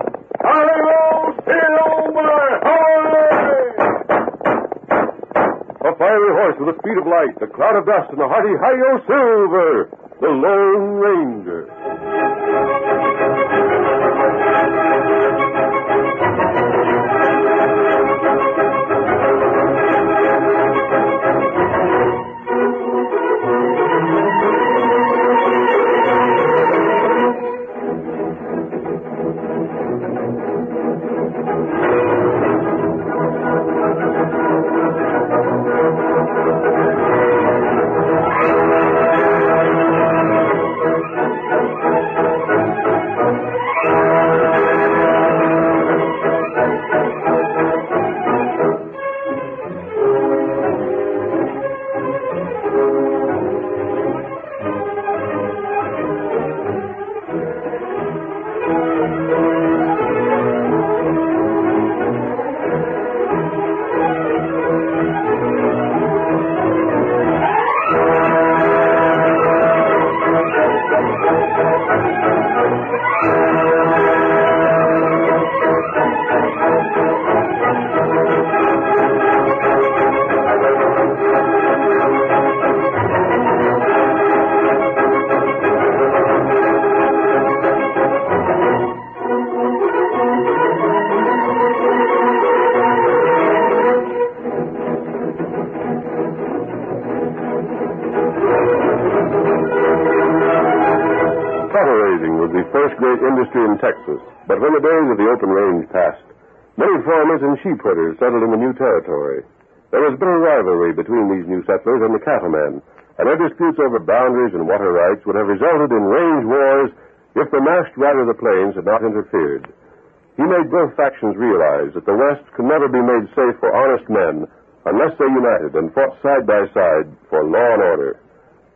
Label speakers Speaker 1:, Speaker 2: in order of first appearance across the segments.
Speaker 1: Hello, Silver! Hooray! A fiery horse with a speed of light, a cloud of dust, and a hearty hi-yo Silver, the Lone Ranger. Cattle raising was the first great industry in Texas, but when the days of the open range passed, many farmers and sheep herders settled in the new territory. There has been a rivalry between these new settlers and the cattlemen, and their disputes over boundaries and water rights would have resulted in range wars if the masked rider of the plains had not interfered. He made both factions realize that the West could never be made safe for honest men unless they united and fought side by side for law and order.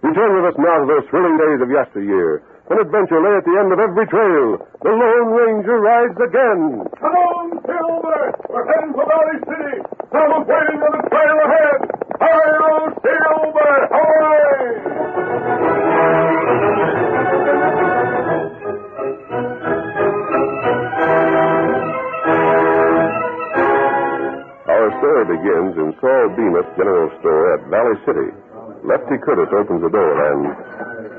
Speaker 1: Return with us now to those thrilling days of yesteryear, when adventure lay at the end of every trail. The Lone Ranger rides again. Come on, Silver! We're heading for Valley City. Someone's waiting on the trail ahead. Hi-yo, Silver! Hooray! Our story begins in Saul Bemis' general store at Valley City. Lefty Curtis opens the door and.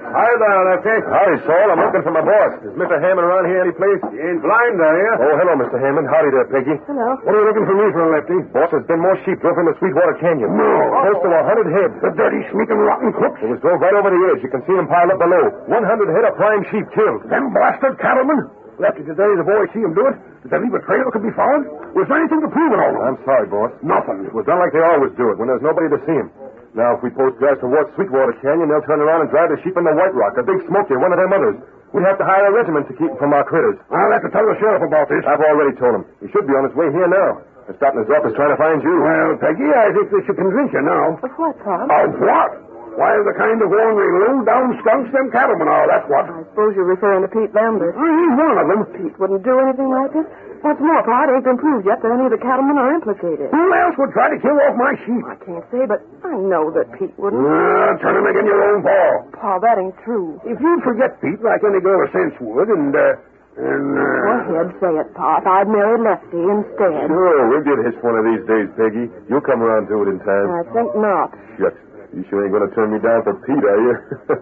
Speaker 1: Hi there, Lefty. Hi, Saul. I'm looking for my boss. Is Mr. Hammond around here any place? You ain't blind, are you? Oh, hello, Mr. Hammond. Howdy there, Peggy. Hello. What are you looking for me for, Lefty? Boss, there's been more sheep driven to Sweetwater Canyon. No. Close to a hundred head. The dirty, sneaking, rotten crooks. It was drove right over the edge. You can see them pile up below. One hundred head of prime sheep killed. Them blasted cattlemen? Lefty, did any of the boys see him do it? Did they leave a trail that could be followed? Was there anything to prove at all? I'm sorry, boss. Nothing. It was done like they always do it, when there's nobody to see him. Now, if we post guys towards Sweetwater Canyon, they'll turn around and drive the sheep into White Rock, the Big Smoky, one of them others. We'd have to hire a regiment to keep them from our critters. I'll have to tell the sheriff about this. I've already told him. He should be on his way here now. They're stopping his office trying to find you. Well, Peggy, I think they should convince you now.
Speaker 2: Of what, Tom?
Speaker 1: Of what?
Speaker 3: Why, the kind of ornery, low-down skunks them cattlemen are, that's what.
Speaker 4: I
Speaker 3: Mm,
Speaker 4: suppose you're referring to Pete Lambert.
Speaker 3: He's one of them.
Speaker 4: Pete wouldn't do anything like this. What's more, Pod ain't been proved yet that any of the cattlemen are implicated.
Speaker 3: Who else would try to kill off my sheep?
Speaker 4: I can't say, but I know that Pete wouldn't.
Speaker 3: Ah, turn him again your own paw.
Speaker 4: Paul, that ain't true.
Speaker 3: If you'd forget Pete like any girl of sense would, and, uh, and, uh...
Speaker 4: Go ahead, say it, Pop. I'd marry Lefty instead.
Speaker 3: Sure, we'll get uh, hitched one of these days, Peggy. You'll come around to it in time.
Speaker 4: I think not.
Speaker 3: Shucks. You sure ain't gonna turn me down for Pete, are you?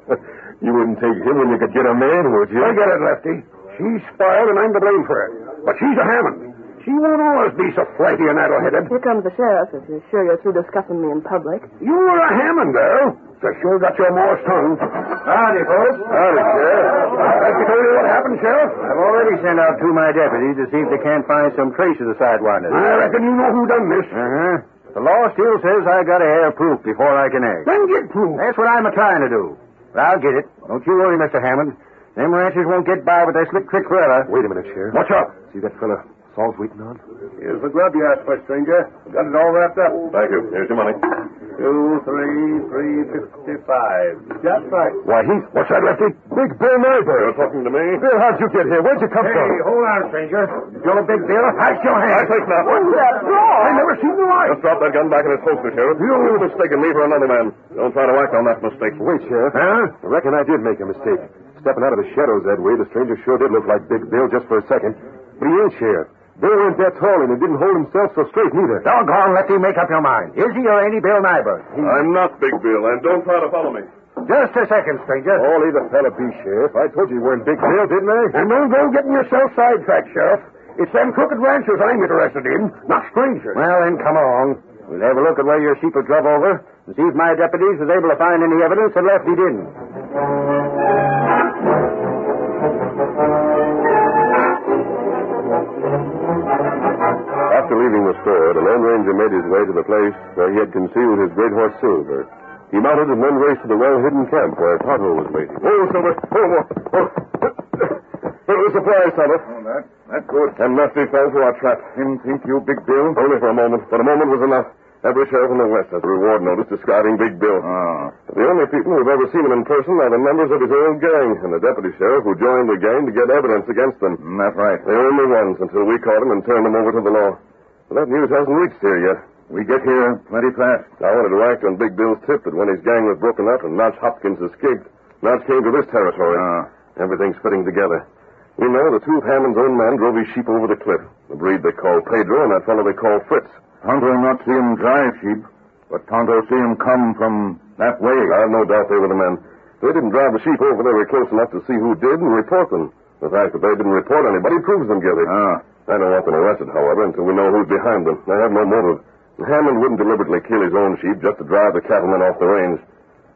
Speaker 3: you wouldn't take him when you could get a man, would you? Forget it, Lefty. She's spoiled, and I'm to blame for it. But she's a Hammond. She won't always be so flighty and addle-headed.
Speaker 4: Here comes the sheriff, if you're sure you're through discussing me in public.
Speaker 3: You were a Hammond girl. So sure got your Morse tongue. Howdy, folks. Howdy, Sheriff. That's the clue to what happened, Sheriff.
Speaker 5: I've already sent out two of my deputies to see if they can't find some trace of the sidewinder.
Speaker 3: I reckon you know who done this.
Speaker 5: Uh-huh. The law still says I gotta have proof before I can act.
Speaker 3: Then get proof.
Speaker 5: That's what I'm a-trying to do. But I'll get it. Don't you worry, Mr. Hammond. Them ranchers won't get by with their slick trick forever.
Speaker 6: Wait a minute, Sheriff.
Speaker 3: Watch out.
Speaker 6: See that fella Saul's waiting on?
Speaker 3: Here's the grub you asked for, stranger. Got it all wrapped up. Thank you. Here's your money. Two, three, three, fifty-five. Just right.
Speaker 6: Why, he's...
Speaker 3: What's that, Lefty?
Speaker 6: Big Bill Nyberg.
Speaker 3: You're talking to me?
Speaker 6: Bill, how'd you get here? Where'd you come from?
Speaker 5: hold on, stranger. Joe Big Bill, hide your
Speaker 3: I
Speaker 5: hand.
Speaker 3: take that.
Speaker 4: Who's that drawer?
Speaker 3: I never seen the like. Just drop that gun back in its holster, Sheriff. You were mistaken me for another man. Don't try to act on that mistake.
Speaker 6: Wait, Sheriff.
Speaker 5: Huh?
Speaker 6: I reckon I did make a mistake. Stepping out of the shadows that way, the stranger sure did look like Big Bill just for a second. But he ain't, Sheriff. Bill ain't that tall, and he didn't hold himself so straight, neither.
Speaker 5: Doggone, let you make up your mind. Is he or ain't he Bill Nyberg?
Speaker 3: I'm not Big Bill, and don't try to follow me.
Speaker 5: Just a second, stranger.
Speaker 6: All either fella be, Sheriff. I told you you weren't Big Bill, didn't I?
Speaker 3: And don't go getting yourself sidetracked, Sheriff. It's them crooked ranchers I'm interested in, not strangers.
Speaker 5: Well, then, come along. We'll have a look at where your sheep were drove over and see if my deputies was able to find any evidence that Lefty didn't.
Speaker 3: After leaving the store, the Lone Ranger made his way to the place where he had concealed his great horse, Silver. He mounted and then raced to the well-hidden camp where Tonto was waiting. Oh, Silver! Oh, oh, oh. It was a surprise, Tonto.
Speaker 6: Oh, that, that's good.
Speaker 3: And Lefty fell for our trap.
Speaker 6: Him think you Big Bill?
Speaker 3: Only for a moment, but a moment was enough. Every sheriff in the West has a reward notice describing Big Bill.
Speaker 6: Oh.
Speaker 3: The only people who've ever seen him in person are the members of his own gang and the deputy sheriff who joined the gang to get evidence against them.
Speaker 6: Isn't that Mm, right?
Speaker 3: The only ones until we caught him and turned him over to the law. But that news hasn't reached here yet.
Speaker 6: We get here plenty fast.
Speaker 3: I wanted to act on Big Bill's tip that when his gang was broken up and Notch Hopkins escaped, Notch came to this territory.
Speaker 6: Ah.
Speaker 3: Everything's fitting together. We know the two of Hammond's own men drove his sheep over the cliff. The breed they call Pedro and that fellow they call Fritz.
Speaker 6: Tonto not see him drive sheep, but Tonto see him come from that way.
Speaker 3: I've no doubt they were the men. They didn't drive the sheep over. They were close enough to see who did and report them. The fact that they didn't report anybody proves them guilty.
Speaker 6: Ah.
Speaker 3: I don't want them arrested, however, until we know who's behind them. They have no motive. Hammond wouldn't deliberately kill his own sheep just to drive the cattlemen off the range.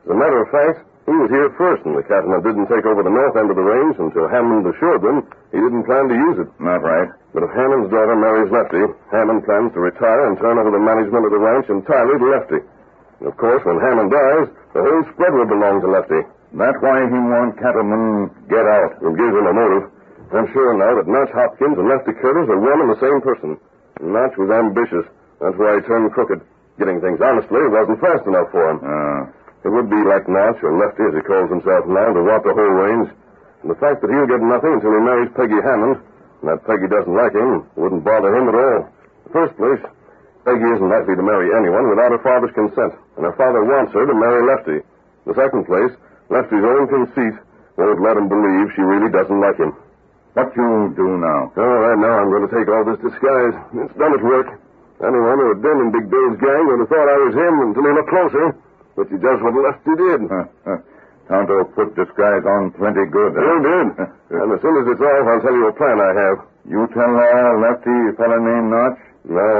Speaker 3: As a matter of fact, he was here first, and the cattlemen didn't take over the north end of the range until Hammond assured them he didn't plan to use it.
Speaker 6: Not right.
Speaker 3: But if Hammond's daughter marries Lefty, Hammond plans to retire and turn over the management of the ranch entirely to Lefty. And of course, when Hammond dies, the whole spread will belong to Lefty.
Speaker 6: That's why he want cattlemen
Speaker 3: Get out. It gives him a motive. I'm sure now that Notch Hopkins and Lefty Curtis are one and the same person. Notch was ambitious. That's why he turned crooked. Getting things honestly wasn't fast enough for him.
Speaker 6: Ah.
Speaker 3: It would be like Notch, or Lefty as he calls himself now, to want the whole range. And the fact that he'll get nothing until he marries Peggy Hammond, and that Peggy doesn't like him, wouldn't bother him at all. In the first place, Peggy isn't likely to marry anyone without her father's consent, and her father wants her to marry Lefty. In the second place, Lefty's own conceit won't let him believe she really doesn't like him.
Speaker 6: What you do now?
Speaker 3: All right, now Oh, I'm going to take all this disguise. It's done its work. Anyone who had been in Big Bill's gang would have thought I was him until he looked closer. But he does what Lefty did.
Speaker 6: Tonto put disguise on plenty good.
Speaker 3: You did. and as soon as it's off, I'll tell you a plan I have.
Speaker 6: You tell uh, Lefty fella named Notch?
Speaker 3: No.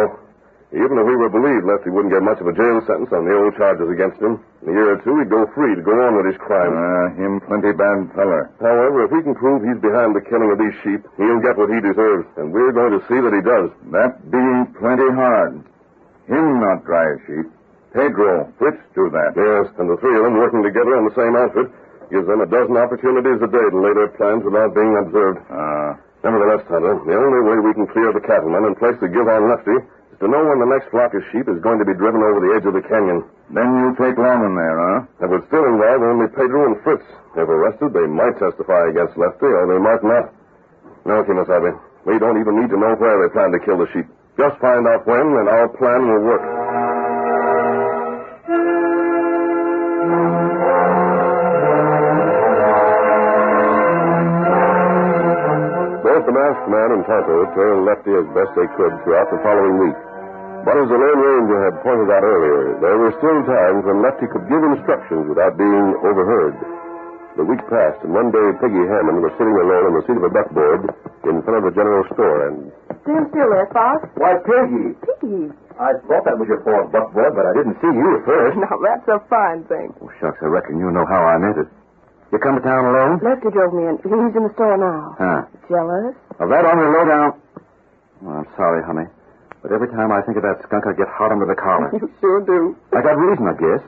Speaker 3: Even if we were believed, Lefty wouldn't get much of a jail sentence on the old charges against him. In a year or two, he'd go free to go on with his crime.
Speaker 6: Uh, him plenty bad feller.
Speaker 3: However, if we can prove he's behind the killing of these sheep, he'll get what he deserves, and we're going to see that he does.
Speaker 6: That be plenty hard. Him not drive sheep. Pedro, Fritz do that.
Speaker 3: Yes, and the three of them working together on the same outfit gives them a dozen opportunities a day to lay their plans without being observed.
Speaker 6: Ah.
Speaker 5: Uh,
Speaker 3: Nevertheless, Tonto, the only way we can clear the cattlemen and place the guilt on Lefty is
Speaker 1: to know when the next flock of sheep is going to be driven over the edge of the canyon.
Speaker 5: Then you take Lanham there, huh?
Speaker 1: That would still involve only Pedro and Fritz. If arrested, they might testify against Lefty, or they might not. No, Kimasabi, we don't even need to know where they plan to kill the sheep. Just find out when, and our plan will work. Both the masked man and Tonto trailed Lefty as best they could throughout the following week. But as the Lone Ranger had pointed out earlier, there were still times when Lefty could give instructions without being overheard. The week passed, and one day Peggy Hammond was sitting alone on the seat of a buckboard in front of the general store, and
Speaker 4: Stand still there, Fox.
Speaker 3: Why, Piggy,
Speaker 4: Piggy.
Speaker 3: I thought that was your fourth buckboard, but I didn't see you at first.
Speaker 4: Now, that's a fine thing.
Speaker 3: Oh, shucks, I reckon you know how I meant it. You come to town alone?
Speaker 4: Lefty drove me in. He's in the store now.
Speaker 3: Huh.
Speaker 4: Jealous?
Speaker 3: Of that on the lowdown. Well, I'm sorry, honey. But every time I think of that skunk, I get hot under the collar.
Speaker 4: You sure do.
Speaker 3: I got reason, I guess.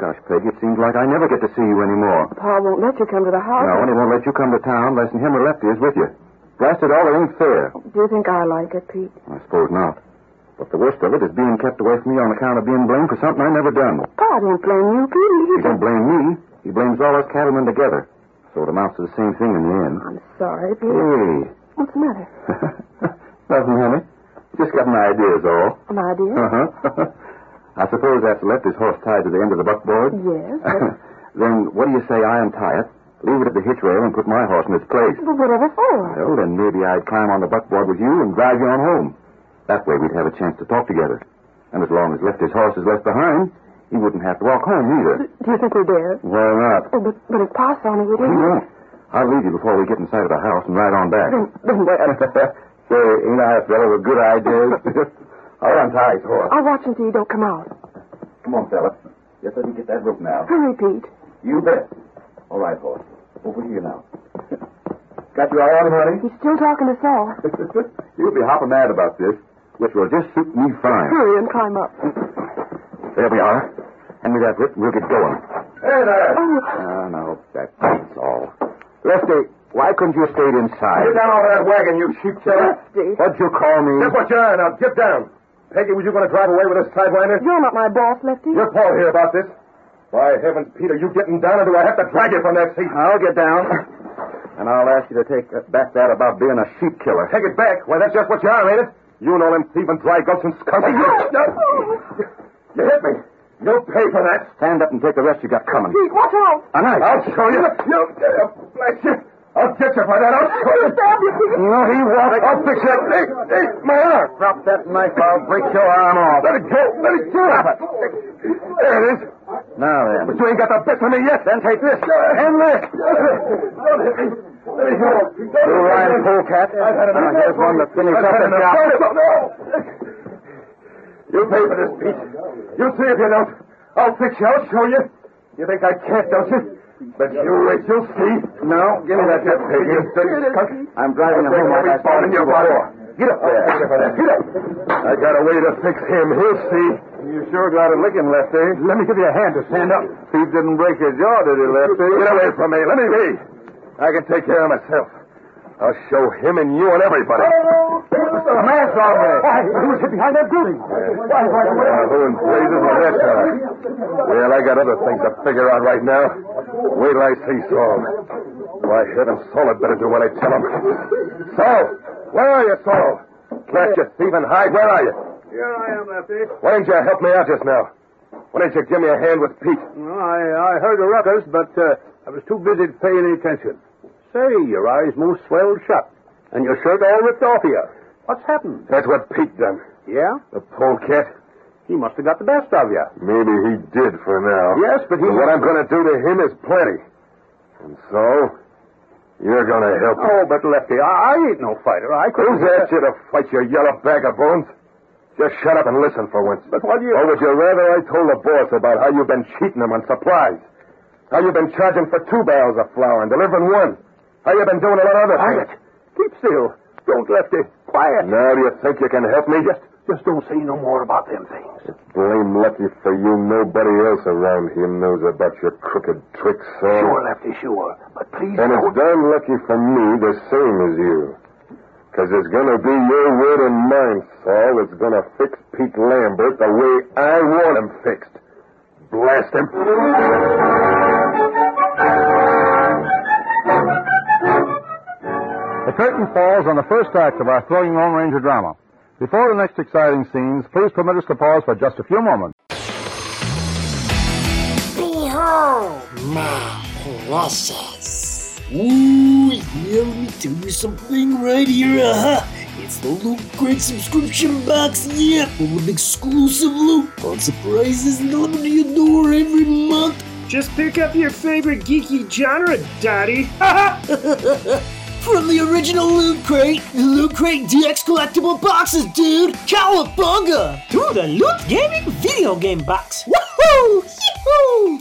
Speaker 3: Gosh, Peggy, it seems like I never get to see you anymore.
Speaker 4: Pa won't let you come to the
Speaker 3: No,
Speaker 4: house.
Speaker 3: and he won't let you come to town unless him or Lefty is with you. Blast it all, it ain't fair.
Speaker 4: Do you think I like it, Pete?
Speaker 3: I suppose not. But the worst of it is being kept away from me on account of being blamed for something I never done.
Speaker 4: Pa didn't blame you, Pete.
Speaker 3: He don't blame me. He blames all us cattlemen together. So it amounts to the same thing in the end.
Speaker 4: I'm sorry, Pete.
Speaker 3: Hey.
Speaker 4: What's the matter?
Speaker 3: Nothing, honey. Just got an idea, is all.
Speaker 4: An idea?
Speaker 3: Uh-huh. I suppose that's left his horse tied to the end of the buckboard.
Speaker 4: Yes. But,
Speaker 3: then what do you say I untie it, leave it at the hitch rail, and put my horse in its place?
Speaker 4: but whatever for?
Speaker 3: Well, then maybe I'd climb on the buckboard with you and drive you on home. That way we'd have a chance to talk together. And as long as Lefty's horse is left behind, he wouldn't have to walk home either.
Speaker 4: Do you think we dare?
Speaker 3: Why not?
Speaker 4: Oh, but, but if Pa saw me, we
Speaker 3: He
Speaker 4: didn't.
Speaker 3: won't. I'll leave you before we get in sight of the house and ride on back.
Speaker 4: Then, then what?
Speaker 3: Say, ain't I a fellow with good ideas? I'll untie his horse.
Speaker 4: I'll watch and see you don't come out.
Speaker 3: Come on, fella. Just let me get that rope now.
Speaker 4: Hurry, Pete.
Speaker 3: You bet. All right, horse. Over here now. Got you all on him, honey?
Speaker 4: He's still talking to Saul.
Speaker 3: You'll be hopping mad about this, which will just suit me fine.
Speaker 4: Hurry and climb up.
Speaker 3: There we are. Hand me that whip, and we'll get going.
Speaker 5: Hey there!
Speaker 4: Oh,
Speaker 7: Ah,
Speaker 3: No, no, that, that's all. Lefty, why couldn't you have stayed
Speaker 5: Get
Speaker 3: inside?
Speaker 5: down off that wagon, you sheep killer!
Speaker 4: Lefty.
Speaker 3: What'd you call me?
Speaker 5: Get what you are, now get down! Peggy, was you going to drive away with this sidewinder?
Speaker 4: You're not my boss, Lefty.
Speaker 5: Your Paul here about this. By heavens, Peter, you getting down or do I have to drag you from that seat?
Speaker 3: I'll get down. And I'll ask you to take uh, back that about being a sheep killer.
Speaker 5: Take it back. Why, that's just what you are, ain't it? You know them thieving dry gulps and skunks. you, you hit me. You'll pay for that.
Speaker 3: Stand up and take the rest you got coming.
Speaker 4: Pete, watch out.
Speaker 3: A knife.
Speaker 5: I'll show you. You, uh, bless you. I'll get you for that. I'll show you.
Speaker 4: Stab you, Pete.
Speaker 3: No, he won't.
Speaker 5: I'll fix that. Hey, hey, my arm.
Speaker 3: Drop that knife. I'll break your arm off.
Speaker 5: Let it go. Let it go. There it is.
Speaker 3: Now then.
Speaker 5: You ain't got the best of me yet.
Speaker 3: Then take this. And this.
Speaker 5: Don't hit me. Let me go.
Speaker 3: You lying polecat. Now here's one to finish up the job.
Speaker 5: You pay for this, Pete. You see if you don't. I'll fix you. I'll show you. You think I can't, don't you? But you wait, you'll see.
Speaker 3: No, give me that whip, Piggy. I'm driving you home like I saw
Speaker 5: in your body.
Speaker 3: Get up there.
Speaker 5: Get up. I got a way to fix him. He'll see.
Speaker 3: You sure got a licking, Lefty. Let me give you a hand to stand up. Steve didn't break your jaw, did he, Lefty?
Speaker 5: Get away from me. Let me be. I can take care of myself. I'll show him and you and everybody.
Speaker 3: The mask on me. Why, he was hit behind that building. Why, why,
Speaker 5: Now, who in blazes was that fellow? Well, I got other things to figure out right now. Wait till I see Saul. Why, heaven, Saul had better do what I tell him. Saul! Where are you, Saul? Blast you, thieving hide. Where are you?
Speaker 8: Here I am, Lefty.
Speaker 5: Why didn't you help me out just now? Why didn't you give me a hand with Pete?
Speaker 8: Well, I, I heard a ruckus, but uh, I was too busy to pay any attention. Say, your eyes most swelled shut, and your shirt all ripped off of you. What's happened?
Speaker 5: That's what Pete done.
Speaker 8: Yeah?
Speaker 5: The polecat.
Speaker 8: He must have got the best of you.
Speaker 5: Maybe he did for now.
Speaker 8: Yes, but he.
Speaker 5: But what I'm going to do to him is plenty. And so, you're going to help me.
Speaker 8: Oh, but Lefty, I, I ain't no fighter. I couldn't.
Speaker 5: Who's asked you to fight your yellow bag of bones? Just shut up and listen for once.
Speaker 8: But what do you.
Speaker 5: Or would you rather I told the boss about how you've been cheating him on supplies? How you've been charging for two barrels of flour and delivering one? How you've been doing a lot of other
Speaker 8: Quiet.
Speaker 5: things?
Speaker 8: Keep still. Don't, Lefty. Quiet.
Speaker 5: Now do you think you can help me? Just
Speaker 8: Just don't say no more about them things.
Speaker 5: blame lucky for you. Nobody else around here knows about your crooked tricks, Sam.
Speaker 8: Lefty, sure. But please
Speaker 5: And it's darn lucky for me the same as you.
Speaker 9: Because it's going to be your word and mine, Saul, that's going to fix Pete Lambert the way I want him fixed. Blast him.
Speaker 10: The curtain falls on the first act of our thrilling Lone Ranger drama. Before the next exciting scenes, please permit us to pause for just a few moments.
Speaker 11: Behold my process. Ooh, yeah, let me tell you something right here. Uh-huh. It's the Loot Crate subscription box, yeah, full with exclusive loot, fun surprises delivered to your door every month.
Speaker 12: Just pick up your favorite geeky genre, Daddy.
Speaker 11: From the original Loot Crate, the Loot Crate DX collectible boxes, dude! Cowabunga! To the Loot Gaming video game box! Woohoo! Yee-hoo!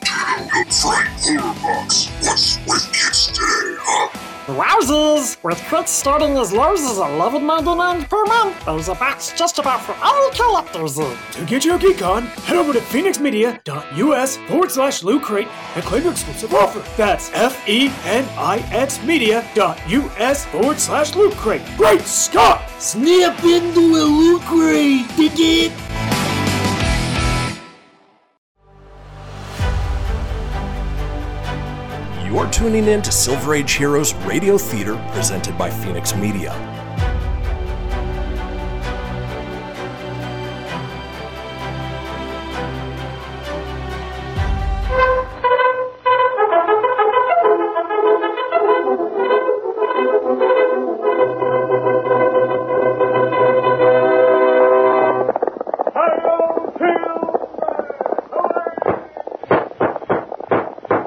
Speaker 11: Wowzers! With crates starting as low as 11.99 per month, there's a box just about for all collectors.
Speaker 12: To get your geek on, head over to phoenixmedia.us forward slash loot crate and claim your exclusive offer. That's F E N I X media.us forward slash loot crate. Great Scott!
Speaker 11: Snap into a loot crate, dig it?
Speaker 13: You're tuning in to Silver Age Heroes Radio Theater presented by Phoenix Media.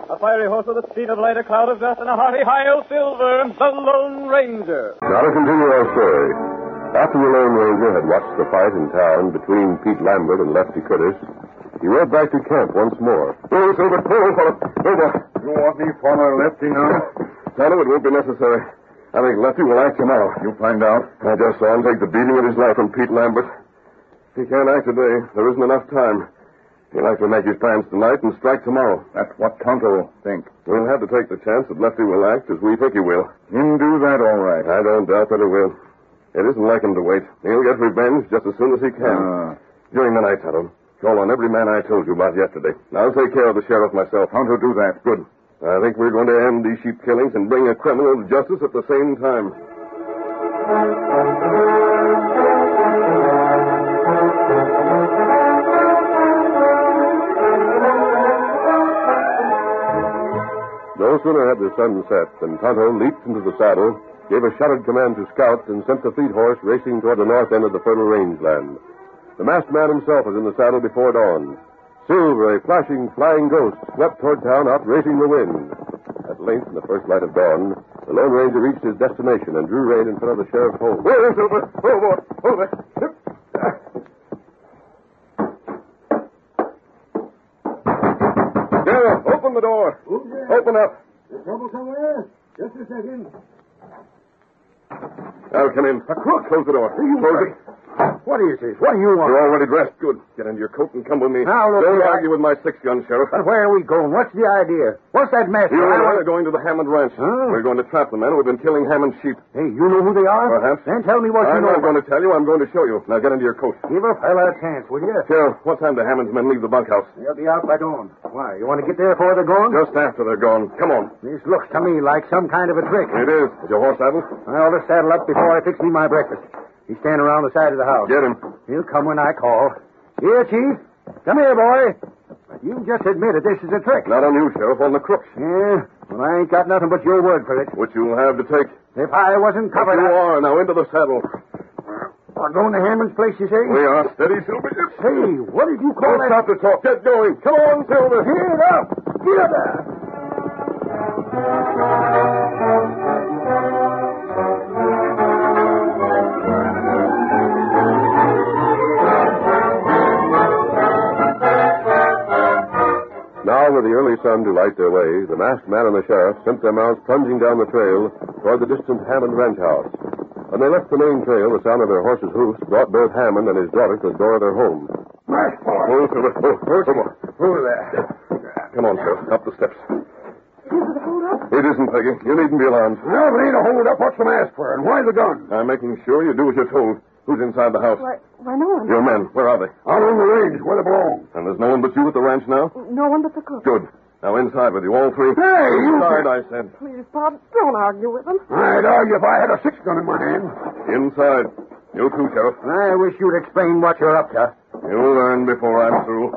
Speaker 14: A fiery horse with a speed of light, a cloud of dust, and a hearty high of silver, and the Lone Ranger.
Speaker 3: Now to continue our story. After the Lone Ranger had watched the fight in town between Pete Lambert and Lefty Curtis, he rode back to camp once more. Oh, Silver, pull, fella. Over. You want me follow Lefty now? No, no, it won't be necessary. I think Lefty will act him out. You'll find out. I just saw him take the beating of his life from Pete Lambert. He can't act today. There isn't enough time. He'll have to make his plans tonight and strike tomorrow. That's what Tonto will think. We'll have to take the chance that Lefty will act as we think he will. Him do that all right. I don't doubt that he will. It isn't like him to wait. He'll get revenge just as soon as he can. During the night, Tonto. Call on every man I told you about yesterday. I'll take care of the sheriff myself. Tonto, do that. Good. I think we're going to end these sheep killings and bring a criminal to justice at the same time. No sooner had the sun set than Tonto leaped into the saddle, gave a shouted command to Scout, and sent the fleet horse racing toward the north end of the fertile rangeland. The masked man himself was in the saddle before dawn. Silver, a flashing, flying ghost, swept toward town, outracing the wind. At length, in the first light of dawn, the Lone Ranger reached his destination and drew rein in front of the sheriff's home. Where is Silver? Over! Over! Sheriff, open the door! Open up!
Speaker 5: Trouble somewhere? Just a second.
Speaker 3: Now come in. Close the door. Close it.
Speaker 5: What is this? What do you want?
Speaker 3: You're already dressed. Good. Get into your coat and come with me.
Speaker 5: Now, look
Speaker 3: Don't
Speaker 5: here, I-
Speaker 3: argue with my six gun, Sheriff.
Speaker 5: But where are we going? What's the idea? What's that mess?
Speaker 3: You
Speaker 5: I
Speaker 3: and I
Speaker 5: wanna-
Speaker 3: are going to the Hammond Ranch.
Speaker 5: Huh?
Speaker 3: We're going to trap the men who've been killing Hammond sheep.
Speaker 5: Hey, you know who they are?
Speaker 3: Perhaps.
Speaker 5: Then tell me what you
Speaker 3: I'm
Speaker 5: know.
Speaker 3: not going to tell you. I'm going to show you. Now get into your coat.
Speaker 5: Give a fella a chance, will you?
Speaker 3: Sheriff, what time do Hammond's men leave the bunkhouse?
Speaker 5: They'll be out by dawn. Why? You want to get there before they're gone?
Speaker 3: Just after they're gone. Come on.
Speaker 5: This looks to me like some kind of a trick.
Speaker 3: It is. Is your horse saddled?
Speaker 5: I'll just saddle up before I fix me my breakfast. He's standing around the side of the house.
Speaker 3: Get him.
Speaker 5: He'll come when I call. Here, Chief. Come here, boy. You just admitted this is a trick.
Speaker 3: Not on you, Sheriff. On the crooks.
Speaker 5: Yeah, well, I ain't got nothing but your word for it.
Speaker 3: Which you'll have to take.
Speaker 5: If I wasn't
Speaker 3: But
Speaker 5: covered,
Speaker 3: you
Speaker 5: I-
Speaker 3: are. Now into the saddle.
Speaker 5: We're going to Hammond's place, you say?
Speaker 3: We are. Steady, Silver.
Speaker 5: Hey, what did you call
Speaker 3: Don't
Speaker 5: that?
Speaker 3: stop to talk. Get going. Come on, Silver.
Speaker 5: Get up! Get up!
Speaker 3: Now, with the early sun to light their way, the masked man and the sheriff sent their mounts plunging down the trail toward the distant Hammond ranch house. When they left the main trail, the sound of their horses' hoofs brought both Hammond and his daughter to the door of their home.
Speaker 5: Mash
Speaker 3: Oh, Silver. Oh, come on.
Speaker 5: Over there.
Speaker 3: Come on, Sheriff. Up the steps.
Speaker 15: Is it a hold up?
Speaker 3: It isn't, Peggy. You needn't be alarmed.
Speaker 5: Well, if it ain't a holdup, what's the mask for? And why the gun?
Speaker 3: I'm making sure you do as you're told. Who's inside the house?
Speaker 16: Why, why no one.
Speaker 3: Your men. Where are they?
Speaker 5: Out on the range, where they belong.
Speaker 3: And there's no one but you at the ranch now?
Speaker 16: No one but the cook.
Speaker 3: Good. Now inside with you, all three.
Speaker 5: Hey, you-
Speaker 3: Inside, I said.
Speaker 16: Please, Bob, don't argue with him.
Speaker 5: I'd argue if I had a six gun in my hand.
Speaker 3: Inside. You too, Sheriff.
Speaker 17: I wish you'd explain what you're up to.
Speaker 3: You'll learn before I'm through.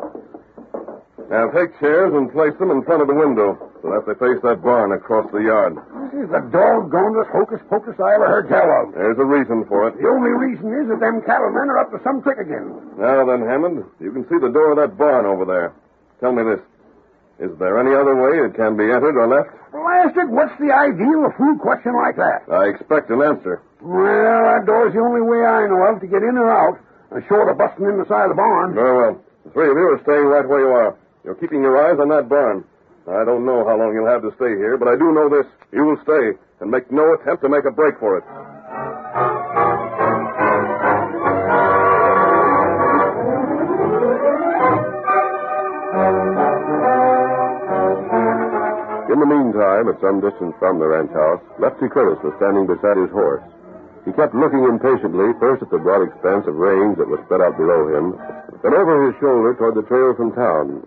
Speaker 3: Now take chairs and place them in front of the window so that they face that barn across the yard.
Speaker 5: This is the doggonest hocus pocus I ever heard tell of.
Speaker 3: There's a reason for it.
Speaker 5: The only reason is that them cattlemen are up to some trick again.
Speaker 3: Now then, Hammond, you can see the door of that barn over there. Tell me this. Is there any other way it can be entered or left?
Speaker 5: Blasted, what's the idea of a fool question like that?
Speaker 3: I expect an answer.
Speaker 5: Well, that door's the only way I know of to get in or out, uh, short of busting in the side of the barn.
Speaker 3: Very well. The three of you are staying right where you are. You're keeping your eyes on that barn. I don't know how long you'll have to stay here, but I do know this. You will stay and make no attempt to make a break for it. In the meantime, at some distance from the ranch house, Lefty Curtis was standing beside his horse. He kept looking impatiently, first at the broad expanse of range that was spread out below him, then over his shoulder toward the trail from town.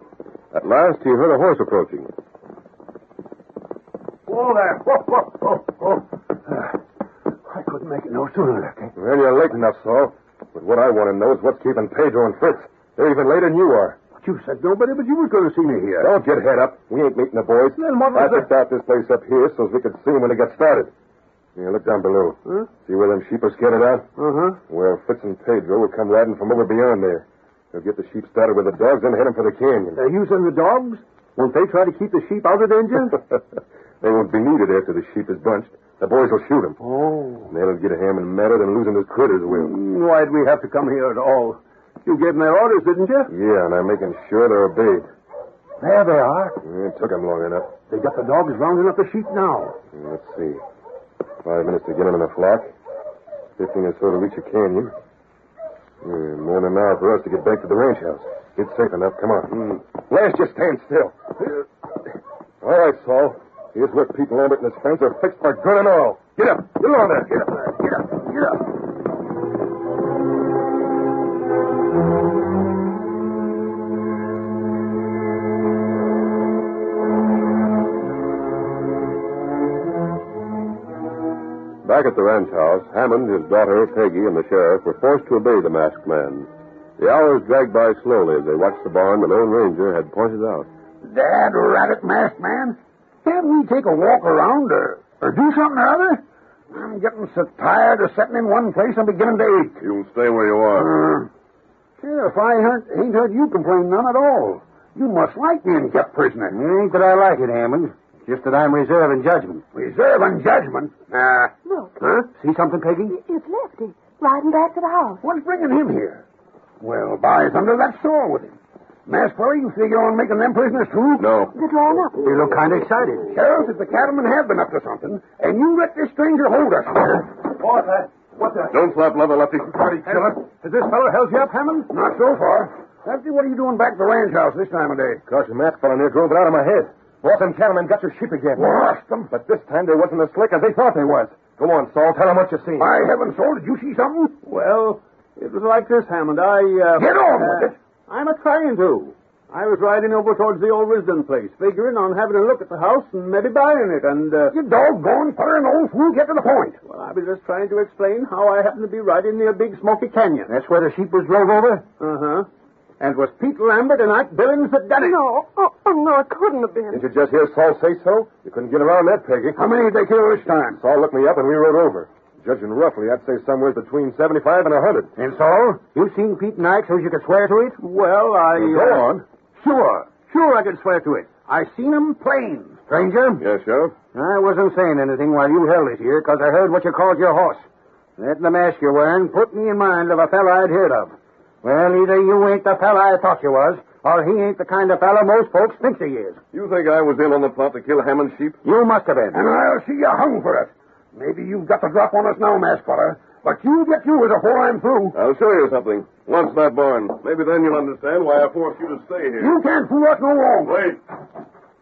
Speaker 3: At last, he heard a horse approaching.
Speaker 5: Whoa there. Whoa, whoa, whoa, whoa. Uh, I couldn't make it no sooner, Lefty.
Speaker 3: Well, you're late enough, Saul. But what I want to know is what's keeping Pedro and Fritz. They're even later than you are.
Speaker 5: But you said nobody but you was going to see me here.
Speaker 3: Don't get head up. We ain't meeting the boys.
Speaker 5: Then what was
Speaker 3: I
Speaker 5: the-
Speaker 3: picked out this place up here so as we could see 'em when they got started. Here, look down below.
Speaker 5: Huh?
Speaker 3: See where them sheep are scattered out?
Speaker 5: Uh-huh.
Speaker 3: Well, Fritz and Pedro will come riding from over beyond there. They'll get the sheep started with the dogs, then head 'em for the canyon.
Speaker 5: They're using the dogs? Won't they try to keep the sheep out of danger?
Speaker 3: they won't be needed after the sheep is bunched. The boys will shoot 'em.
Speaker 5: oh.
Speaker 3: They'll get Hammond matted and losing his critters will.
Speaker 5: Mm, Why'd we have to come here at all? You gave them their orders, didn't you?
Speaker 3: Yeah, and I'm making sure they're obeyed.
Speaker 5: There they are.
Speaker 3: It took 'em long enough.
Speaker 5: They got the dogs rounding up the sheep now.
Speaker 3: Let's see. Five minutes to get 'em in the flock. Fifteen or so to reach a canyon. Yeah, more than an hour for us to get back to the ranch house. It's safe enough. Come on. Last, just stand still. All right, Saul. Here's where Pete Lambert and his friends are fixed for good and all. Get up. Get on there. Get up.
Speaker 5: Get up, get up.
Speaker 3: Back at the ranch house, Hammond, his daughter, Peggy, and the sheriff were forced to obey the masked man. The hours dragged by slowly as they watched the barn the Lone Ranger had pointed out.
Speaker 5: Dad, rabbit masked man, can't we take a walk around or, or do something or other? I'm getting so tired of sitting in one place, I'm beginning to ache.
Speaker 3: You'll stay where you are.
Speaker 5: Sheriff, I heard, ain't heard you complain none at all. You must like being kept prisoner.
Speaker 17: Ain't that I like it, Hammond. Just that I'm reserving judgment.
Speaker 5: Reserving judgment. Nah.
Speaker 16: Look,
Speaker 5: Huh?
Speaker 17: See something, Peggy?
Speaker 16: it's Lefty riding back to the house.
Speaker 5: What's bringing him here? Well, by thunder, that's all with him. Masked fella, you figure on making them prisoners too?
Speaker 3: No.
Speaker 16: They're drawing up.
Speaker 17: You look kind of excited.
Speaker 5: Sheriff, if the cattlemen have been up to something, and you let this stranger hold us here. What the? What the?
Speaker 3: Don't slap leather, Lefty. Party
Speaker 5: Has this fellow held you up, Hammond? Not so far. Lefty, what are you doing back at the ranch house this time of day?
Speaker 3: Gosh, the masked fella near drove it out of my head. Boss and cattlemen got your sheep again.
Speaker 5: Lost them.
Speaker 3: But this time they wasn't as slick as they thought they was. Go on, Saul. Tell them what you seen.
Speaker 5: By heaven, soul, did you see something?
Speaker 4: Well, it was like this, Hammond. I, uh.
Speaker 5: Get on
Speaker 4: uh,
Speaker 5: with it.
Speaker 4: I'm a trying to. I was riding over towards the old Risden place, figuring on having a look at the house and maybe buying it, and, uh.
Speaker 5: You doggone feller and old fool, get to the point.
Speaker 4: Well, I was just trying to explain how I happened to be riding near Big Smoky Canyon.
Speaker 17: That's where the sheep was drove over?
Speaker 4: Uh huh. And it was Pete Lambert and Ike Billings that done it.
Speaker 16: No, oh, oh, no, it couldn't have been.
Speaker 3: Didn't you just hear Saul say so? You couldn't get around that, Peggy.
Speaker 5: How many did they kill this time?
Speaker 3: Saul looked me up and we rode over. Judging roughly, I'd say somewhere between 75 and a 100.
Speaker 17: And so? You seen Pete and Ike so you could swear to it?
Speaker 4: Well, I.
Speaker 3: Go
Speaker 4: uh,
Speaker 3: on.
Speaker 4: Sure. Sure, I can swear to it. I seen 'em plain.
Speaker 17: Stranger?
Speaker 3: Yes, Sheriff.
Speaker 17: I wasn't saying anything while you held it here, 'cause I heard what you called your horse. That and the mask you're wearing put me in mind of a fella I'd heard of. Well, either you ain't the fella I thought you was, or he ain't the kind of fella most folks thinks he is.
Speaker 3: You think I was in on the plot to kill Hammond's sheep?
Speaker 17: You must have been.
Speaker 5: And I'll see you hung for it. Maybe you've got the drop on us now, masked fella. But you get yours before I'm through.
Speaker 3: I'll show you something. Once that barn. Maybe then you'll understand why I forced you to stay here.
Speaker 5: You can't fool us no longer.
Speaker 3: Wait.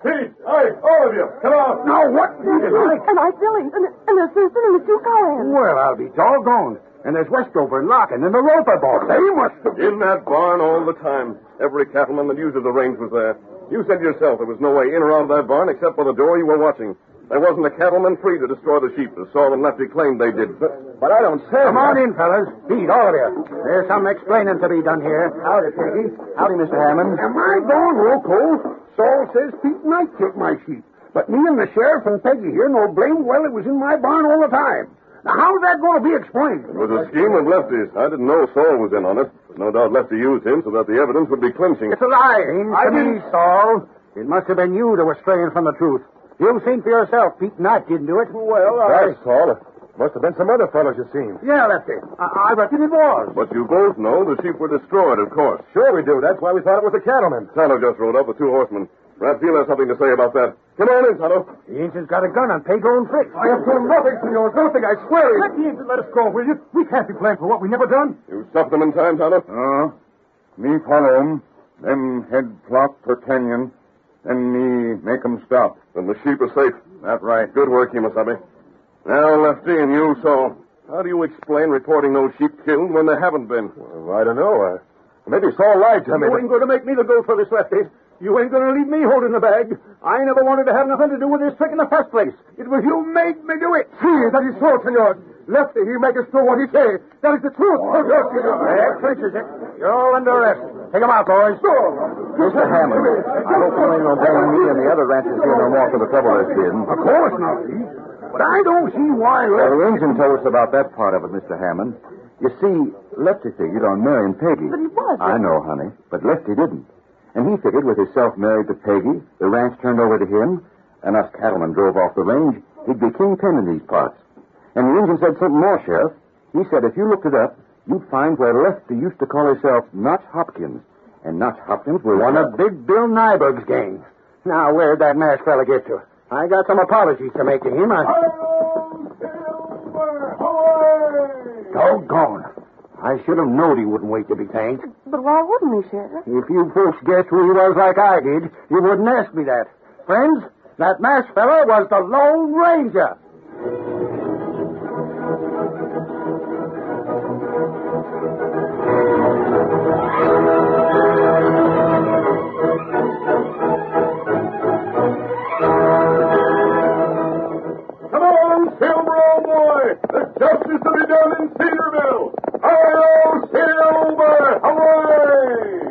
Speaker 3: Pete, Ike, all of you, come on.
Speaker 5: Now, what Mike.
Speaker 4: And I Billings and, and their sister and the two Collins.
Speaker 5: Well, I'll be doggone. And there's Westover and Larkin and the Roper boys. They must have
Speaker 3: In that barn all the time. Every cattleman that uses the range was there. You said yourself there was no way in or out of that barn except by the door you were watching. There wasn't a cattleman free to destroy the sheep as Saul and Lefty claimed they did. But, but I don't say.
Speaker 5: Come on in, fellas. Beat, all of you. There's some explaining to be done here. Howdy, Peggy. Howdy, Mr. Hammond.
Speaker 18: Am I gone, Rocco? Saul says Pete Knight took my sheep. But me and the sheriff and Peggy here know blame well it was in my barn all the time. Now, how's that going to be explained?
Speaker 3: It was a scheme of Lefty's. I didn't know Saul was in on it. But no doubt Lefty used him so that the evidence would be clinching.
Speaker 5: It's a lie. I didn't, Saul. It must have been you that was straying from the truth. You've seen for yourself. Pete Knight didn't do it. Well,
Speaker 3: That's Saul. Must have been some other fellows you seen.
Speaker 5: Yeah, Lefty. I, I reckon it was.
Speaker 3: But you both know the sheep were destroyed, of course. Sure we do. That's why we thought it was the cattleman. Tonto just rode up with two horsemen. Perhaps he'll have something to say about that. Come on in, Tonto.
Speaker 5: The ancient's got a gun on Pedro and Fritz.
Speaker 18: I have done nothing, senor. Nothing, I swear. Let the ancient let us go, will you? We can't be blamed for what we never done.
Speaker 3: You stopped them in time, Tonto?
Speaker 19: Uh,
Speaker 5: Uh-huh.
Speaker 19: me follow 'em, then head plop for canyon, then me make 'em stop.
Speaker 3: Then the sheep are safe.
Speaker 19: That right.
Speaker 3: Good work, you, Musabi. Now, Lefty, and you, Saul. How do you explain reporting those sheep killed when they haven't been?
Speaker 19: I don't know. maybe Saul lied to
Speaker 20: You ain't going to make me the goat for this, Lefty. You ain't going to leave me holding the bag. I never wanted to have nothing to do with this trick in the first place. It was you made me do it.
Speaker 18: See, that is so, senor. Lefty, he make us do what he say. That is the truth. Oh, yes, senor.
Speaker 5: That clinches it. You're all under arrest. Take 'em out, boys.
Speaker 7: Mr. Hammond, I hope you ain't no blaming me and the other ranchers here no more for the trouble there's been.
Speaker 18: Of course not, Pete. But I don't see why
Speaker 7: Well,
Speaker 18: Lefty...
Speaker 7: the engine told us about that part of it, Mr. Hammond. You see, Lefty figured on marrying Peggy.
Speaker 4: But he was.
Speaker 7: I know, honey, but Lefty didn't. And he figured with himself married to Peggy, the ranch turned over to him, and us cattlemen drove off the range, he'd be kingpin in these parts. And the engine said something more, Sheriff. He said if you looked it up, you'd find where Lefty used to call himself Notch Hopkins. And Notch Hopkins was
Speaker 5: One of Big Bill Nyberg's gang. Now, where'd that masked fella get to? I got some apologies to make to him. I... Doggone. I should have known he wouldn't wait to be thanked.
Speaker 4: But why wouldn't he, Sheriff?
Speaker 5: If you folks guessed who he was like I did, you wouldn't ask me that. Friends, that masked fella was the Lone Ranger.
Speaker 3: Come on, Silver, old boy. There's justice to be done in Cedarville. Hello, Silver. Away.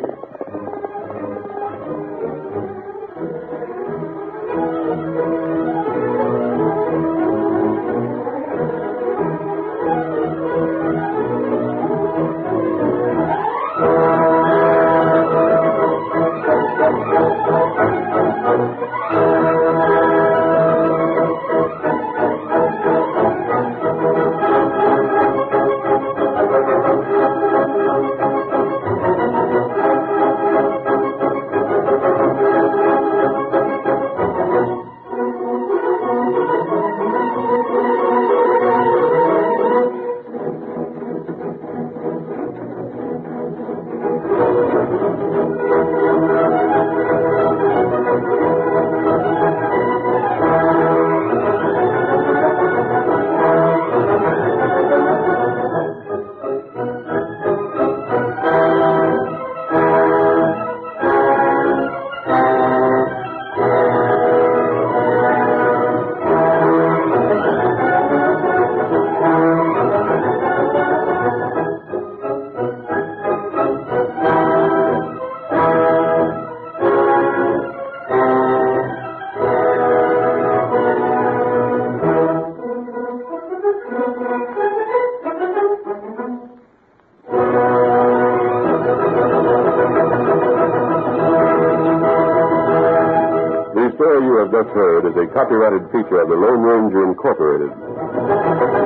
Speaker 3: The story you have just heard is a copyrighted feature of the Lone Ranger Incorporated.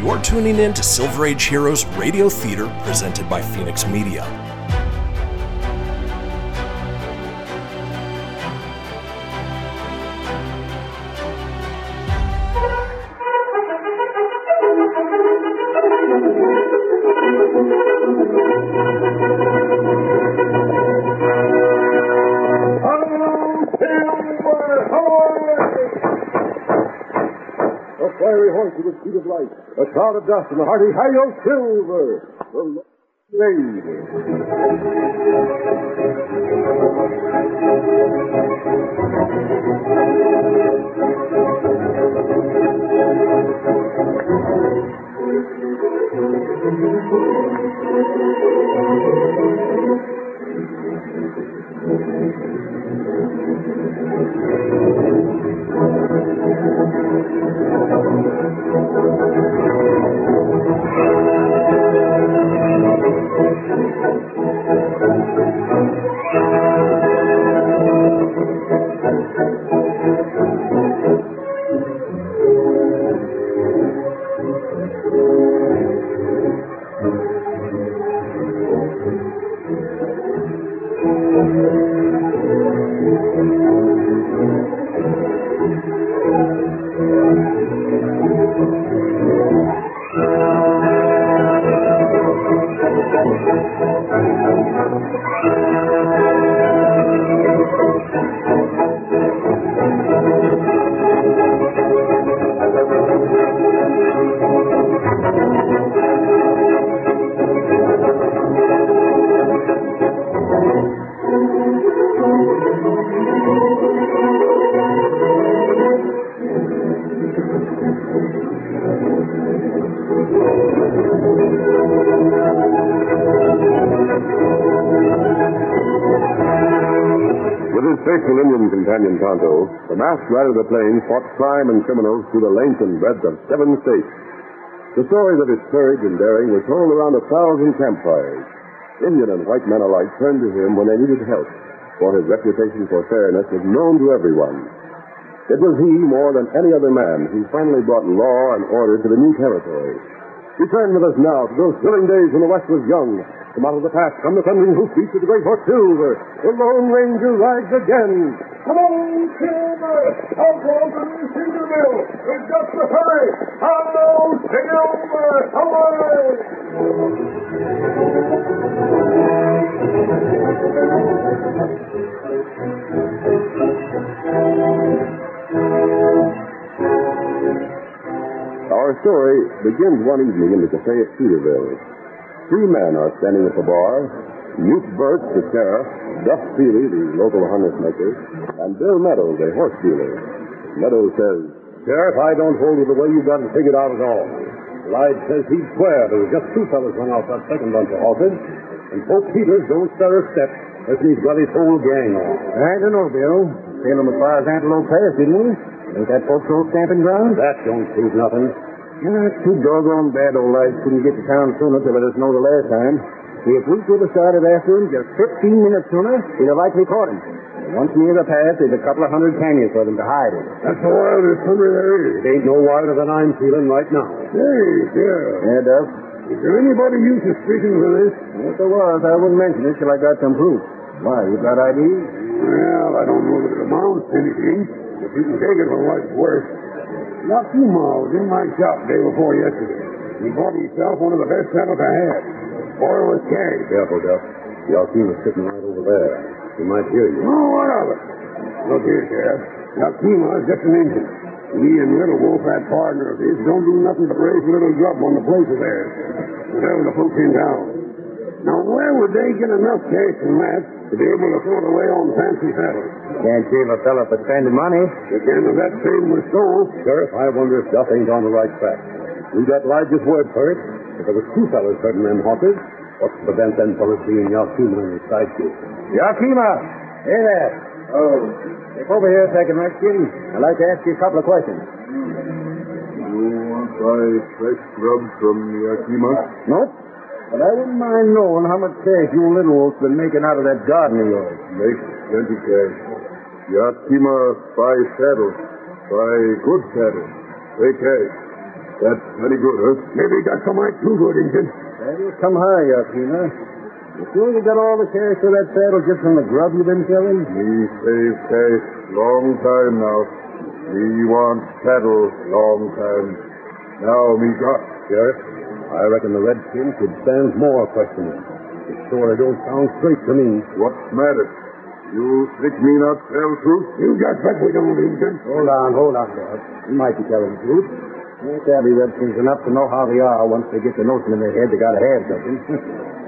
Speaker 13: You're tuning in to Silver Age Heroes Radio Theater presented by Phoenix Media.
Speaker 4: Thank you.
Speaker 5: course of the speed of light. A cloud of dust and a hearty high of silver. The Lone
Speaker 3: With his faithful Indian companion Tonto, the masked rider of the plains fought crime and criminals through the length and breadth of seven states. The stories of his courage and daring were told around a thousand campfires. Indian and white men alike turned to him when they needed help, for his reputation for fairness was known to everyone. It was he, more than any other man, who finally brought law and order to the new territory. Return with us now to those thrilling days when the West was young. From out of the past come the thundering hoofbeats of the great horse Silver. The Lone Ranger rides again.
Speaker 5: Come on, Silver! I'll go over to the cinder mill. We've got to hurry. Hello, Silver! Away!
Speaker 3: Our story begins one evening in the cafe at Cedarville. Three men are standing at the bar. Newt Burt, the sheriff, Duff Seeley, the local harness maker, and Bill Meadows, a horse dealer. Meadows says,
Speaker 21: Sheriff, I don't hold with the way you've got it figured out at all. Lige says he'd swear there was just two fellas run off that second bunch of horses, and Pope Peters don't stir a step unless he's got his whole gang on.
Speaker 22: I don't know, Bill. Sailed them as far as Antelope Pass, didn't we? Ain't that folks' camping ground?
Speaker 21: That don't prove nothing.
Speaker 22: Yeah, it's too doggone bad old Lige couldn't get to town sooner to let us know the last time. If we could have started after him just 15 minutes sooner, we'd have likely caught him. And once near the pass, there's a couple of hundred canyons for them to hide in.
Speaker 21: That's the wildest country there is. It ain't no wilder than I'm feeling right now.
Speaker 4: Hey, Sheriff.
Speaker 22: Yeah, Duff.
Speaker 4: Is there anybody you suspicion for this?
Speaker 22: If there was, I wouldn't mention it till I got some proof. Why, you got ID?
Speaker 4: Well, I don't know that it amounts to anything. If you can take it for what it's worth. Nakuma was in my shop day before yesterday. He bought himself one of the best saddles I had. Boy, was carried.
Speaker 21: Careful, Duff. The Alcima's sitting right over there. He might hear you.
Speaker 4: Oh, what of it? Look here, Sheriff. Nakima's just an engine. He and Little Wolf, that partner of his, don't do nothing but raise a little grub on the place of theirs. Whatever the folks in town. Now, where would they get enough cash from that to be able to throw it away on fancy saddles?
Speaker 22: Can't save a fella for spending money.
Speaker 4: Again, if that same was so,
Speaker 21: Sheriff, I wonder if Duff ain't on the right track. We got Lige's word for it. If there was two fellas herding them horses, what's to prevent them fellas being Yakima and his sidekick?
Speaker 22: Yakima! Hey there. Oh. Step over here a second, Redskin. I'd like to ask you a couple of questions.
Speaker 23: You want my fresh grub from Yakima?
Speaker 22: Nope. But I wouldn't mind knowing how much cash you little wolf's been making out of that garden of yours.
Speaker 23: Make plenty cash. Yakima buy saddles. Buy good saddles. Pay cash. That's plenty good, huh?
Speaker 4: Maybe that's all right too good,
Speaker 22: eh?
Speaker 4: Injun.
Speaker 22: That'll come high, Yakima. You sure you got all the cash for that saddle just from the grub you've been selling?
Speaker 23: Me save cash long time now. Me want saddle long time. Now me got.
Speaker 21: Sheriff, I reckon the redskin could stand more questioning. It sure don't sound straight to me.
Speaker 23: What's matter? You think me not tell truth?
Speaker 4: You just bet we don't, Injun.
Speaker 22: Hold on, hold on, Bob. You might be telling the truth.
Speaker 24: Ain't savvy redskins enough to know how they are once they get the notion in their head they gotta have something.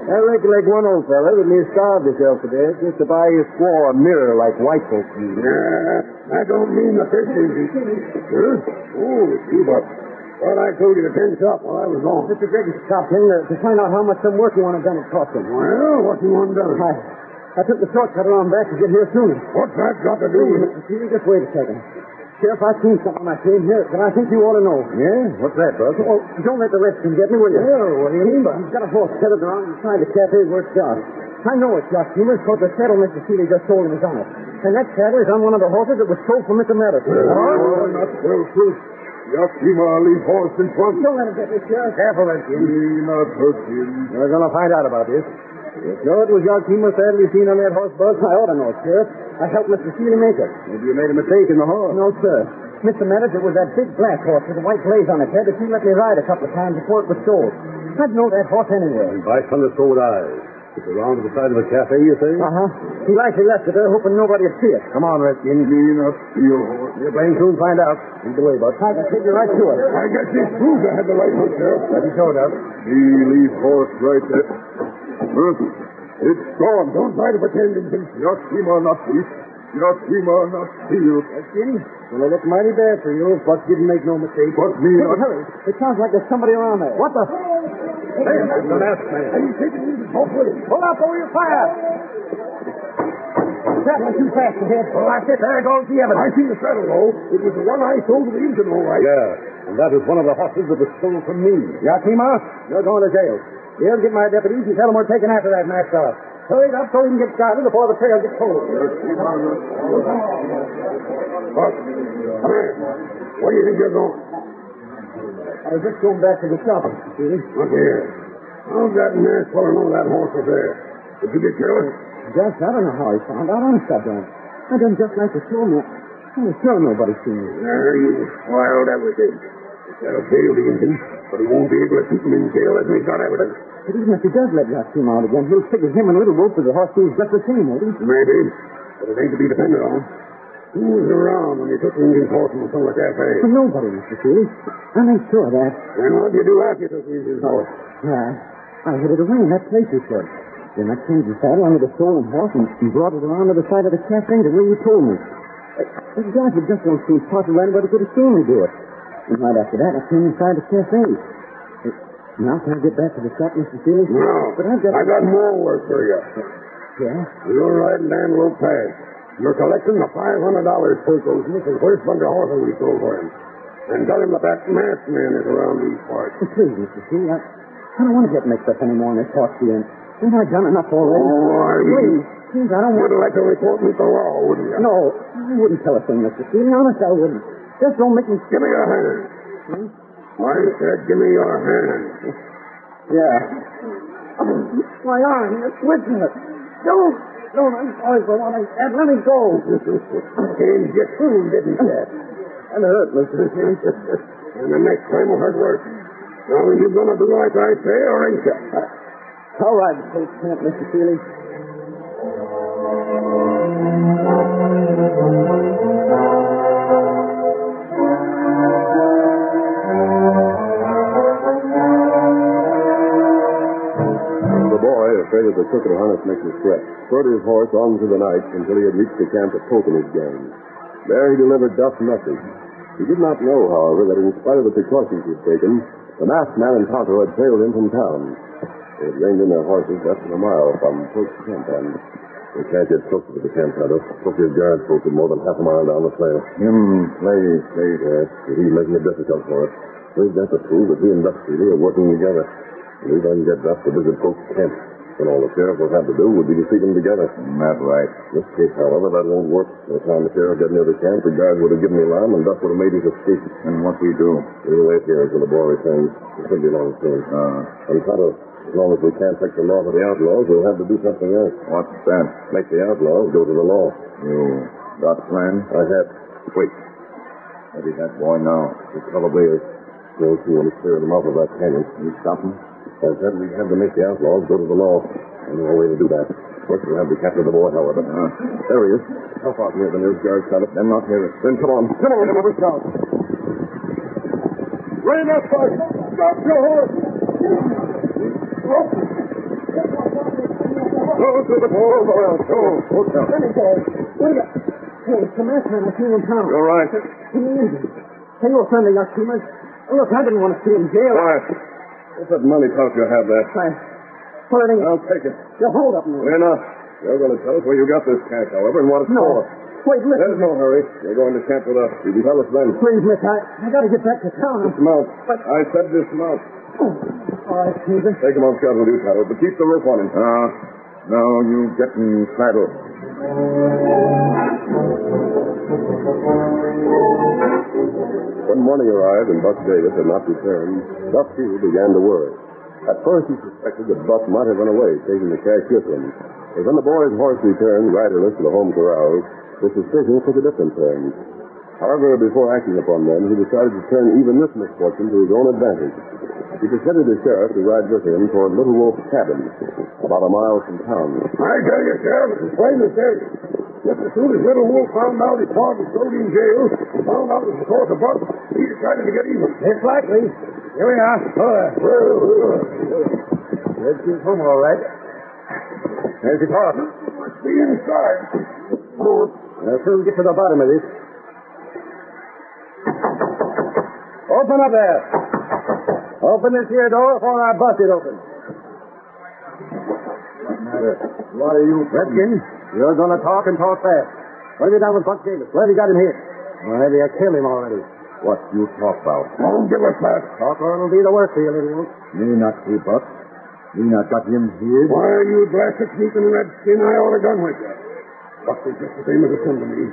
Speaker 24: I recollect one old fella that near starved himself to death just to buy his squaw a mirror like white folks use.
Speaker 5: Nah, I don't mean the fish engine. Huh? Oh, the Cuba. Well, I told you to ten shop while I was gone.
Speaker 4: Mr. Gregory stopped in to, to find out how much some work he wanted done at Crofton.
Speaker 5: Well, what you want done?
Speaker 4: I, I took the shortcut around back to get here sooner.
Speaker 5: What's that got to do with it?
Speaker 4: Mr. Seeley, just wait a second. Sheriff, I've seen something I came here that I think you ought to know.
Speaker 24: Yeah? What's that, Buck?
Speaker 4: Oh, don't let the redskin get me, will you?
Speaker 24: Well, what do you mean by-
Speaker 4: He's got a horse tethered around inside the cafe workshop. I know it's Josh Humor's because the saddle Mr. Seeley just sold him is on it. And that saddle is on one of the horses that was sold for Mr. Madison.
Speaker 25: Well, not so close. Yakima leave horse in front.
Speaker 4: Don't let him get me, Sheriff.
Speaker 24: Careful, Redskin.
Speaker 25: Be not hurt him.
Speaker 24: We're going to find out about this. You sure it was your Kima sadly seen on that horse, Buzz?
Speaker 4: I ought to know, Sheriff. I helped Mr. Seeley make it.
Speaker 24: Maybe you made a mistake in the horse.
Speaker 4: No, sir. Mr. Meadows, it was that big black horse with the white blaze on its head that you let me ride a couple of times before it was sold. I'd know that horse anywhere.
Speaker 26: And by thunder, so would I. It's around to the side of a cafe, you say?
Speaker 4: Uh-huh. He likely left it there hoping nobody'd see it.
Speaker 24: Come on, Redskin.
Speaker 25: Be not steal horse.
Speaker 24: You'll blame soon find out. Lead the way, Buck.
Speaker 4: I can figure right to it.
Speaker 25: I guess this proves I had the right one, Sheriff.
Speaker 24: Let it show, Doc.
Speaker 25: He leave horse right there. Huh? It's gone. Don't try to pretend you think Yakima not thief. Yakima not steal.
Speaker 4: Redskin, well, it looked mighty bad for you. Buck didn't make no mistake.
Speaker 25: But me
Speaker 4: Hey,
Speaker 25: not...
Speaker 4: hurry. It sounds like there's somebody around there. What the?
Speaker 5: Hey, that's the last man. Hey, take it easy. Don't put it.
Speaker 4: Pull up over your fire. That was too fast ahead.
Speaker 5: Well, I said there goes the evidence. I seen the saddle, though. It was the one I sold to the engine, all right.
Speaker 26: Yeah, and that is one of the horses that was stolen from me.
Speaker 24: Yakima, you're going to jail. You'll get my deputies and tell them we're taking after that masked fellow. Hurry it up so we can get started before the trail gets cold.
Speaker 5: Buck, come here. Where do you think you're going?
Speaker 4: I was just going back to the shop, Mr. Seeley.
Speaker 5: Look here. How'd that man fellow know that horse was there? Did you get careless?
Speaker 4: Just, I don't know how he found out. Honest, I don't. I done just like the show me. I was sure nobody's seen me.
Speaker 5: There, you spoiled everything. That'll fail the engine, but he won't be able to keep him in jail as we've got evidence.
Speaker 4: But even if he does let Yasim out again, he'll figure him and Little Wolf as a horse thieves just the same, won't he?
Speaker 5: Maybe, but it ain't to be depended on. Who was around when you took the engine horse from the Summer Cafe?
Speaker 4: Well, nobody, Mr. Seeley. I made sure of that.
Speaker 5: And what'd you do after you took the engine horse?
Speaker 4: Yeah, I headed away in that place you said. Then I changed the saddle under the stolen horse and, and brought it around to the side of the cafe the way you told me. Uh, Those guys that just don't seem possible anybody could have seen me do it. And right after that, I came inside the cafe. Uh, Now, can I get back to the shop, Mr. Seeley?
Speaker 5: No.
Speaker 4: But I've got...
Speaker 5: I got more work for you.
Speaker 4: Yeah?
Speaker 5: You're riding down Lopez. You're collecting the five hundred dollars Poco's missing first bunch of horses we sold for him. And tell him that that masked man is around these parts.
Speaker 4: Oh, Please, Mr. Seeley, I, I don't want to get mixed up anymore in this horse dealing. Ain't I done enough
Speaker 5: Oh,
Speaker 4: already?
Speaker 5: are
Speaker 4: Please,
Speaker 5: you?
Speaker 4: please, I don't want...
Speaker 5: You'd like to report me to law, wouldn't you?
Speaker 4: No, I wouldn't tell a thing, Mr. Seeley. Honest, I wouldn't. Just don't make me...
Speaker 5: Give me your hand. I said, give me your hand.
Speaker 4: Yeah. My arm, it's twisting it. Don't, don't, I'm sorry for what I said. Let me go.
Speaker 5: Changed your tune, didn't you?
Speaker 4: I'm hurt, Mr. Seeley.
Speaker 5: and the next time will hurt worse. Now, are you going to do like I say, or ain't you?
Speaker 4: All right, Coach Kent, Mr. Seeley.
Speaker 3: The boy, afraid of the crooked harness maker's threat, spurred his horse on through the night until he had reached the camp of Polk and his gang. There he delivered Duff's message. He did not know, however, that in spite of the precautions he had taken, the masked man and Tonto had trailed him from town. They had reined in their horses less than a mile from Polk's camp, and we can't get close to the camp, Tonto. Look, his guard folks are more than half a mile down the trail.
Speaker 27: Him play
Speaker 3: Hey, there. He's making it difficult for us. We've got to prove that he and Duff Seeley are working together. And we then get Duff to visit Polk's camp. And all the sheriff will have to do would be to see them together.
Speaker 27: Not right.
Speaker 3: In this case, however, that won't work. By the time the sheriff got near the camp, the guard would have given the alarm and Duff would have made his escape.
Speaker 27: And what we do?
Speaker 3: We'll wait here until the boy returns. It should be long soon.
Speaker 27: Uh,
Speaker 3: And Tonto, as long as we can't take the law to the outlaws, we'll have to do something else.
Speaker 27: what's that?
Speaker 3: Make the outlaws go to the law.
Speaker 27: You got plan?
Speaker 3: I have. Wait.
Speaker 27: Maybe that boy now.
Speaker 3: It probably is. They'll see him clear them out of that canyon.
Speaker 27: You stop him?
Speaker 3: I said we'd have to make the outlaws go to the law. I know a way to do that. First, we'll have to capture the boy, however.
Speaker 27: Uh,
Speaker 3: There he is. How far from here? The nearest guard shot it. Then not hear it. Then come on. Come on, come over, Scout.
Speaker 5: Rein up, Bud. Stop your horse.
Speaker 4: Go to the pole, Boyle. Go. Go down.
Speaker 28: Let me go. Wait a Hey, it's the last time I've seen him come.
Speaker 4: You're right.
Speaker 28: He injured. Hey, you friend of Yakima's. Look, I didn't want to see him in jail.
Speaker 4: Quiet. What's that money pouch you have there?
Speaker 28: I... Well, it ain't.
Speaker 4: I'll take it.
Speaker 28: Now, hold up a minute.
Speaker 4: Enough. You're going to tell us where you got this cash, however, and what it's
Speaker 28: No.
Speaker 4: for.
Speaker 28: Wait, listen.
Speaker 4: There's no hurry. You're going to camp with us. You can tell us then.
Speaker 28: Please, Miss, I, I gotta get back to town. Oh,
Speaker 4: Dismount. I said dismount.
Speaker 28: All right, Peter.
Speaker 4: Take him on cattle, you cattle, but keep the rope on him.
Speaker 29: Uh, now you get in saddle.
Speaker 3: When morning arrived and Buck Davis had not returned, Buck Hugh began to worry. At first he suspected that Buck might have run away, taking the cash with him. But when the boy's horse returned riderless to the home corrals, his suspicion took a different turn. However, before acting upon them, he decided to turn even this misfortune to his own advantage. He persuaded the sheriff to ride with him toward Little Wolf's cabin, about a mile from town.
Speaker 4: I tell you, Sheriff, it's plain as day. Just as soon as Little Wolf found out his pa was thrown in jail, found out his source of buck, he decided to get even. It's likely. Here we are.
Speaker 22: Red Chief's home, all right.
Speaker 4: There's his horse.
Speaker 5: Must be inside.
Speaker 22: I'll soon get to the bottom of this. Open up there. Open this here door before I bust it open.
Speaker 4: Why are you...
Speaker 22: Redskins, you're going to talk and talk fast. What have you done with Buck Davis? Where have you got him here? Well, maybe I killed him already.
Speaker 30: What you talk about?
Speaker 4: Don't give us that.
Speaker 22: Talk or it'll be the worse for you, little one.
Speaker 30: Me not see Buck. Me not got him here.
Speaker 4: Why, you blasted sneaking redskin, I ought to gun with you. Buck is just the same as a son to me.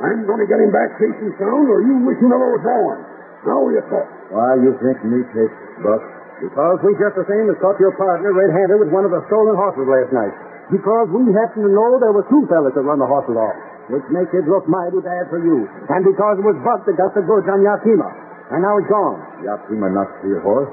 Speaker 4: I'm going to get him back safe and sound, or you wish you never was born. Now you talk.
Speaker 30: Why you think me take Buck?
Speaker 22: Because we just the same as caught your partner red-handed with one of the stolen horses last night. Because we happened to know there were two fellas that run the horses off, which makes it look mighty bad for you. And because it was Buck that got the goods on Yakima. And now it's gone.
Speaker 30: Yakima not steal horse.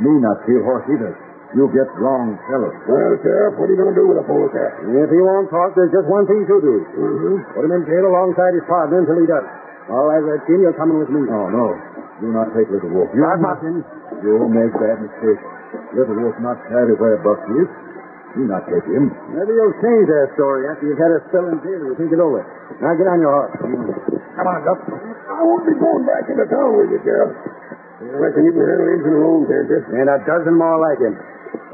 Speaker 30: Me not steal horse either. You get wrong fellow.
Speaker 4: Well, Sheriff, what are you going to do with a polecat?
Speaker 22: If he won't talk, there's just one thing to do.
Speaker 30: Mm-hmm.
Speaker 22: Put him in jail alongside his partner until he does. All right, Redskin, you're coming with me.
Speaker 30: No, Oh, no. Do not take Little Wolf. You
Speaker 22: I'm not in.
Speaker 30: You make bad mistake. Little Wolf not carry where Buck is. You not take him.
Speaker 22: Maybe you'll change that story after you've had a spell in jail. You'll think it over. Now get on your horse.
Speaker 4: Come on, Doc. I won't be going back into town with you, Sheriff. I reckon you can handle Indian alone, can't you?
Speaker 22: And a dozen more like him.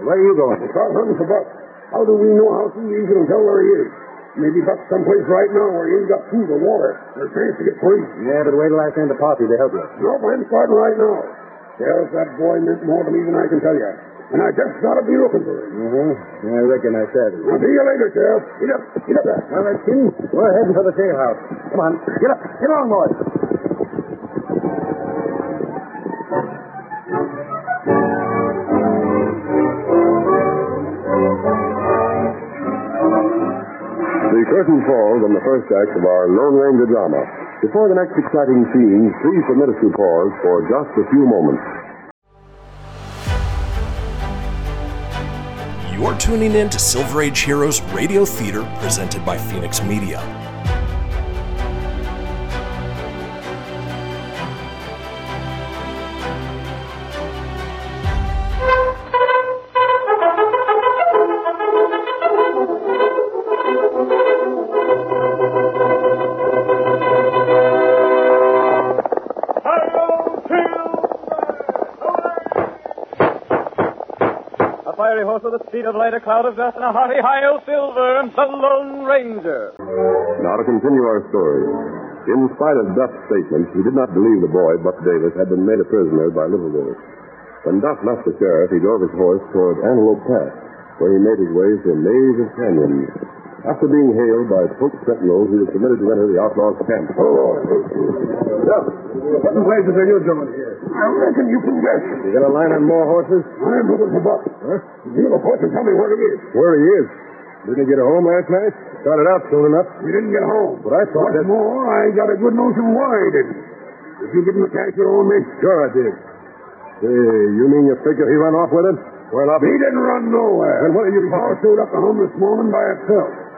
Speaker 22: Where are you going?
Speaker 4: Start hunting for Buck. How do we know how soon the Indian will tell where he is? Maybe Buck's someplace right now where he ain't got food or water. There's a chance to get free.
Speaker 22: Yeah, but wait till I send a posse to help you.
Speaker 4: Nope, I'm starting right now. Sheriff, that boy meant more to me than I can tell you. And I just gotta be looking for him.
Speaker 22: Uh-huh. I reckon I said it.
Speaker 4: Now, see you later, Sheriff. Get up, get up there.
Speaker 22: All right, Skinny. We're heading for the jailhouse. Come on. Get up. Get along, boys.
Speaker 3: The curtain falls on the first act of our Lone Ranger drama. Before the next exciting scene, please permit us to pause for just a few moments.
Speaker 13: You're tuning in to Silver Age Heroes Radio Theater presented by Phoenix Media.
Speaker 14: A fiery horse with the speed of light, a cloud of dust, and a hearty high o silver, the Lone Ranger.
Speaker 3: Now to continue our story. In spite of Duff's statements, he did not believe the boy, Buck Davis, had been made a prisoner by Little Wolf. When Duff left the sheriff, he drove his horse toward Antelope Pass, where he made his way through a maze of canyons. After being hailed by Pope sentinels, he was permitted to enter the outlaw's camp.
Speaker 4: Duff, what in places are you doing here? I reckon you can guess.
Speaker 22: You got a line on more horses?
Speaker 4: I'm looking for Buck. Huh? You the horse and tell me where he is.
Speaker 23: Where he is? Didn't he get home last night? Started out soon enough.
Speaker 4: He didn't get home.
Speaker 23: But I thought
Speaker 4: What's
Speaker 23: that...
Speaker 4: more, I got a good notion why he didn't. Did you give him the cash you owe me?
Speaker 23: Sure I did. Say, you mean you figure he run off with it? Well, I'll
Speaker 4: He
Speaker 23: be...
Speaker 4: didn't run nowhere.
Speaker 23: Then what are you
Speaker 4: Paul showed up to home this morning by himself.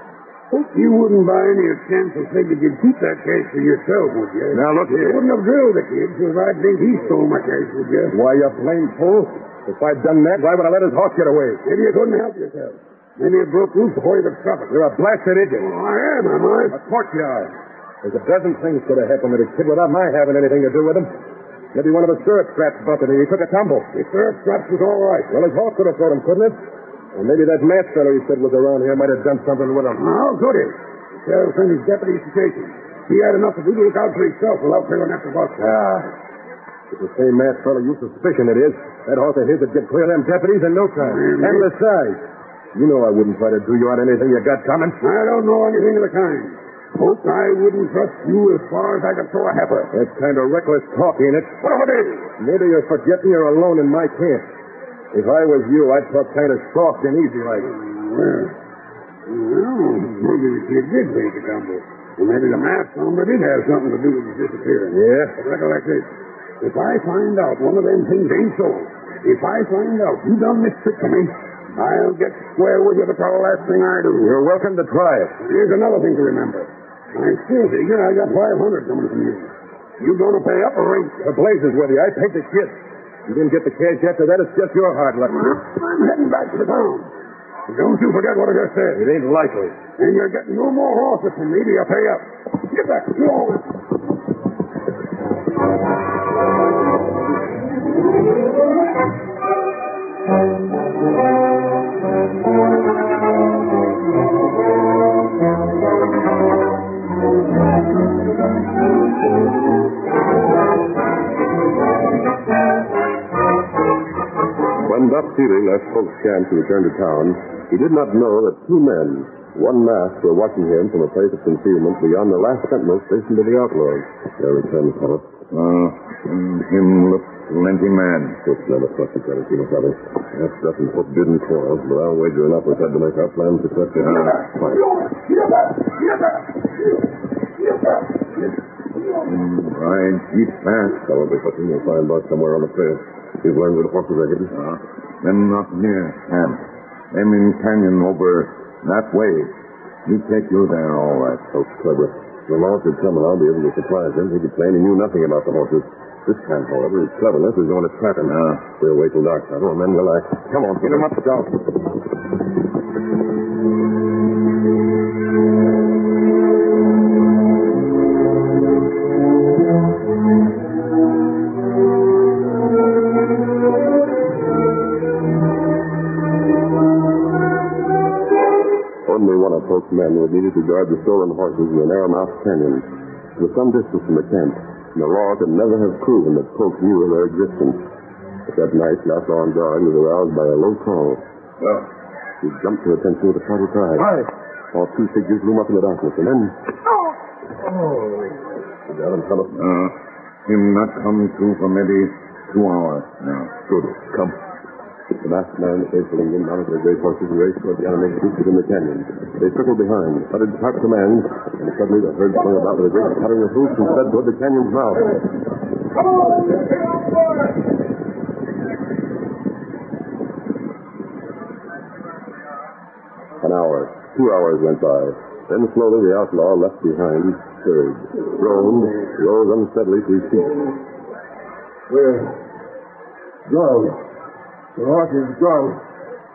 Speaker 5: You wouldn't by any chance have said that you'd keep that cash for yourself, would you?
Speaker 4: Now, look
Speaker 5: You
Speaker 4: here.
Speaker 5: wouldn't have drilled the kid, because I think he stole my cash, would you?
Speaker 4: Why, you plain fool. If I'd done that, why would I let his horse get away?
Speaker 5: Maybe you couldn't help yourself. Maybe it broke loose before you could stop it.
Speaker 4: You're a blasted idiot.
Speaker 5: Oh, I am, am I?
Speaker 4: Of course you are. There's a dozen things could have happened to the kid without my having anything to do with him. Maybe one of his stirrup straps busted and he took a tumble.
Speaker 5: The stirrup straps was all right.
Speaker 4: Well, his horse could have thrown him, couldn't it? Or maybe that masked fellow you said was around here might have done something with him.
Speaker 5: How could he? The sheriff sent his deputies to chase him. He had enough to do to look out for himself without feeling after Buster.
Speaker 4: Ah. It's the same masked fellow you suspicion it is. That horse of his would get clear of them deputies in no time.
Speaker 5: Really?
Speaker 4: And besides, you know I wouldn't try to do you out anything you got coming.
Speaker 5: I don't know anything of the kind. Hope I wouldn't trust you as far as I could throw a heifer.
Speaker 4: That's kind of reckless talk, ain't it?
Speaker 5: What have I done?
Speaker 4: Maybe you're forgetting you're alone in my camp. If I was you, I'd talk kind of soft and easy like.
Speaker 5: Well, well, maybe the kid did make a tumble. And maybe the masked hombre did have something to do with his disappearance.
Speaker 4: Yeah?
Speaker 5: But recollect this. If I find out one of them things ain't so, if I find out you done this trick to me, I'll get square with you to the last thing I do.
Speaker 4: You're welcome to try it.
Speaker 5: Here's another thing to remember. I still figure I got 500 coming from you. You gonna pay up or ain't?
Speaker 4: The blazes with you. I paid the kid. You didn't get the cash after that. It's just your hard luck.
Speaker 5: I'm heading back to the town. Don't you forget what I just said.
Speaker 4: It ain't likely.
Speaker 5: And you're getting no more horses from me till you pay up. Get back. No.
Speaker 3: When Doc Seeley left Polk's camp to return to town, he did not know that two men, one masked, were watching him from a place of concealment beyond the last sentinel stationed by the outlaws. There returned Polk.
Speaker 31: Uh, him look plenty man.
Speaker 3: It's not a fucking credit, you know, brother. That's nothing forbidden quarrels, but I'll wager enough we've had to make our plans successful.
Speaker 31: Ah,
Speaker 3: Fine.
Speaker 5: Get back. Get back. Get back.
Speaker 3: Mm,
Speaker 31: Ride keep fast.
Speaker 3: Probably putting you'll find Bart somewhere on the trail. You've learned where the horses are hidden.
Speaker 4: Uh-huh.
Speaker 31: Uh, them not near camp. Them in canyon over that way. We take you there, all right.
Speaker 3: Oh, clever. When Law should come, and I'll be able to surprise him. He could claim he knew nothing about the horses. This time, however, his cleverness is going to trap him.
Speaker 31: Uh,
Speaker 3: We'll wait till dark, Tonto, and then we'll act. Come on,
Speaker 4: Uh-huh. Get him up, Scout.
Speaker 3: Only one of Polk's men was needed to guard the stolen horses in the narrow mouth canyon. It was some distance from the camp, and the law could never have proven that Polk knew of their existence. But that night, Lasso on guard was aroused by a low call.
Speaker 31: well,
Speaker 3: He jumped to attention with a startled cry.
Speaker 31: Hi.
Speaker 3: All two figures loom up in the darkness, and then... Oh! Down in front of
Speaker 31: uh, him not come through for maybe two hours now.
Speaker 3: Good. Come. The masked man, the faithful Indian, mounted their great horses and raced toward the enemy troops within the canyon. They circled behind, uttered sharp commands, and suddenly the herd swung about with a great pattering of hoofs and fled toward the canyon's mouth.
Speaker 32: Come on, get on board.
Speaker 3: An hour, two hours went by. Then slowly the outlaw left behind stirred, groaned, rose unsteadily to his feet.
Speaker 4: We're gone. The horse is gone.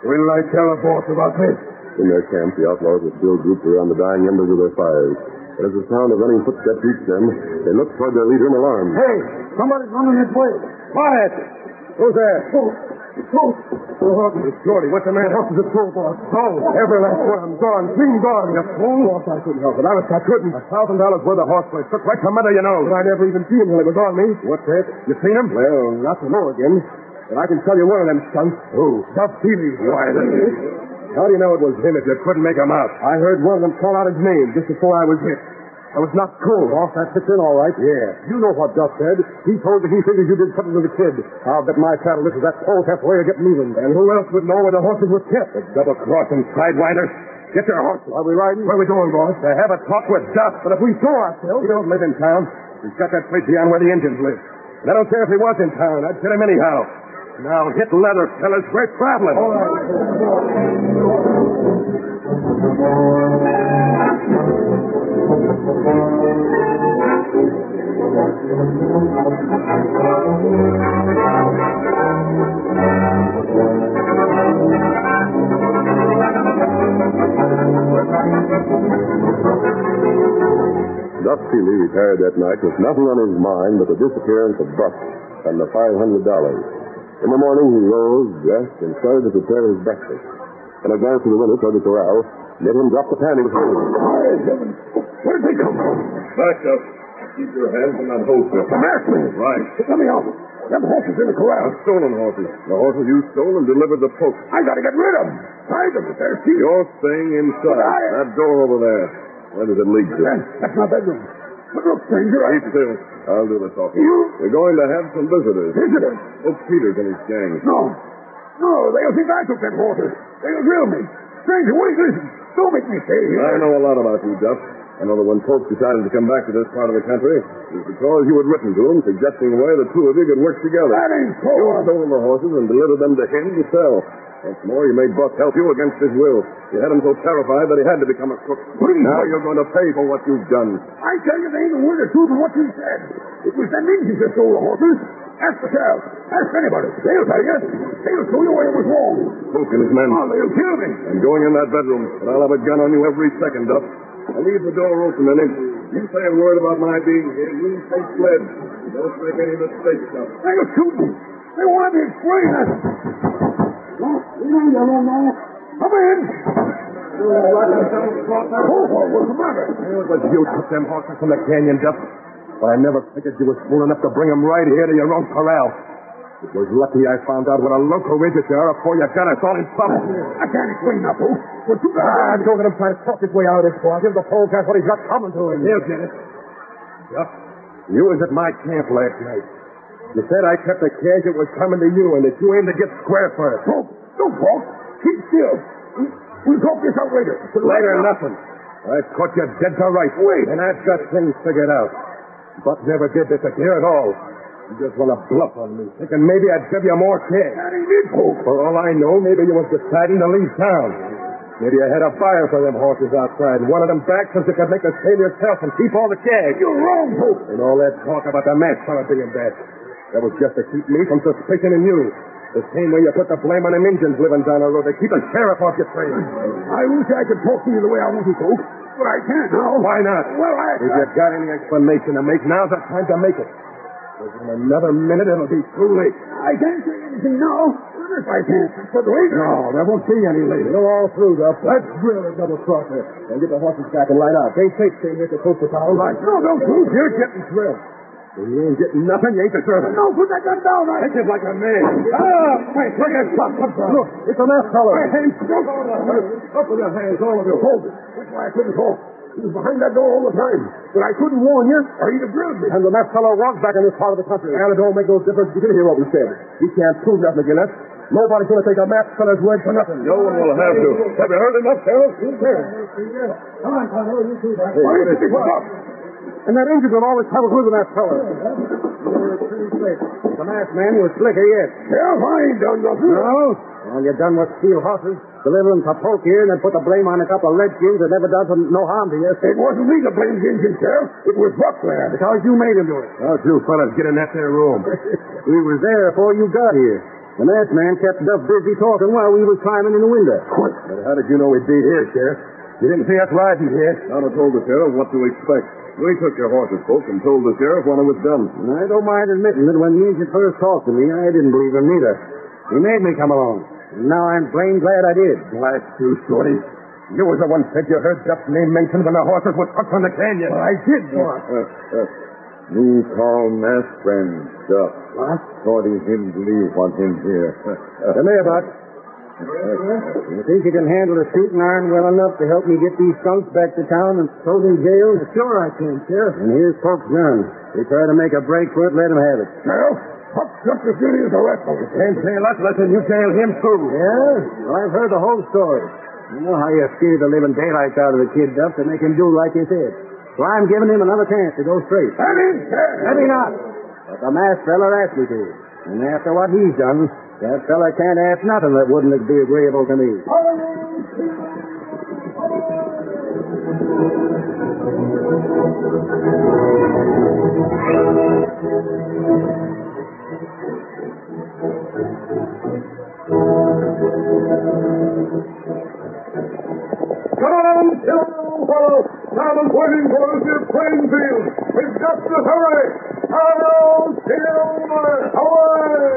Speaker 4: When I tell the boss about this?
Speaker 3: In their camp, the outlaws were still grouped around the dying embers of their fires. But as the sound of running footsteps reached them, they looked toward their leader in alarm.
Speaker 4: Hey, somebody's running this way. Quiet. Who's there? Oh, oh. The horse is Shorty. What's the matter? Horse is a fool, boss. Oh, every last one. I'm gone. Clean gone. You fool. Boss, I couldn't help it. Honest, I couldn't. A thousand dollars worth of horse play took right from under your nose. But I never even seen him till it was on me. What's that? You seen him? Well, not to know again. But I can tell you one of them stunts. Who? Duff Seeley. Why, How do you know it was him if you couldn't make him out? I heard one of them call out his name just before I was hit. I was not cold. Boss, that fits in all right. Yeah. You know what Duff said. He told you he figures you did something to the kid. I'll bet my saddle this is that pole half way of getting even. And who else would know where the horses were kept? The double-crossing sidewinder. Get your horse. Are we riding? Where are we going, boss? To have a talk with Duff. But if we show ourselves... He don't live in town. He's got that place beyond where the Indians live. And I don't care if he was in town. I'd get him anyhow. Now hit leather, fellas. We're traveling.
Speaker 32: All right.
Speaker 33: Duck Seeley retired that night with nothing on his mind but the disappearance of Buck and the $500. In the morning, he rose, dressed, and started to prepare his breakfast. In a glance in the window toward the corral, made him drop the pannier.
Speaker 5: By heavens, where'd they come from?
Speaker 3: Back up. Keep your hands on that horse.
Speaker 5: The maskman.
Speaker 3: Right.
Speaker 5: Let me out. Them horses in the corral.
Speaker 3: The stolen horses. The horses you stole and delivered the post.
Speaker 5: I gotta get rid of them. Hide them if they're cheap.
Speaker 3: You're staying
Speaker 5: But
Speaker 3: inside.
Speaker 5: I-
Speaker 3: That door over there. Where does it lead to?
Speaker 5: That- That's my bedroom. But look, stranger, I...
Speaker 3: Keep still. I'll do the talking.
Speaker 5: You-
Speaker 3: We're going to have some visitors.
Speaker 5: Visitors?
Speaker 3: Oh, Peters and his gang.
Speaker 5: No. No, they'll think I took them horses. They'll drill me. Stranger, wait, listen. Don't make me stay here.
Speaker 3: I know a lot about you, Duff. I know that when folks decided to come back to this part of the country, it was because you had written to them suggesting a way the two of you could work together.
Speaker 5: That ain't so.
Speaker 3: You stole the horses and delivered them to him to sell. Once more, you made Buck help you against his will. You had him so terrified that he had to become a crook.
Speaker 5: Please.
Speaker 3: Now you're going to pay for what you've done.
Speaker 5: I tell you, there ain't a word of truth in what you said. It was them Indians that stole the horses. Ask the sheriff. Ask anybody. They'll tell you. They'll show you where it was wrong.
Speaker 3: Hook and his men.
Speaker 5: Oh, they'll kill me.
Speaker 3: I'm going in that bedroom, but I'll have a gun on you every second, Duff. I'll leave the door open an inch. You say a word about my being here, you stay fled. Don't make any mistakes, Duff.
Speaker 5: They'll shoot me. They won't let me explain it. No, no, no, no, no. Come in. Oh, what's the matter?
Speaker 3: But you took them horses from the canyon, Duff. But I never figured you was fool enough to bring 'em right here to your own corral. It was lucky I found out what a local is you are before you got us all in trouble.
Speaker 5: I can't explain that, folks. But you
Speaker 4: Ah, don't let him try to talk his way out of this, boy. Give the polecat what he's got coming to him.
Speaker 3: He'll get it. Duff, you was at my camp last night. You said I kept the cash that was coming to you and that you aimed to get square for it.
Speaker 5: Folks, don't talk. Keep still. We- We'll talk this out later. But right
Speaker 3: Later,
Speaker 5: now-
Speaker 3: nothing. I've caught you dead to rights.
Speaker 5: Wait.
Speaker 3: And I've got things figured out. But never did this here at all. You just want to bluff on me, thinking maybe I'd give you more cash.
Speaker 5: That ain't it, folks.
Speaker 3: For all I know, maybe you was deciding to leave town. Maybe you had a buyer for them horses outside and wanted them back since you could make the sale yourself and keep all the cash.
Speaker 5: You're wrong, folks.
Speaker 3: And all that talk about the match fella being back. That was just to keep me from suspicioning you. The same way you put the blame on them Indians living down the road to keep the sheriff off your trail.
Speaker 5: I wish I could talk to you the way I want to, folks, but I can't now.
Speaker 3: Why not?
Speaker 5: Well, I.
Speaker 3: If you've got any explanation to make, now's the time to make it. 'Cause in another minute, it'll be too late.
Speaker 5: I can't say anything now. If I can't, but later.
Speaker 3: No, there won't be any later.
Speaker 4: You're all through, Duff. That's really a double crosser. Now get the horses back and line up. They ain't safe staying here to cope with our life.
Speaker 5: No, don't shoot.
Speaker 3: You're getting thrilled. If you ain't getting nothing, you ain't deserving.
Speaker 5: No, put that gun down. I
Speaker 3: Active like a man.
Speaker 5: Ah, wait,
Speaker 3: look at Buck.
Speaker 4: Look, it's an ass fellow.
Speaker 5: My hands broke all the Up with your hands, all of you. Hold it. That's why I couldn't talk. He was behind that door all the time. But I couldn't warn you, or he'd have grilled me.
Speaker 4: And the masked fellow was back in this part of the country. And it don't make no difference. You didn't hear what we said. We can't prove nothing, McGinnis. Nobody's going to take a masked fellow's word for nothing.
Speaker 3: No one will have to. Have you heard enough, Carol?
Speaker 4: Come on, Tonto, you two back.
Speaker 5: Why did you stop?
Speaker 4: And that engine will always travel through the masked fellow. You're pretty slick. The masked man was slicker yet.
Speaker 5: Sheriff, I ain't done nothing.
Speaker 4: No? Well, you done what steal horses, deliver them to Polk here, and then put the blame on a couple of redskins that never done some- no harm to you.
Speaker 5: It wasn't me that blamed the engine, Sheriff. It was Buckland.
Speaker 4: Because you made him do it.
Speaker 3: How'd you fellas get in that there room?
Speaker 4: We was there before you got here. The masked man kept Duff busy talking while we was climbing in the window.
Speaker 3: But how did you know we'd be here, Sheriff? You didn't see us riding here. Tonto told the sheriff what to expect. We took your horses, folks, and told the sheriff when it was done.
Speaker 4: And I don't mind admitting that when the agent first talked to me, I didn't believe him neither. He made me come along. And now I'm plain glad I did.
Speaker 3: Blast you, Shorty. You was the one said you heard Duff's name mentioned when the horses were tucked on the canyon.
Speaker 4: I did
Speaker 3: Uh, uh, me call mass friend, Duff.
Speaker 4: What?
Speaker 3: Shorty him believe want him here.
Speaker 4: Come here, Buck. You think you can handle a shooting iron well enough to help me get these skunks back to town and throw them in jail? Sure I can, Sheriff. And here's Polk's gun. They tried to make a break for it, let him have it.
Speaker 5: Sheriff, Buck's just as guilty as the rest of us.
Speaker 3: And jail us, listen, you jail him too.
Speaker 4: Yeah? Well, I've heard the whole story. You know how you scared the living daylights out of the kid, Duff, to make him do like you said. So I'm giving him another chance to go straight.
Speaker 5: That ain't fair.
Speaker 4: Let me not. But the masked fella asked me to. And after what he's done, that fella can't ask nothing that wouldn't be agreeable to me.
Speaker 34: Hallelujah!
Speaker 5: Come on, Silver, old fellow. Simon's waiting for us near Plainfield. We've got to hurry. Hello, Silver. Away.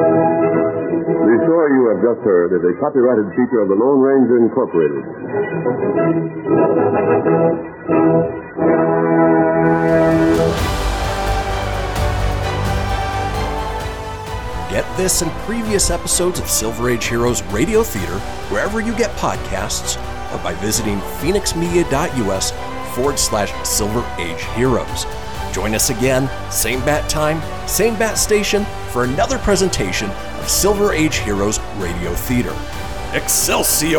Speaker 3: The story you have just heard is a copyrighted feature of the Lone Ranger Incorporated.
Speaker 13: Get this and previous episodes of Silver Age Heroes Radio Theater wherever you get podcasts or by visiting phoenixmedia.us forward slash Silver Age Heroes. Join us again, same bat time, same bat station, for another presentation of Silver Age Heroes Radio Theater. Excelsior!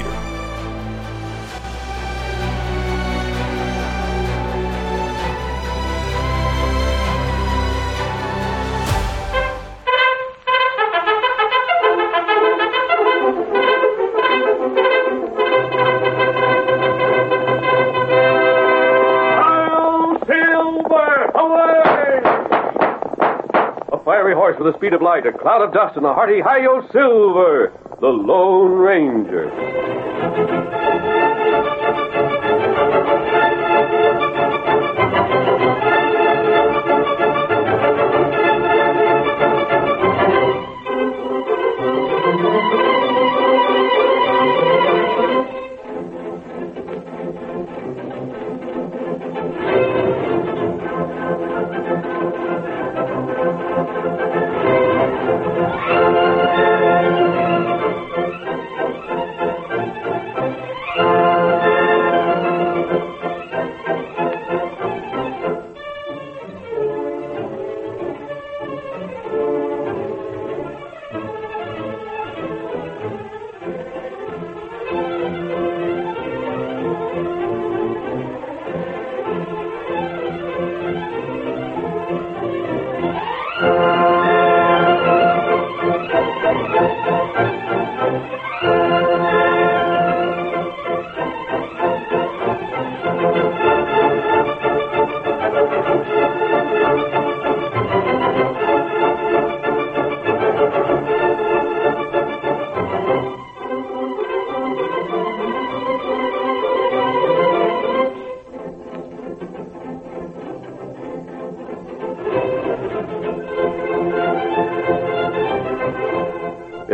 Speaker 14: Hail Silver! Away!
Speaker 35: A fiery horse with the speed of light, a cloud of dust, and a hearty hi silver, the Lone Ranger.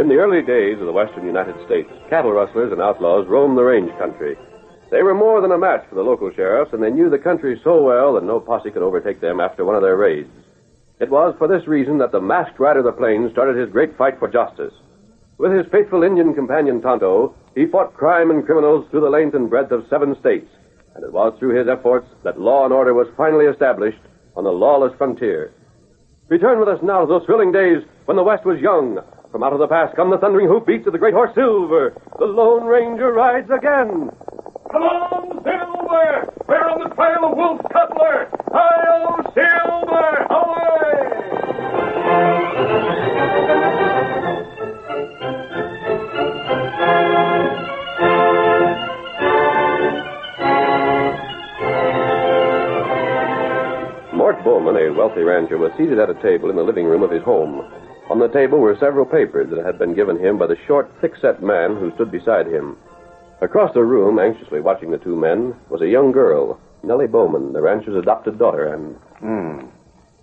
Speaker 35: the early days of the western United States, cattle rustlers and outlaws roamed the range country. They were more than a match for the local sheriffs, and they knew the country so well that no posse could overtake them after one of their raids. It was for this reason that the masked rider of the plains started his great fight for justice. With his faithful Indian companion Tonto, he fought crime and criminals through the length and breadth of seven states, and it was through his efforts that law and order was finally established on the lawless frontier. Return with us now to those thrilling days when the West was young. From out of the past come the thundering hoofbeats of the great horse Silver. The Lone Ranger rides again.
Speaker 5: Come on, Silver! We're on the trail of Wolf Cutler! I'll Silver! Away!
Speaker 35: Mort Bowman, a wealthy rancher, was seated at a table in the living room of his home. On the table were several papers that had been given him by the short, thick-set man who stood beside him. Across the room, anxiously watching the two men, was a young girl, Nellie Bowman, the rancher's adopted daughter, and
Speaker 7: Hmm.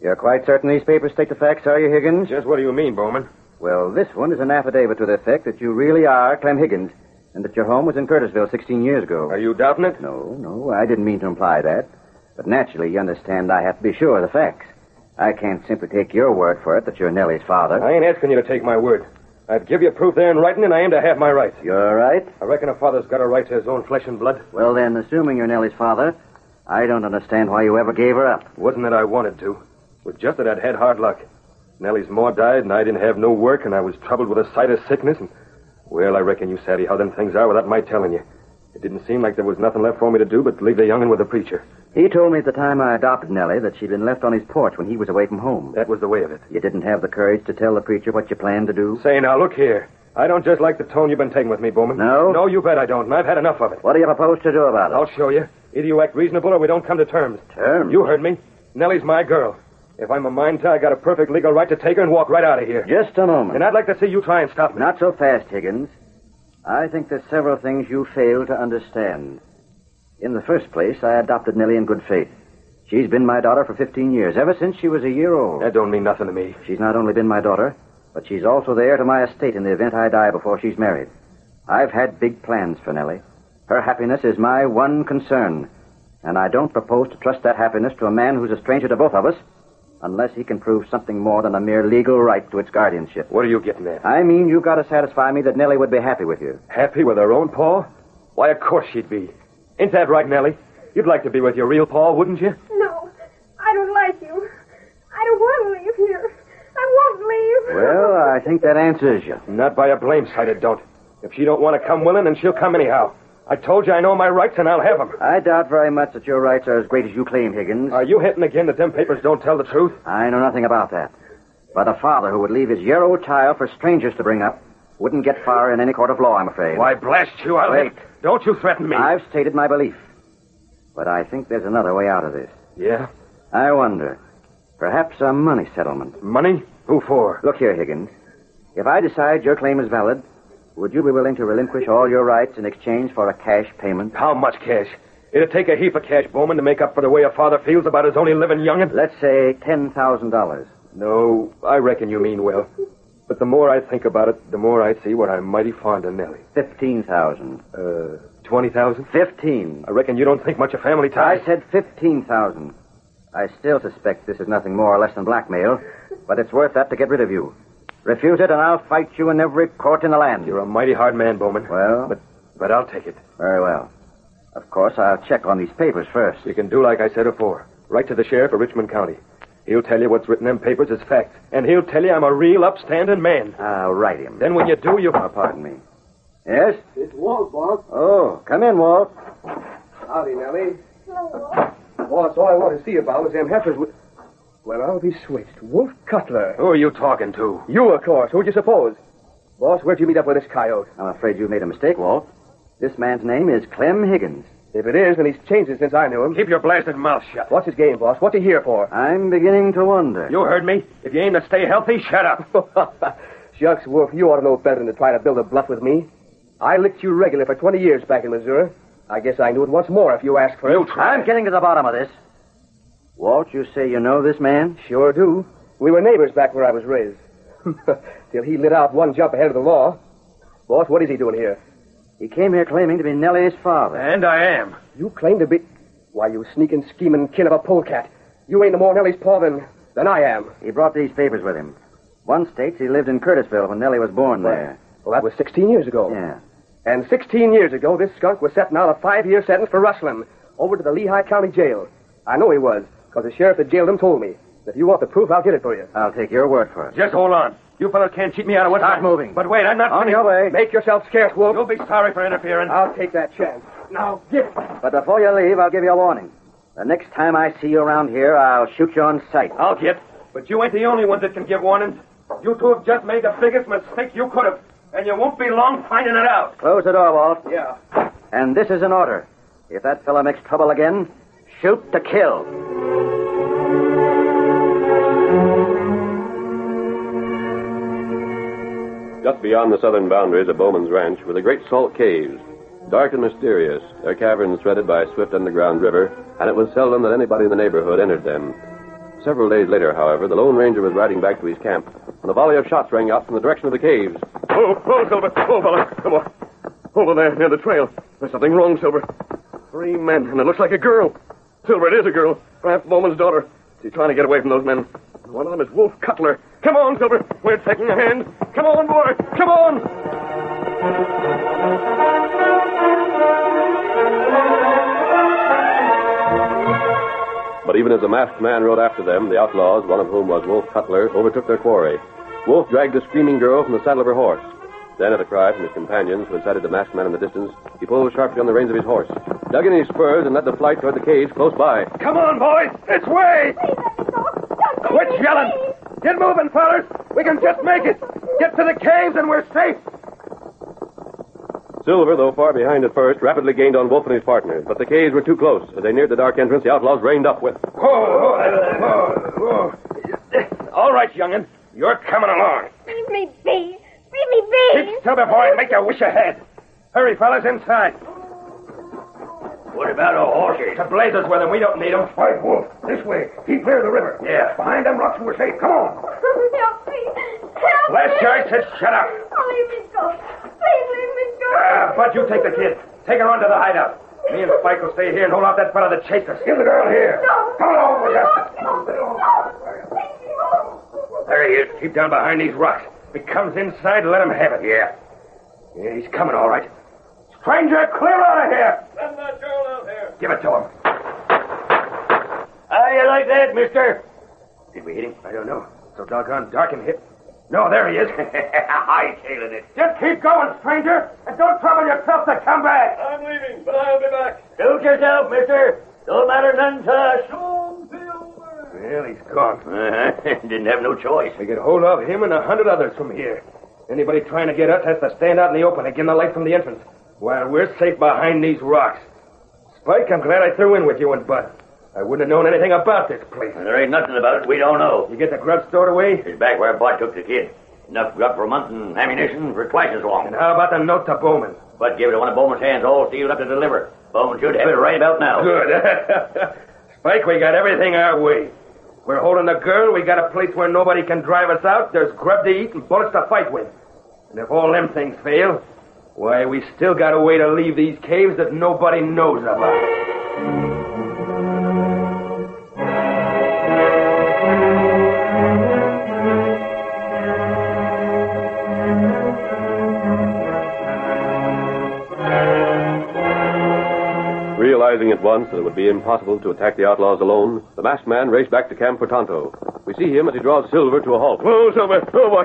Speaker 7: You're quite certain these papers state the facts, are you, Higgins? Just what do you mean, Bowman? Well, this one is an affidavit to the effect that you really are Clem Higgins and that your home was in Curtisville 16 years ago. Are you doubting it? No, no, I didn't mean to imply that. But naturally, you understand I have to be sure of the facts. I can't simply take your word for it that you're Nellie's father.
Speaker 16: I ain't asking you to take my word. I've give you proof there in writing, and I aim to have my rights.
Speaker 7: You're right.
Speaker 16: I reckon a father's got a right to his own flesh and blood.
Speaker 7: Well, then, assuming you're Nellie's father, I don't understand why you ever gave her up.
Speaker 16: Wasn't that I wanted to. It was just that I'd had hard luck. Nellie's ma died, and I didn't have no work, and I was troubled with a sight of sickness, and... Well, I reckon you savvy how them things are without my telling you. It didn't seem like there was nothing left for me to do but leave the young'un with the preacher.
Speaker 7: He told me at the time I adopted Nellie that she'd been left on his porch when he was away from home.
Speaker 16: That was the way of it.
Speaker 7: You didn't have the courage to tell the preacher what you planned to do?
Speaker 16: Say, now, look here. I don't just like the tone you've been taking with me, Bowman.
Speaker 7: No?
Speaker 16: No, you bet I don't, and I've had enough of it.
Speaker 7: What do you propose to do about it?
Speaker 16: I'll show you. Either you act reasonable or we don't come to terms.
Speaker 7: Terms?
Speaker 16: You heard me. Nellie's my girl. If I'm a mind to, I got a perfect legal right to take her and walk right out of here.
Speaker 7: Just a moment.
Speaker 16: And I'd like to see you try and stop me.
Speaker 7: Not so fast, Higgins. I think there's several things you fail to understand. In the first place, I adopted Nellie in good faith. She's been my daughter for 15 years, ever since she was a year old.
Speaker 16: That don't mean nothing to me.
Speaker 7: She's not only been my daughter, but she's also the heir to my estate in the event I die before she's married. I've had big plans for Nellie. Her happiness is my one concern, and I don't propose to trust that happiness to a man who's a stranger to both of us unless he can prove something more than a mere legal right to its guardianship.
Speaker 16: What are you getting at?
Speaker 7: I mean, you've got to satisfy me that Nellie would be happy with you.
Speaker 16: Happy with her own paw? Why, of course she'd be. Ain't that right, Nellie? You'd like to be with your real paw, wouldn't you?
Speaker 36: No, I don't like you. I don't want to leave here. I won't leave.
Speaker 7: Well, I think that answers you.
Speaker 16: Not by a blame sight, it don't. If she don't want to come willing, then she'll come anyhow. I told you I know my rights, and I'll have 'em.
Speaker 7: I doubt very much that your rights are as great as you claim, Higgins.
Speaker 16: Are you hinting again that them papers don't tell the truth?
Speaker 7: I know nothing about that. But a father who would leave his year old child for strangers to bring up wouldn't get far in any court of law, I'm afraid.
Speaker 16: Why, blast you, I'll...
Speaker 7: Wait.
Speaker 16: Don't you threaten me.
Speaker 7: I've stated my belief. But I think there's another way out of this.
Speaker 16: Yeah?
Speaker 7: I wonder. Perhaps a money settlement.
Speaker 16: Money? Who for?
Speaker 7: Look here, Higgins. If I decide your claim is valid, would you be willing to relinquish all your rights in exchange for a cash payment?
Speaker 16: How much cash? It'd take a heap of cash, Bowman, to make up for the way a father feels about his only living young'un.
Speaker 7: Let's say $10,000.
Speaker 16: No, Oh, I reckon you mean well. But the more I think about it, the more I see what I'm mighty fond of Nellie.
Speaker 7: Fifteen thousand.
Speaker 16: Uh, twenty thousand?
Speaker 7: Fifteen.
Speaker 16: I reckon you don't think much of family ties.
Speaker 7: I said fifteen thousand. I still suspect this is nothing more or less than blackmail, but it's worth that to get rid of you. Refuse it, and I'll fight you in every court in the land.
Speaker 16: You're a mighty hard man, Bowman.
Speaker 7: Well?
Speaker 16: But, but I'll take it.
Speaker 7: Very well. Of course, I'll check on these papers first.
Speaker 16: You can do like I said before. Write to the sheriff of Richmond County. He'll tell you what's written in them papers is fact, and he'll tell you I'm a real upstanding man.
Speaker 7: I'll write him.
Speaker 16: Then when you do, you...
Speaker 7: Oh, pardon me. Yes?
Speaker 37: It's Walt, boss.
Speaker 7: Oh, come in, Walt.
Speaker 37: Howdy, Nellie. Boss, all I want to see about was them heifers with... Well, I'll be switched. Wolf Cutler.
Speaker 16: Who are you talking to?
Speaker 37: You, of course. Who'd you suppose? Boss, where'd you meet up with this coyote?
Speaker 7: I'm afraid you made a mistake, Walt. This man's name is Clem Higgins.
Speaker 37: If it is, then he's changed it since I knew him.
Speaker 16: Keep your blasted mouth shut.
Speaker 37: What's his game, boss? What's he here for?
Speaker 7: I'm beginning to wonder.
Speaker 16: You heard me. If you aim to stay healthy, shut up.
Speaker 37: Shucks, Wolf, you ought to know better than to try to build a bluff with me. I licked you regular for 20 years back in Missouri. I guess I knew it once more if you asked for
Speaker 16: You
Speaker 37: it.
Speaker 16: try.
Speaker 7: I'm getting to the bottom of this. Walt, you say you know this man?
Speaker 37: Sure do. We were neighbors back where I was raised. Till he lit out one jump ahead of the law. Boss, what is he doing here?
Speaker 7: He came here claiming to be Nellie's father.
Speaker 37: And I am. You claim to be. Why, you sneaking, scheming kin of a polecat. You ain't no more Nellie's paw than, than I am.
Speaker 7: He brought these papers with him. One states he lived in Curtisville when Nellie was born there.
Speaker 37: Well, that was 16 years ago.
Speaker 7: Yeah.
Speaker 37: And 16 years ago, this skunk was setting out a five year sentence for rustling over to the Lehigh County Jail. I know he was, because the sheriff that jailed him told me. If you want the proof, I'll get it for you.
Speaker 7: I'll take your word for it.
Speaker 16: Just hold on. You fellow can't cheat me out of what's
Speaker 7: Start moving.
Speaker 16: But wait, I'm not
Speaker 7: On
Speaker 16: finished.
Speaker 7: your way.
Speaker 37: Make yourself scarce, Wolf.
Speaker 16: You'll be sorry for interfering.
Speaker 37: I'll take that chance. Now, get
Speaker 7: But before you leave, I'll give you a warning. The next time I see you around here, I'll shoot you on sight.
Speaker 16: I'll get. But you ain't the only ones that can give warnings. You two have just made the biggest mistake you could have, and you won't be long finding it out.
Speaker 7: Close the door, Walt.
Speaker 16: Yeah.
Speaker 7: And this is an order. If that fellow makes trouble again, shoot to kill.
Speaker 35: Just beyond the southern boundaries of Bowman's Ranch were the great salt caves, dark and mysterious, their caverns threaded by a swift underground river, and it was seldom that anybody in the neighborhood entered them. Several days later, however, the Lone Ranger was riding back to his camp when a volley of shots rang out from the direction of the caves.
Speaker 16: Oh, oh, Silver. Oh, fella. Come on. Over there, near the trail. There's something wrong, Silver. Three men, and it looks like a girl. Silver, it is a girl. Perhaps Bowman's daughter. She's trying to get away from those men. One of them is Wolf Cutler. Come on, Silver. We're taking a hand. Come on, boy. Come on.
Speaker 35: But even as the masked man rode after them, the outlaws, one of whom was Wolf Cutler, overtook their quarry. Wolf dragged a screaming girl from the saddle of her horse. Then, at a cry from his companions, who had sighted the masked man in the distance, he pulled sharply on the reins of his horse, dug in his spurs, and led the flight toward the cage close by.
Speaker 16: Come on, boys. It's way. Quit yelling. Get moving, fellas. We can just make it. Get to the caves, and we're safe.
Speaker 35: Silver, though far behind at first, rapidly gained on Wolf and his partners, but the caves were too close. As they neared the dark entrance, the outlaws reined up with.
Speaker 16: Oh, oh, oh, oh. All right, young'un. You're coming along.
Speaker 36: Leave me be. Leave me be.
Speaker 16: Keep still before I make a wish ahead. Hurry, fellas, inside. What about our horses? The blazes with them. We don't need them. White Wolf, this way. Keep clear of the river. Yeah. Behind them rocks, we're safe. Come on.
Speaker 36: Help me. Help
Speaker 16: Last
Speaker 36: me.
Speaker 16: guy said shut up.
Speaker 36: Oh, leave me go. Please leave me go.
Speaker 16: Ah, but you take the kid. Take her on to the hideout. Me and Spike will stay here and hold out that fellow that chased us. Give the girl here. Come along with us. There he is. Keep down behind these rocks. If he comes inside, let him have it. Yeah. Yeah, he's coming, all right. Stranger, clear out of here.
Speaker 14: Send that girl out here.
Speaker 16: Give it to him. How do you like that, mister? Did we hit him? I don't know. So doggone dark and hit. No, there he is. Hightailing it. Just keep going, stranger, and don't trouble yourself to come back.
Speaker 14: I'm leaving, but I'll be back.
Speaker 16: Suit yourself, mister. Don't matter none to us. Well, he's gone. Didn't have no choice. We could hold off him and a hundred others from here. Anybody trying to get us has to stand out in the open again the light from the entrance. While we're safe behind these rocks. Spike, I'm glad I threw in with you and Bud. I wouldn't have known anything about this place.
Speaker 38: There ain't nothing about it we don't know.
Speaker 16: You get the grub stored away?
Speaker 38: It's back where Bud took the kid. Enough grub for a month and ammunition for twice as long.
Speaker 16: And how about the note to Bowman?
Speaker 38: Bud gave it to one of Bowman's hands, all sealed up to deliver. Bowman should have it right about now.
Speaker 16: Good. Spike, we got everything our way. We're holding the girl. We got a place where nobody can drive us out. There's grub to eat and bullets to fight with. And if all them things fail, why, we still got a way to leave these caves that nobody knows about.
Speaker 35: Realizing at once that it would be impossible to attack the outlaws alone, the masked man raced back to camp for Tonto. We see him as he draws Silver to a halt.
Speaker 16: Whoa, Silver. Oh, boy.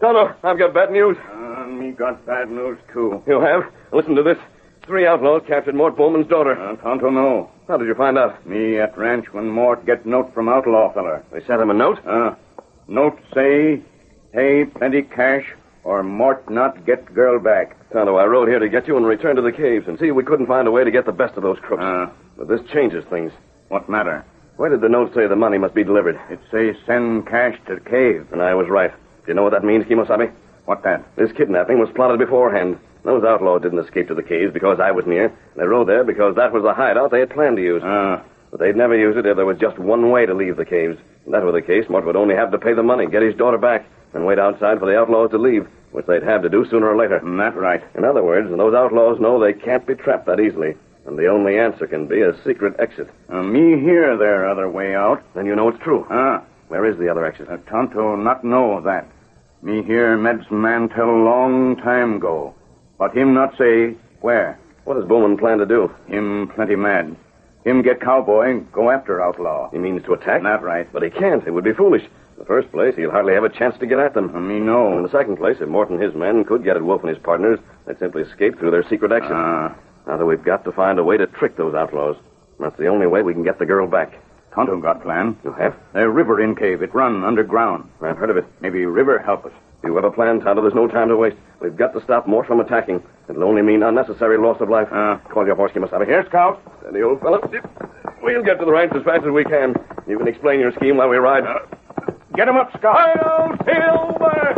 Speaker 16: Tonto, I've got bad news.
Speaker 38: Um, he got bad news, too.
Speaker 16: You have? Listen to this. Three outlaws captured Mort Bowman's daughter. Uh,
Speaker 38: Tonto, no.
Speaker 16: How did you find out?
Speaker 38: Me at ranch when Mort get note from outlaw feller.
Speaker 16: They sent him a note?
Speaker 38: Uh, note say, pay plenty cash or Mort not get girl back.
Speaker 35: Tonto, I rode here to get you and return to the caves and see if we couldn't find a way to get the best of those crooks. but this changes things.
Speaker 38: Uh, What matter?
Speaker 35: Where did the note say the money must be delivered?
Speaker 38: It say send cash to cave.
Speaker 35: And I was right. Do you know what that means, Kimosabe?
Speaker 38: What that?
Speaker 35: This kidnapping was plotted beforehand. Those
Speaker 39: Ah.
Speaker 35: outlaws didn't escape to the caves because I was near. They rode there because that was the hideout they had planned to use.
Speaker 38: Uh,
Speaker 30: But they'd never use it if there was just one way to leave the caves. If that were the case, Mort would only have to pay the money, get his daughter back, and wait outside for the outlaws to leave, which they'd have to do sooner or later.
Speaker 39: Mm,
Speaker 30: That's right. In other words, those outlaws know they can't be trapped that easily, and the only answer can be a secret exit.
Speaker 39: Uh, me hear their other way out.
Speaker 30: Then you know it's true.
Speaker 39: Ah.
Speaker 30: Where is the other exit?
Speaker 39: Uh, Tonto not know that. Me hear medicine man tell long time go. But him not say where.
Speaker 30: What does Bowman plan to do?
Speaker 39: Him plenty mad. Him get cowboy, go after outlaw.
Speaker 30: He means to attack?
Speaker 39: Not right.
Speaker 30: But he can't. It would be foolish. In the first place, he'll hardly have a chance to get at them. I
Speaker 39: mean, no.
Speaker 30: In the second place, if Morton and his men could get at Wolf and his partners, they'd simply escape through their secret exit.
Speaker 39: Ah.
Speaker 30: Now that we've got to find a way to trick those outlaws. That's the only way we can get the girl back.
Speaker 39: Tonto got plan.
Speaker 30: You have?
Speaker 39: There river in cave. It run underground.
Speaker 30: I've heard of it.
Speaker 39: Maybe river help us.
Speaker 30: You have a plan, Tonto. There's no time to waste. We've got to stop Mort from attacking. It'll only mean unnecessary loss of life.
Speaker 39: Ah.
Speaker 30: Call your horse, Kimasabi. Here, Scout. Steady, old fellow. We'll get to the ranch as fast as we can. You can explain your scheme while we ride.
Speaker 39: Uh, Get him up, Scott.
Speaker 40: Silver,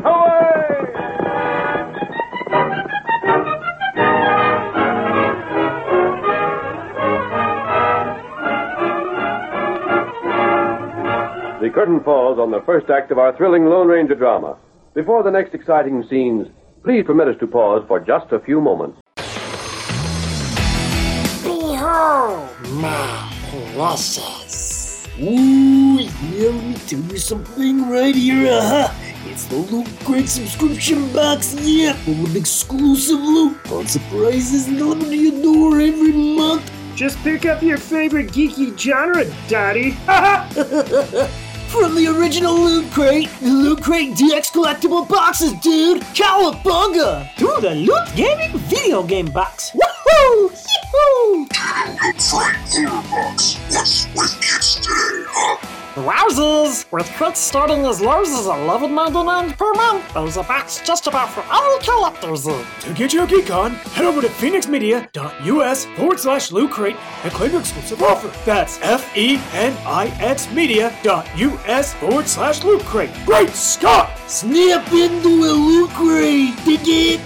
Speaker 30: The curtain falls on the first act of our thrilling Lone Ranger drama. Before the next exciting scenes, please permit us to pause for just a few moments.
Speaker 11: Behold my precious. Ooh, let me tell you something right here. Uh-huh. It's the Loot Crate subscription box, yeah, full of exclusive loot, fun surprises delivered to your door every month. Just pick up your favorite geeky genre, Daddy. From the original Loot Crate, the Loot Crate DX collectible boxes, dude! Cowabunga! To the Loot Gaming video game box! Woohoo! Yee-hoo!
Speaker 41: What's with kids today, huh?
Speaker 42: Wowzers! With crits starting as low as $11.99 per month, those are box just about for all collectors.
Speaker 12: To get your geek on, head over to phoenixmedia.us forward slash loot crate and claim your exclusive offer. That's F E N I X media.us forward slash loot crate. Great Scott!
Speaker 11: Snap into a Loot Crate! Dig it!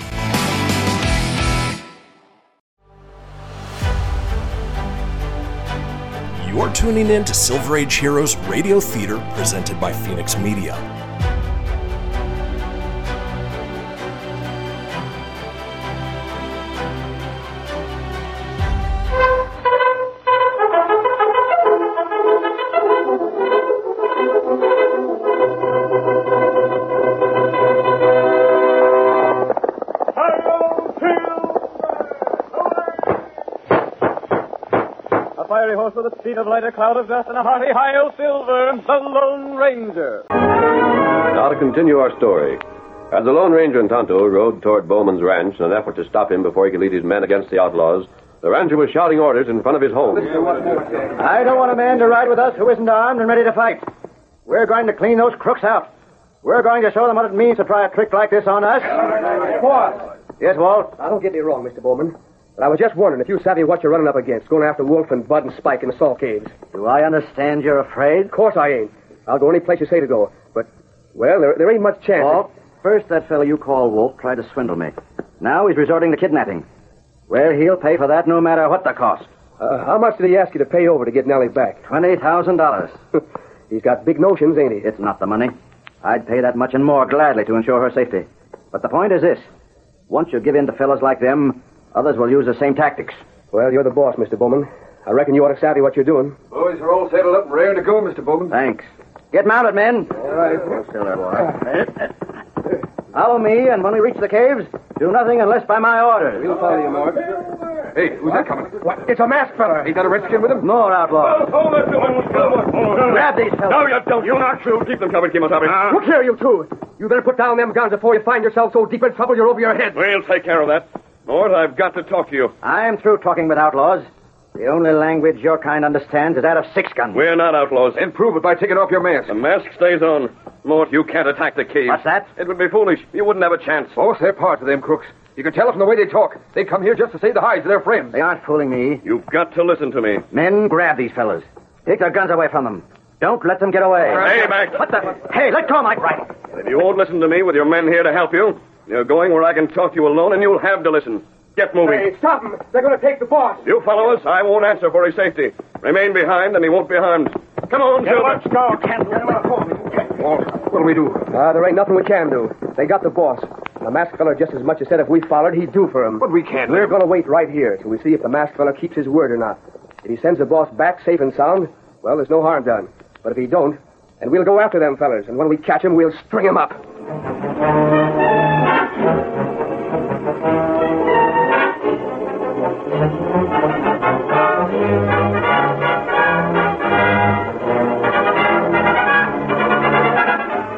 Speaker 13: You're tuning in to Silver Age Heroes Radio Theater presented by Phoenix Media.
Speaker 14: A fiery horse with a speed of light, a cloud of dust, and a hearty high o silver, the Lone Ranger.
Speaker 30: Now to continue our story. As the Lone Ranger and Tonto rode toward Bowman's ranch in an effort to stop him before he could lead his men against the outlaws, the rancher was shouting orders in front of his home.
Speaker 35: I don't want a man to ride with us who isn't armed and ready to fight. We're going to clean those crooks out. We're going to show them what it means to try a trick like this on us.
Speaker 37: Yes, Walt? I don't get me wrong, Mr. Bowman. But I was just wondering if you savvy what you're running up against, going after Wolf and Bud and Spike in the Salt Caves. Do I understand you're afraid? Of course I ain't. I'll go any place you say to go. But, well, there, there ain't much chance.
Speaker 7: Walt, first that fellow you call Wolf tried to swindle me. Now he's resorting to kidnapping. Well, he'll pay for that no matter what the cost.
Speaker 37: Uh, how much did he ask you to pay over to get Nellie back?
Speaker 7: $20,000.
Speaker 37: He's got big notions, ain't he?
Speaker 7: It's not the money. I'd pay that much and more gladly to ensure her safety. But the point is this. Once you give in to fellows like them, others will use the same tactics.
Speaker 37: Well, you're the boss, Mr. Bowman. I reckon you ought to savvy what you're doing.
Speaker 7: Boys are all saddled up and raring to go, Mr. Bowman. Thanks. Get mounted, men. All right. Still there, boy. Follow me, and when we reach the caves, do nothing unless by my orders. We'll follow you, Mort. Hey, who's that coming? What? It's a masked fella. He's got a redskin with him? More outlaws.
Speaker 5: Hold it, Bill.
Speaker 7: Grab these fellas.
Speaker 5: No, you don't. You're not true. Keep them covered, Kimosabe.
Speaker 16: Uh-huh.
Speaker 37: Look here, you two. You better put down them guns before you find yourself so deep in trouble you're over your head.
Speaker 30: We'll take care of that. Mort, I've got to talk to you.
Speaker 7: I'm through talking with outlaws. The only language your kind understands is that of six guns.
Speaker 30: We're not outlaws. Then
Speaker 7: prove it by taking off your mask.
Speaker 30: The mask stays on. Mort, you can't attack the cave.
Speaker 7: What's that?
Speaker 30: It would be foolish. You wouldn't have a chance.
Speaker 16: Boss, they're Oh, part of them crooks. You can tell it from the way they talk. They come here just to save the hides of their friends.
Speaker 7: They aren't fooling me.
Speaker 30: You've got to listen to me.
Speaker 7: Men, grab these fellas. Take their guns away from them. Don't let them get away.
Speaker 30: Stay back.
Speaker 7: What the? Hey, let go of my rifle.
Speaker 30: If you won't listen to me with your men here to help you, you're going where I can talk to you alone, and you'll have to listen.
Speaker 43: Get moving.
Speaker 16: Hey, stop them. They're going to take the boss.
Speaker 43: You follow us. I won't answer for his safety. Remain behind, and he won't be harmed. Come on,
Speaker 16: Get him
Speaker 43: Silver.
Speaker 16: up, Scout. Get him up.
Speaker 43: What'll we do?
Speaker 37: Uh, there ain't nothing we can do. They got the boss. The masked fella just as much as said if we followed, he'd do for him. But
Speaker 43: we can't.
Speaker 37: We're going to wait right here till we see if the masked fella keeps his word or not. If he sends the boss back safe and sound, well, there's no harm done. But if he don't, then we'll go after them fellas, and when we catch him, we'll string him up.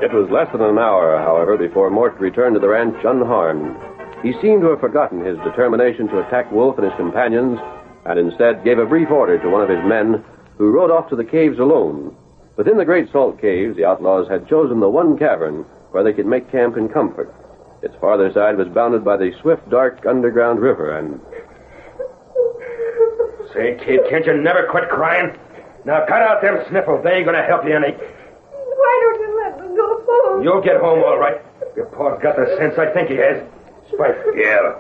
Speaker 35: It was less than an hour, however, before Mort returned to the ranch unharmed. He seemed to have forgotten his determination to attack Wolf and his companions, and instead gave a brief order to one of his men, who rode off to the caves alone. Within the Great Salt Caves, the outlaws had chosen the one cavern where they could make camp in comfort. Its farther side was bounded by the swift, dark underground river, and
Speaker 16: Say, kid, can't you never quit crying? Now cut out them sniffles. They ain't going to help you any.
Speaker 36: Why don't you let me go home?
Speaker 16: You'll get home all right. Your pa's got the sense I think he has. Spike.
Speaker 43: Yeah.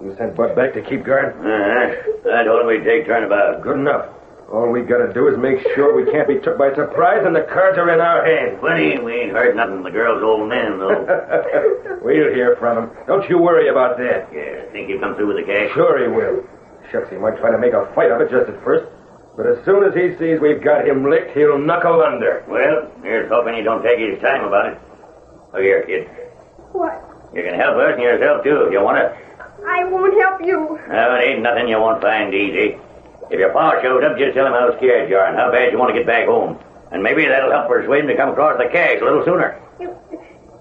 Speaker 16: You send Bud back to keep guard?
Speaker 43: Uh-huh. That all we take turnabout.
Speaker 16: Good enough. All we gotta do is make sure we can't be took by surprise and the cards are in our hands.
Speaker 43: Funny, we ain't heard nothing of the girl's old man, though.
Speaker 16: We'll hear from him. Don't you worry about that.
Speaker 43: Yeah, think he'll come through with the cash?
Speaker 16: Sure he will. Shucks, he might try to make a fight of it just at first. But as soon as he sees we've got him licked, he'll knuckle under.
Speaker 43: Well, here's hoping he don't take his time about it. Look here, kid.
Speaker 36: What?
Speaker 43: You can help us and yourself, too, if you want to.
Speaker 36: I won't help you.
Speaker 43: No, it ain't nothing you won't find easy. If your pa shows up, just tell him how scared you are and how bad you want to get back home. And maybe that'll help persuade him to come across the cache a little sooner.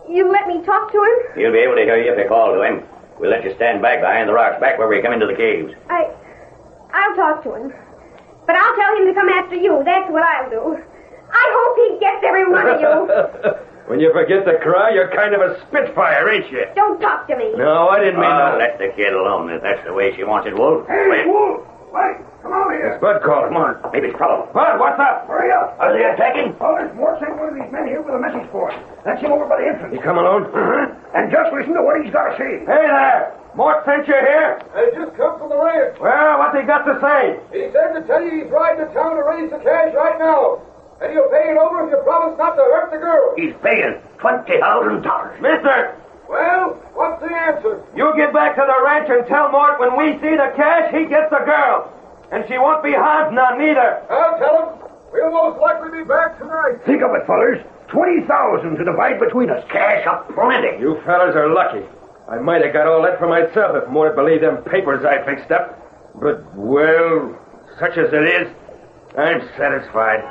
Speaker 36: You let me talk to him?
Speaker 43: He'll be able to hear you if you call to him. We'll let you stand back behind the rocks, back where we come into the caves.
Speaker 36: I. I'll talk to him. But I'll tell him to come after you. That's what I'll do. I hope he gets every one of you.
Speaker 16: When you forget to cry, you're kind of a spitfire, ain't you?
Speaker 36: Don't talk to me.
Speaker 16: No, I didn't mean
Speaker 43: oh,
Speaker 16: that.
Speaker 43: let the kid alone if that's the way she wants it, Wolf. Wait.
Speaker 16: Wolf! Wait! Come
Speaker 2: Oh,
Speaker 16: over here! It's Bud calling. Come on.
Speaker 43: Maybe it's trouble.
Speaker 16: Bud, what's up?
Speaker 43: Hurry up. Are they attacking?
Speaker 2: Oh, there's Mort sent one of these men here with a message for us. That's him over by the entrance. Uh-huh.
Speaker 16: You come alone?
Speaker 2: And just listen to what he's got to say.
Speaker 16: Hey there! Mort sent you here?
Speaker 2: I just come from the ranch.
Speaker 16: Well, what's he got to say?
Speaker 2: He said to tell you he's riding to town to raise the cash right now. And he'll pay it over if you promise not to hurt the girl.
Speaker 43: He's paying twenty thousand dollars.
Speaker 16: Mister,
Speaker 2: Well, what's the answer?
Speaker 16: you get back to the ranch and tell Mort when we see the cash, he gets the girl. And she won't be harmed none, neither.
Speaker 2: I'll tell him. We'll most likely be back tonight.
Speaker 16: Think of it, fellers. Twenty thousand to divide between us.
Speaker 43: Cash up plenty.
Speaker 16: You fellas are lucky. I might have got all that for myself if Mort believed them papers I fixed up. But, well, such as it is, I'm satisfied.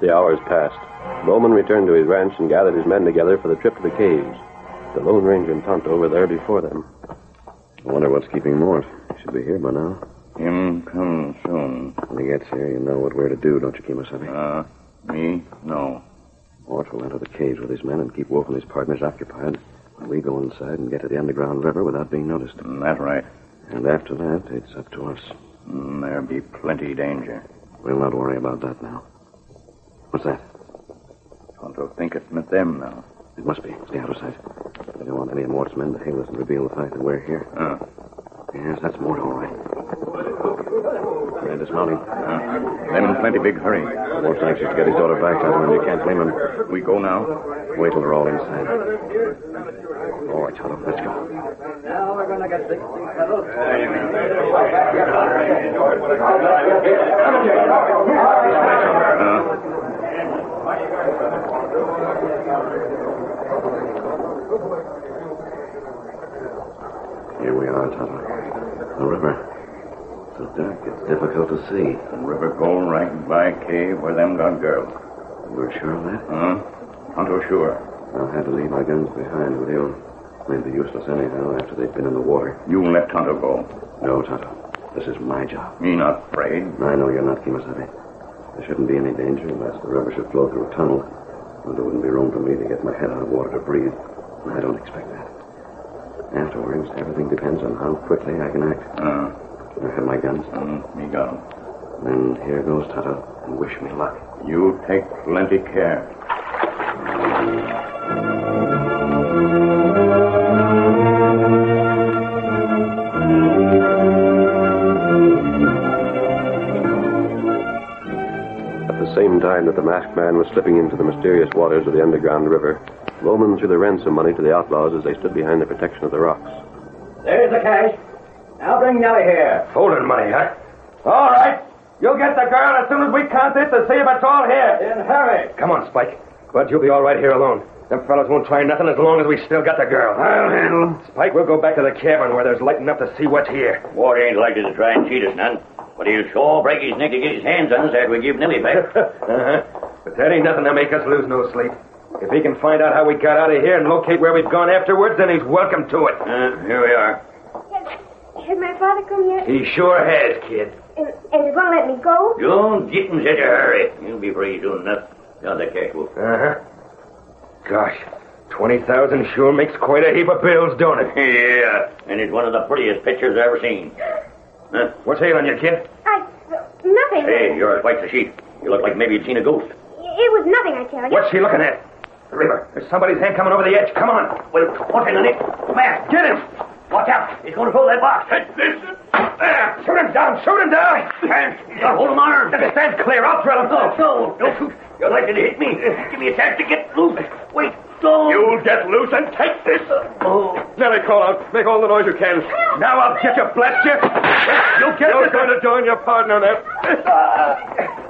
Speaker 35: The hours passed. Bowman returned to his ranch and gathered his men together for the trip to the caves. The Lone Ranger and Tonto were there before them.
Speaker 30: I wonder what's keeping Mort. He should be here by now. Him come soon. When he ges here, you know what we're to do, don't you, Kimasabi? Uh, me? No. Mort will enter the caves with his men and keep Wolf and his partners occupied while we go inside and get to the underground river without being noticed. that's right. And after that, it's up to us. there'll be plenty danger. We'll not worry about that now. What's that? Tonto think it's with them now. It must be. Stay out of sight. We don't want any of Mort's men to hail us and reveal the fact that we're here. Oh. Yes, that's Mort, all right. We're dismounting. them Ah. in plenty big hurry. Mort's anxious to get his daughter back, Tonto, and you can't blame him. We go now? Wait till they're all inside. All right, Tonto, let's go.
Speaker 11: Now we're gonna get the
Speaker 30: Here we are, Tonto. The river. So dark, it's difficult to see. The river go right by cave where them got girls. You're sure of that? Huh? Tonto sure. I'll have to leave my guns behind with you. They'd be useless anyhow after they've been in the water. You let Tonto go. No, Tonto. This is my job. Me not afraid? I know you're not, Kimasabe. There shouldn't be any danger unless the river should flow through a tunnel. But there wouldn't be room for me to get my head out of water to breathe. And
Speaker 16: Uh.
Speaker 30: I don't expect that. Afterwards, everything depends on how quickly I can act. You have my guns?
Speaker 38: Mm, me got 'em.
Speaker 30: Then here goes, Tonto, and wish me luck.
Speaker 38: You take plenty care.
Speaker 3: At the same time that the masked man was slipping into the mysterious waters of the underground river, Bowman threw the ransom money to the outlaws as they stood behind the protection of the rocks.
Speaker 43: There's the cash. Now bring Nellie here.
Speaker 16: Holding money, huh? All right. You'll get the girl as soon as we count this and see if it's all here.
Speaker 43: Then hurry.
Speaker 16: Come on, Spike. Bud, you'll be all right here alone. Them fellows won't try nothing as long as we still got the girl.
Speaker 38: I'll handle
Speaker 16: 'em. Spike, we'll go back to the cabin where there's light enough to see what's here.
Speaker 43: Ward ain't likely to try and cheat us none, but he'll sure break his neck to get his hands on us after we give Nellie back.
Speaker 16: Uh-huh. But that ain't nothing to make us lose no sleep. If he can find out how we got out of here and locate where we've gone afterwards, then he's welcome to it.
Speaker 43: here we are.
Speaker 36: Has my father come yet?
Speaker 16: He sure has, kid.
Speaker 36: And, and he won't let me go?
Speaker 43: Don't get in such a hurry. You'll be free soon enough. Got the cash, Wolf.
Speaker 16: Uh-huh. Gosh, 20,000 sure makes quite a heap of bills, don't it?
Speaker 43: Yeah, and it's one of the prettiest pictures I've ever seen. Huh?
Speaker 16: What's ailing you, kid?
Speaker 36: I. Nothing.
Speaker 43: Hey, you're as white as a sheet. You look like maybe you'd seen a ghost.
Speaker 36: It was nothing, I tell you.
Speaker 16: What's she looking at? The river. There's somebody's hand coming over the edge. Come on.
Speaker 43: Well, walk in on it. Come out.
Speaker 16: Get him.
Speaker 43: Watch out. He's going to pull that box.
Speaker 16: There. Shoot him down. Shoot him down.
Speaker 43: He's got hold of my arm.
Speaker 16: Stand clear. I'll drill him.
Speaker 43: No, no, don't shoot. You're likely to hit me. Give me a chance to get loose. Wait, don't.
Speaker 16: You'll get loose and take this.
Speaker 43: Oh.
Speaker 16: Nellie, call out. Make all the noise you can. Now I'll get you, blast you. You'll get You're going to join your partner in that.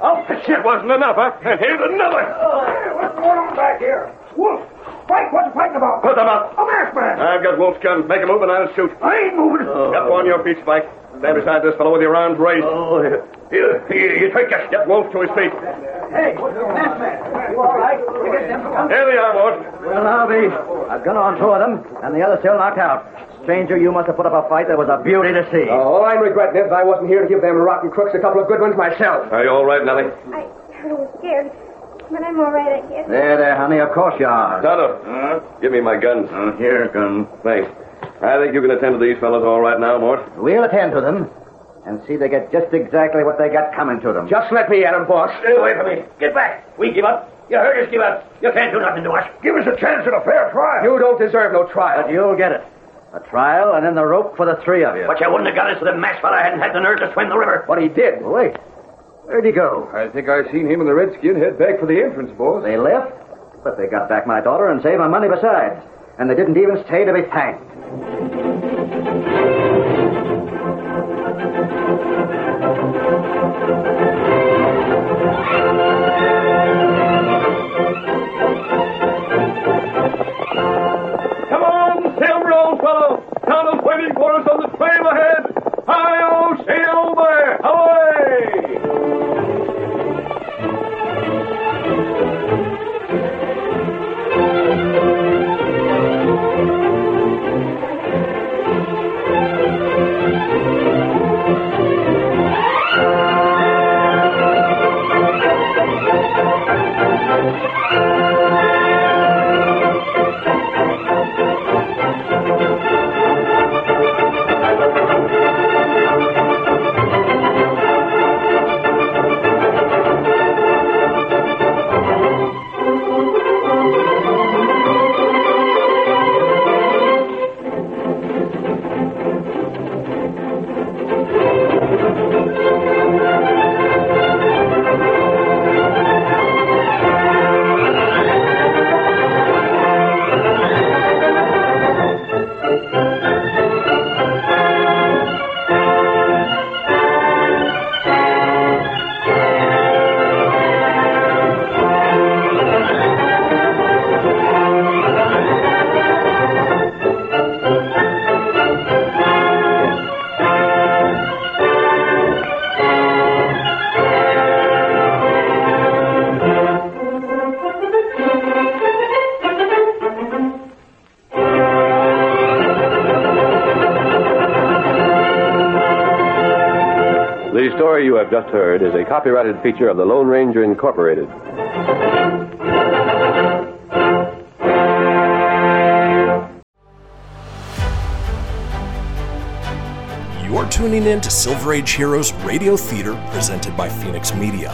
Speaker 16: Oh, shit wasn't enough, huh? And here's another.
Speaker 2: What's going on back here? Wolf! Spike, what you fighting about?
Speaker 16: Put them up.
Speaker 2: A masked man!
Speaker 16: I've got Wolf's gun. Make a move and I'll shoot.
Speaker 2: I ain't moving.
Speaker 16: Up on your feet, Spike. Stand beside this fellow with your arms raised. Oh, here. Here, here, you take that. Get Wolf to his feet.
Speaker 2: Hey, masked man. You all right? You get them come?
Speaker 16: Here they are, Walt.
Speaker 7: Well, now, the, I've gun on two of them, and the other still knocked out. Stranger, you must have put up a fight that was a beauty to see.
Speaker 37: all I'm regretting is I wasn't here to give them rotten crooks a couple of good ones myself.
Speaker 16: Are you all right, Nellie?
Speaker 36: I, I was scared, but I'm all right, I guess.
Speaker 7: There, there, honey, of course you are.
Speaker 16: Tonto, give me my guns. Uh, here, gun. Thanks. I think you can attend to these fellows all right now, Mort.
Speaker 7: We'll attend to them and see they get just exactly what they got coming to them.
Speaker 37: Just let me at them, boss.
Speaker 43: Stay away from me. Get back. We give up. You heard us give up. You can't do nothing to us.
Speaker 37: Give us a chance at a fair trial. You don't deserve no trial.
Speaker 7: But you'll get it. A trial and then the rope for the three of you.
Speaker 43: But you wouldn't have got us if the masked fella hadn't had the nerve to swim the river.
Speaker 37: But he did.
Speaker 7: Wait. Where'd he go?
Speaker 44: I think I seen him and the redskin head back for the entrance, boss.
Speaker 7: They left, but they got back my daughter and saved my money besides. And they didn't even stay to be thanked.
Speaker 16: Come on, Silver, old fellow. Tonto's waiting for us on the trail ahead. Hi-yo, Silver. Away.
Speaker 3: The story you have just heard is a copyrighted feature of the Lone Ranger Incorporated.
Speaker 13: You're tuning in to Silver Age Heroes Radio Theater presented by Phoenix Media.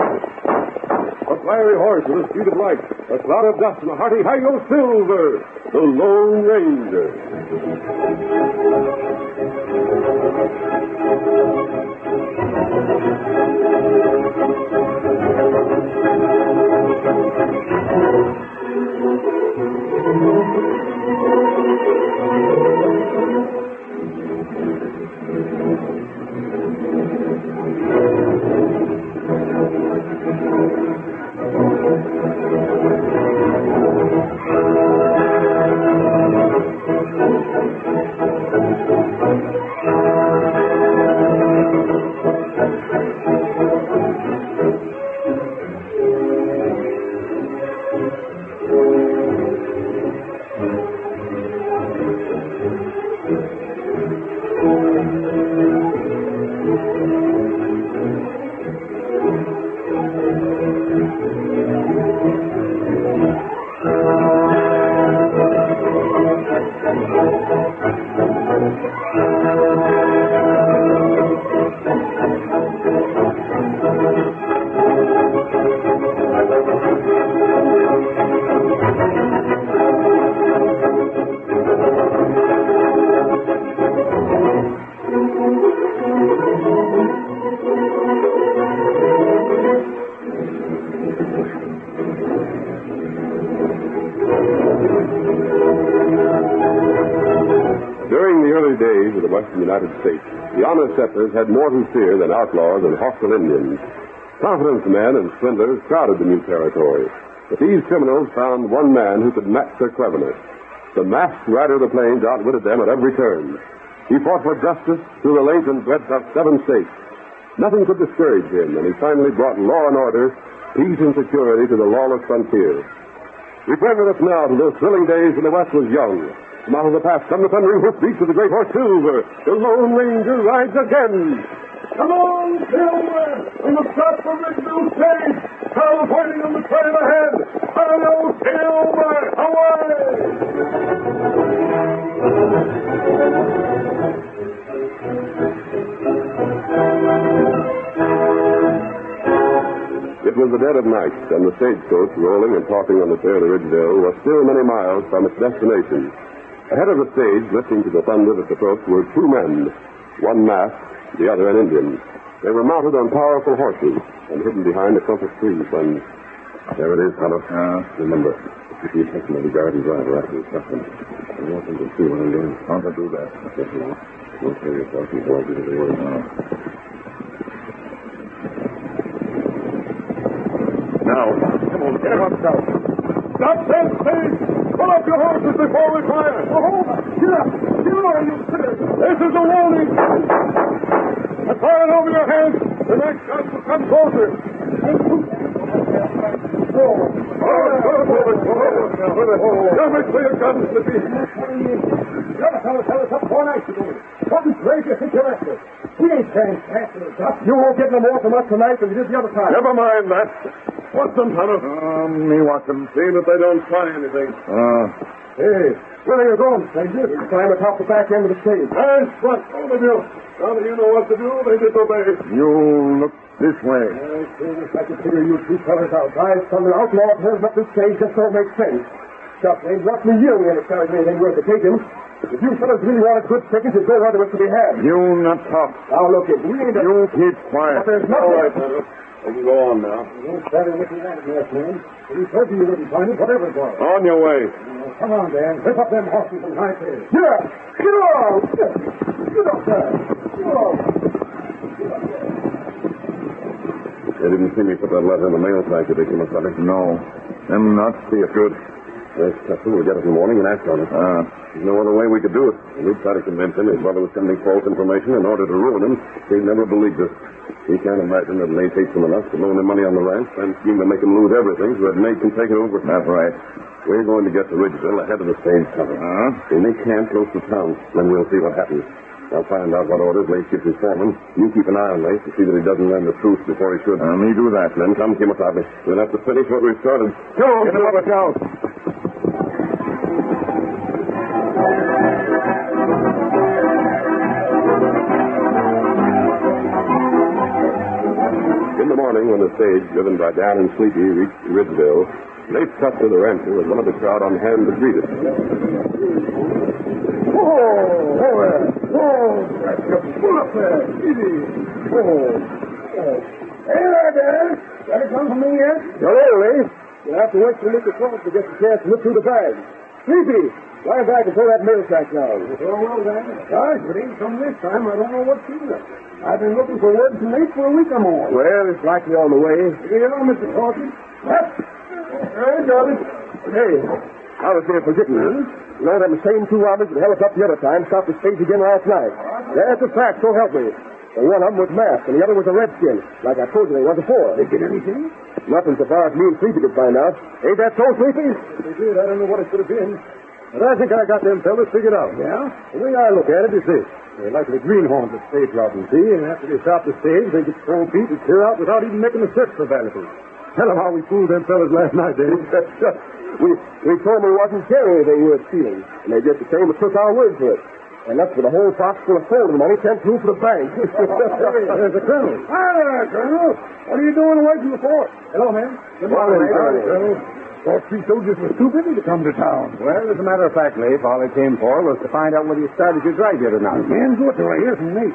Speaker 5: A fiery horse with a speed of light, a cloud of dust, and a hearty hang of silver. The Lone Ranger.
Speaker 3: During the early days of the western United States, the honest settlers had more to fear than outlaws and hostile Indians. Confidence men and swindlers crowded the new territory, but these criminals found one man who could match their cleverness. The masked rider of the plains outwitted them at every turn. He fought for justice through the length and breadth of seven states. Nothing could discourage him, and he finally brought law and order, peace and security to the lawless frontier. Return with us now to those thrilling days when the West was young. From out of the past come the thundering hoofbeats of the great horse Silver. The Lone Ranger rides again.
Speaker 5: Come on, Silver! We must start for Ridgeville Stage! Carl pointing on the trail ahead! Hello, Silver! Away!
Speaker 3: It was the dead of night, and the stagecoach, rolling and talking on the trail to Ridgeville, was still many miles from its destination. Ahead of the stage, listening to the thunder of its approach, were two men, one masked, the other an Indian. They were mounted on powerful horses and hidden behind a clump of trees when... There it is, fellow. Remember, if you take me to Garrity's rider after he's got them, I want them to see what I'm doing. How to do that? Yes, you will. Don't tell yourself you won't do the word.
Speaker 5: Now. Come on, get him up, Scout. Stop that stage! Pull up your horses before we fire! Oh, get up! Get on, you This is a warning! I'm firing over your heads! The next shot will come closer! Never clear guns to be.
Speaker 23: We ain't paying taxes.
Speaker 5: You won't get no more from us tonight than you did the other time. Never mind that. What's them, Tonto? Um, me want them. See that they don't try anything.
Speaker 30: Oh,
Speaker 23: Uh,
Speaker 5: Hey, where are you going, stranger? You climb atop the back end of the stage. Hands front, all of you. Now that you know what to do, they disobey.
Speaker 23: you look this way.
Speaker 5: I just like to figure you two fellas out. Drive some of the outlaw turns up this stage just so it makes sense. Chuck, they've left me you and it carries anything worth to take him. If you fellas really wanted good chickens, you'd go where there was to be had.
Speaker 23: You not talk.
Speaker 5: Now look, if we ain't a...
Speaker 23: You keep quiet.
Speaker 5: But there's nothing...
Speaker 23: You can go on now.
Speaker 5: Don't stand with me that yes, man. We told you you wouldn't find it, whatever it was.
Speaker 23: On your way.
Speaker 5: Come on, Dan. Rip up them horses and high tails. Get up! Get up! Get up there! Get up!
Speaker 3: They didn't see me put that letter in the mail sack, did they, Kimasabi? No. Them not see it good. There's Chester. We'll get it in the morning and act on it. Ah. There's no other way we could do it. We'd try to convince him his brother was sending false information in order to ruin him. He'd never believe us. He can't imagine that Nate hates him enough to loan him money on the ranch, then scheme to make him lose everything so that Nate can take it over. That's right. We're going to get to Ridgeville ahead of the stage coming. Huh? When they camp close to town, then we'll see what happens. I'll find out what orders Nate gives his foreman. You keep an eye on Nate to see that he doesn't learn the truth before he should. Uh, me do that. Then come, Kimosabe. We'll have to finish what we've started. Come on, get him up now. In the morning, when the stage, driven by Dan and Sleepy, reached Ridgeville, Nate Custer, the rancher, was one of the crowd on hand to greet it.
Speaker 45: Oh, oh, uh, oh, that's a pull up there. Easy. Oh, oh. Hey there, Dan. Got a gun for me yet?
Speaker 4: Not really.
Speaker 45: You'll have to wait till you look across to get the chance to look through the bag. Sleepy, lie back and throw that mail sack down.
Speaker 5: Oh, well, Dan.
Speaker 45: Gosh, if it ain't come this time, I don't know what's in it. I've been looking for word from Nate for a week or more.
Speaker 4: Well, it's likely on the way.
Speaker 45: Here you are, Mr. Corson. What? Hey, darling.
Speaker 4: Hey, I was there forgetting you. You know, them same two robbers that held us up the other time stopped the stage again last night. That's a fact, so help me. And one of them was masked, and the other was a redskin, like I told you they was before. They did anything? Nothing so far as me and Sleepy could find out. Ain't that so, Sleepy?
Speaker 5: They did. I don't know what it could have been.
Speaker 4: But I think I got them fellas figured out.
Speaker 5: Yeah?
Speaker 4: The way I look at it is this. They're like the greenhorns at stage robbing, see? And after they stop the stage, they get thrown feet and clear out without even making a search for vanishes. Tell them how we fooled them fellas last night, Dave. we, we told them it wasn't Jerry they were stealing. And they did the same but took our word for it. And that's with a whole box full of folding money sent through for the bank.
Speaker 5: Hey, there's
Speaker 4: the colonel.
Speaker 5: Hi there, Colonel. What are you doing away from the fort?
Speaker 4: Hello, ma'am.
Speaker 5: Good morning,
Speaker 4: Morning,
Speaker 5: Colonel. Thought three soldiers were too busy to come to town.
Speaker 4: Well, as a matter of fact, Leif, all I came for was to find out whether you started your drive yet or not.
Speaker 5: Man, what do I hear from Nate?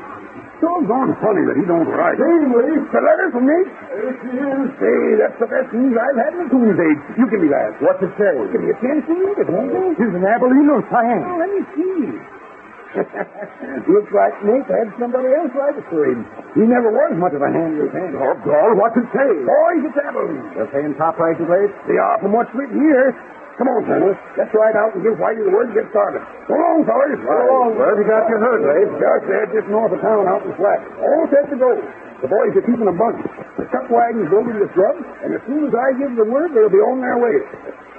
Speaker 5: Doggone funny that he don't write. Hey, Leaf, the letter from Nate? It is. Say, that's the best news I've had in a coon's age. You give me that. What's it say? Give me a chance to read it, won't you? Here's an Abilene or Cyan. let me see. Looks like Nate had somebody else write it for him. He never was much of a hand with hand. Oh, God, what's it say? Boys, it's Abilene.
Speaker 4: They're paying top prices, Leif?
Speaker 5: They are from what's written here. Come on, fellas. Let's ride out and give Whitey the word and get started. So long, fellas. So long.
Speaker 4: Where've you got your herd,
Speaker 5: eh?
Speaker 4: Ray?
Speaker 5: Just there, just north of town, out in the flat. All set to go. The boys are keeping a bunch. The chuck wagons go to the scrub, and as soon as I give the word, they'll be on their way.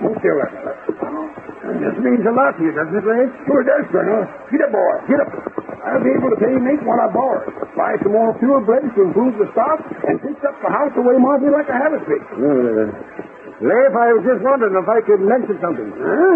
Speaker 5: Don't kill us. This means a lot to you, doesn't it, Ray? Sure does, Colonel. Get up, boy. Get up. I'll be able to pay Nate what I borrowed. Buy some more pure bread to improve the stock, and fix up the house the way Marty like I have it fixed.
Speaker 4: Uh, Leif, I was just wondering if I could mention something.
Speaker 5: Huh?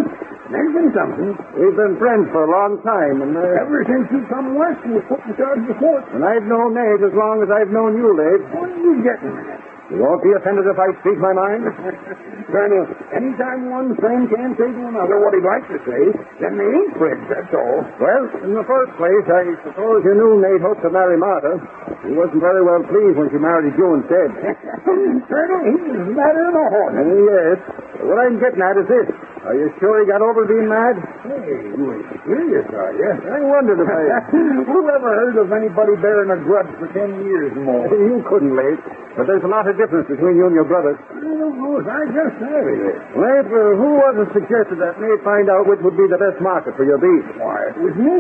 Speaker 5: Mention something?
Speaker 4: We've been friends for a long time, and uh,
Speaker 5: Ever since you come west and was put in charge of the fort.
Speaker 4: and I've known Nate as long as I've known you, Leif.
Speaker 5: What are you getting at?
Speaker 4: You won't be offended if I speak my mind?
Speaker 5: Colonel, anytime one friend can say to another what he'd like to say, then they ain't friends, that's all.
Speaker 4: Well, in the first place, I suppose you knew Nate hoped to marry Martha. He wasn't very well pleased when she married you instead.
Speaker 5: Colonel, he is madder than a horse.
Speaker 4: Uh, yes. What I'm getting at is this. Are you sure he got over being mad?
Speaker 5: Hey, you ain't serious, are you?
Speaker 4: I wondered if I...
Speaker 5: Who ever heard of anybody bearing a grudge for ten years and more?
Speaker 4: you couldn't, Leif. But there's a lot of difference between you and your brother.
Speaker 5: Well, of course, I just have it.
Speaker 4: Leif, uh, who was it suggested that Nate find out which would be the best market for your beef?
Speaker 5: Why, it was me.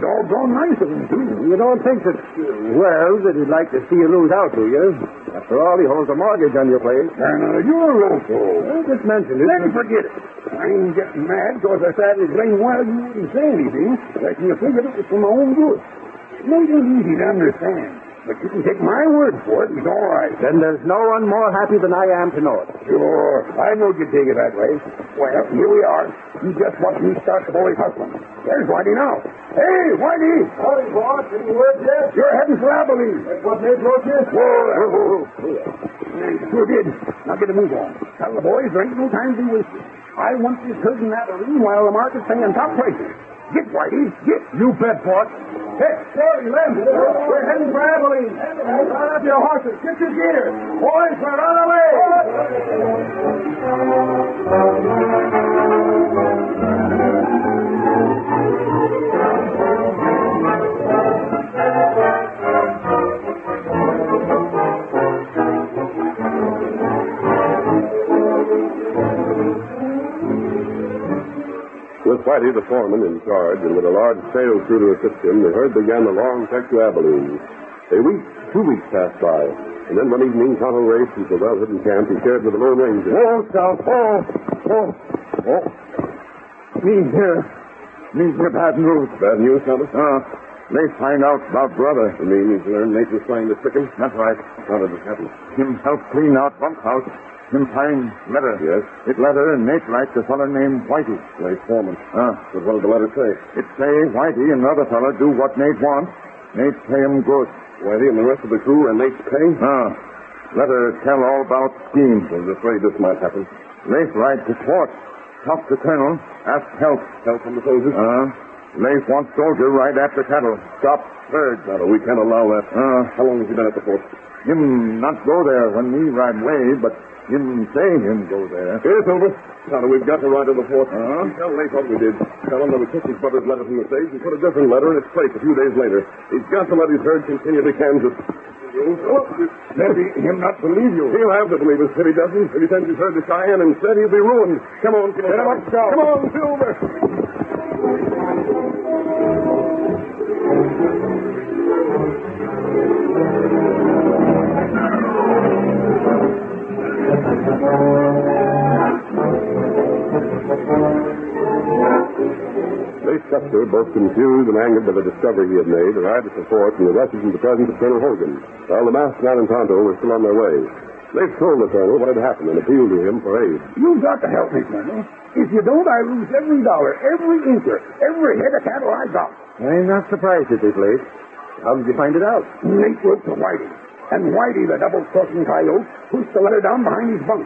Speaker 5: Doggone nice of him, too.
Speaker 4: You don't think that, well, that he'd like to see you lose out, do you? After all, he holds a mortgage on your place.
Speaker 5: Colonel, uh, you're a local.
Speaker 4: I just mentioned it.
Speaker 5: Then forget it. I ain't getting mad because I thought it was plain well you wouldn't say anything. Let you figured it was for my own good. Made it easy to understand. But you can take my word for it. It's all right.
Speaker 4: Then there's no one more happy than I am to know it.
Speaker 5: Sure. I know you'd take it that way. Well, here we are. You just watch me start the boys hustling. There's Whitey now. Hey, Whitey!
Speaker 45: Howdy, boss. Any word yet?
Speaker 5: You're heading for Abilene.
Speaker 45: That's what Nate wrote you?
Speaker 5: Whoa, whoa, whoa, whoa. Yeah, you sure did. Now get a move on. Tell the boys there ain't no time to be wasted. I want this herd in that arena while the market's paying top prices. Get, Whitey, get.
Speaker 4: You bet, Port.
Speaker 5: Hey, Terry, Lem, we're heading for Abilene. Line up your horses. Get your gator. Boys, we're on the way.
Speaker 3: With Whitey, the foreman, in charge, and with a large sales crew to assist him, the herd began the long trek to Abilene. A week, two weeks passed by, and then one evening, Tonto Ray, from the well-hidden camp, he shared with the Lone Ranger.
Speaker 1: Walt, now, Walt, Walt, Walt. Me oh, here. Me here, bad news.
Speaker 3: Bad news, Tonto?
Speaker 1: Uh, they find out about brother.
Speaker 3: You mean he's learned Nature's trying to trick him?
Speaker 1: That's right.
Speaker 3: How did this happen?
Speaker 1: Him help clean out bunk house. Him find letter.
Speaker 3: Yes.
Speaker 1: It letter and Nate writes a fellow named Whitey.
Speaker 3: Late foreman.
Speaker 1: Uh,
Speaker 3: But what did the letter say?
Speaker 1: it say Whitey and another fellow do what Nate wants. Nate pay him good.
Speaker 3: Whitey and the rest of the crew and Nate's pay?
Speaker 1: Uh, letter tell all about scheme.
Speaker 3: I was afraid this might happen.
Speaker 1: Leif ride to fort. Talk to colonel. Ask help.
Speaker 3: Help from the soldiers?
Speaker 1: Uh, Leif wants soldier ride after cattle. Stop herd.
Speaker 3: Tonto, we can't allow that.
Speaker 1: Uh,
Speaker 3: How long has he been at the fort? Hmm.
Speaker 1: him not go there when we ride away, but him say him go there.
Speaker 3: Here, Silver. Tonto, we've got to ride to the fort.
Speaker 1: Uh-huh.
Speaker 3: Tell Leif what we did. Tell him that we took his brother's letter from the stage and put a different letter in its place a few days later. He's got to let his herd continue to Kansas.
Speaker 1: Maybe him not believe you.
Speaker 3: He'll have to believe us if he doesn't. If he sends his herd to Cheyenne instead, he'll be ruined. Come on, Silver. Come on, Silver. They Custer, both confused and angered by the discovery he had made, arrived at the fort and arrested in the presence of Colonel Hogan, while the masked man and Tonto were still on their way. They told the colonel what had happened and appealed to him for aid.
Speaker 4: You've got to help me, Colonel. If you don't, I lose every dollar, every acre, every head of cattle I got.
Speaker 5: I'm not surprised at this, Leif. How did you find it out?
Speaker 4: Nate wrote to Whitey. And Whitey, the double-crossing coyote, pushed the letter down behind his bunk.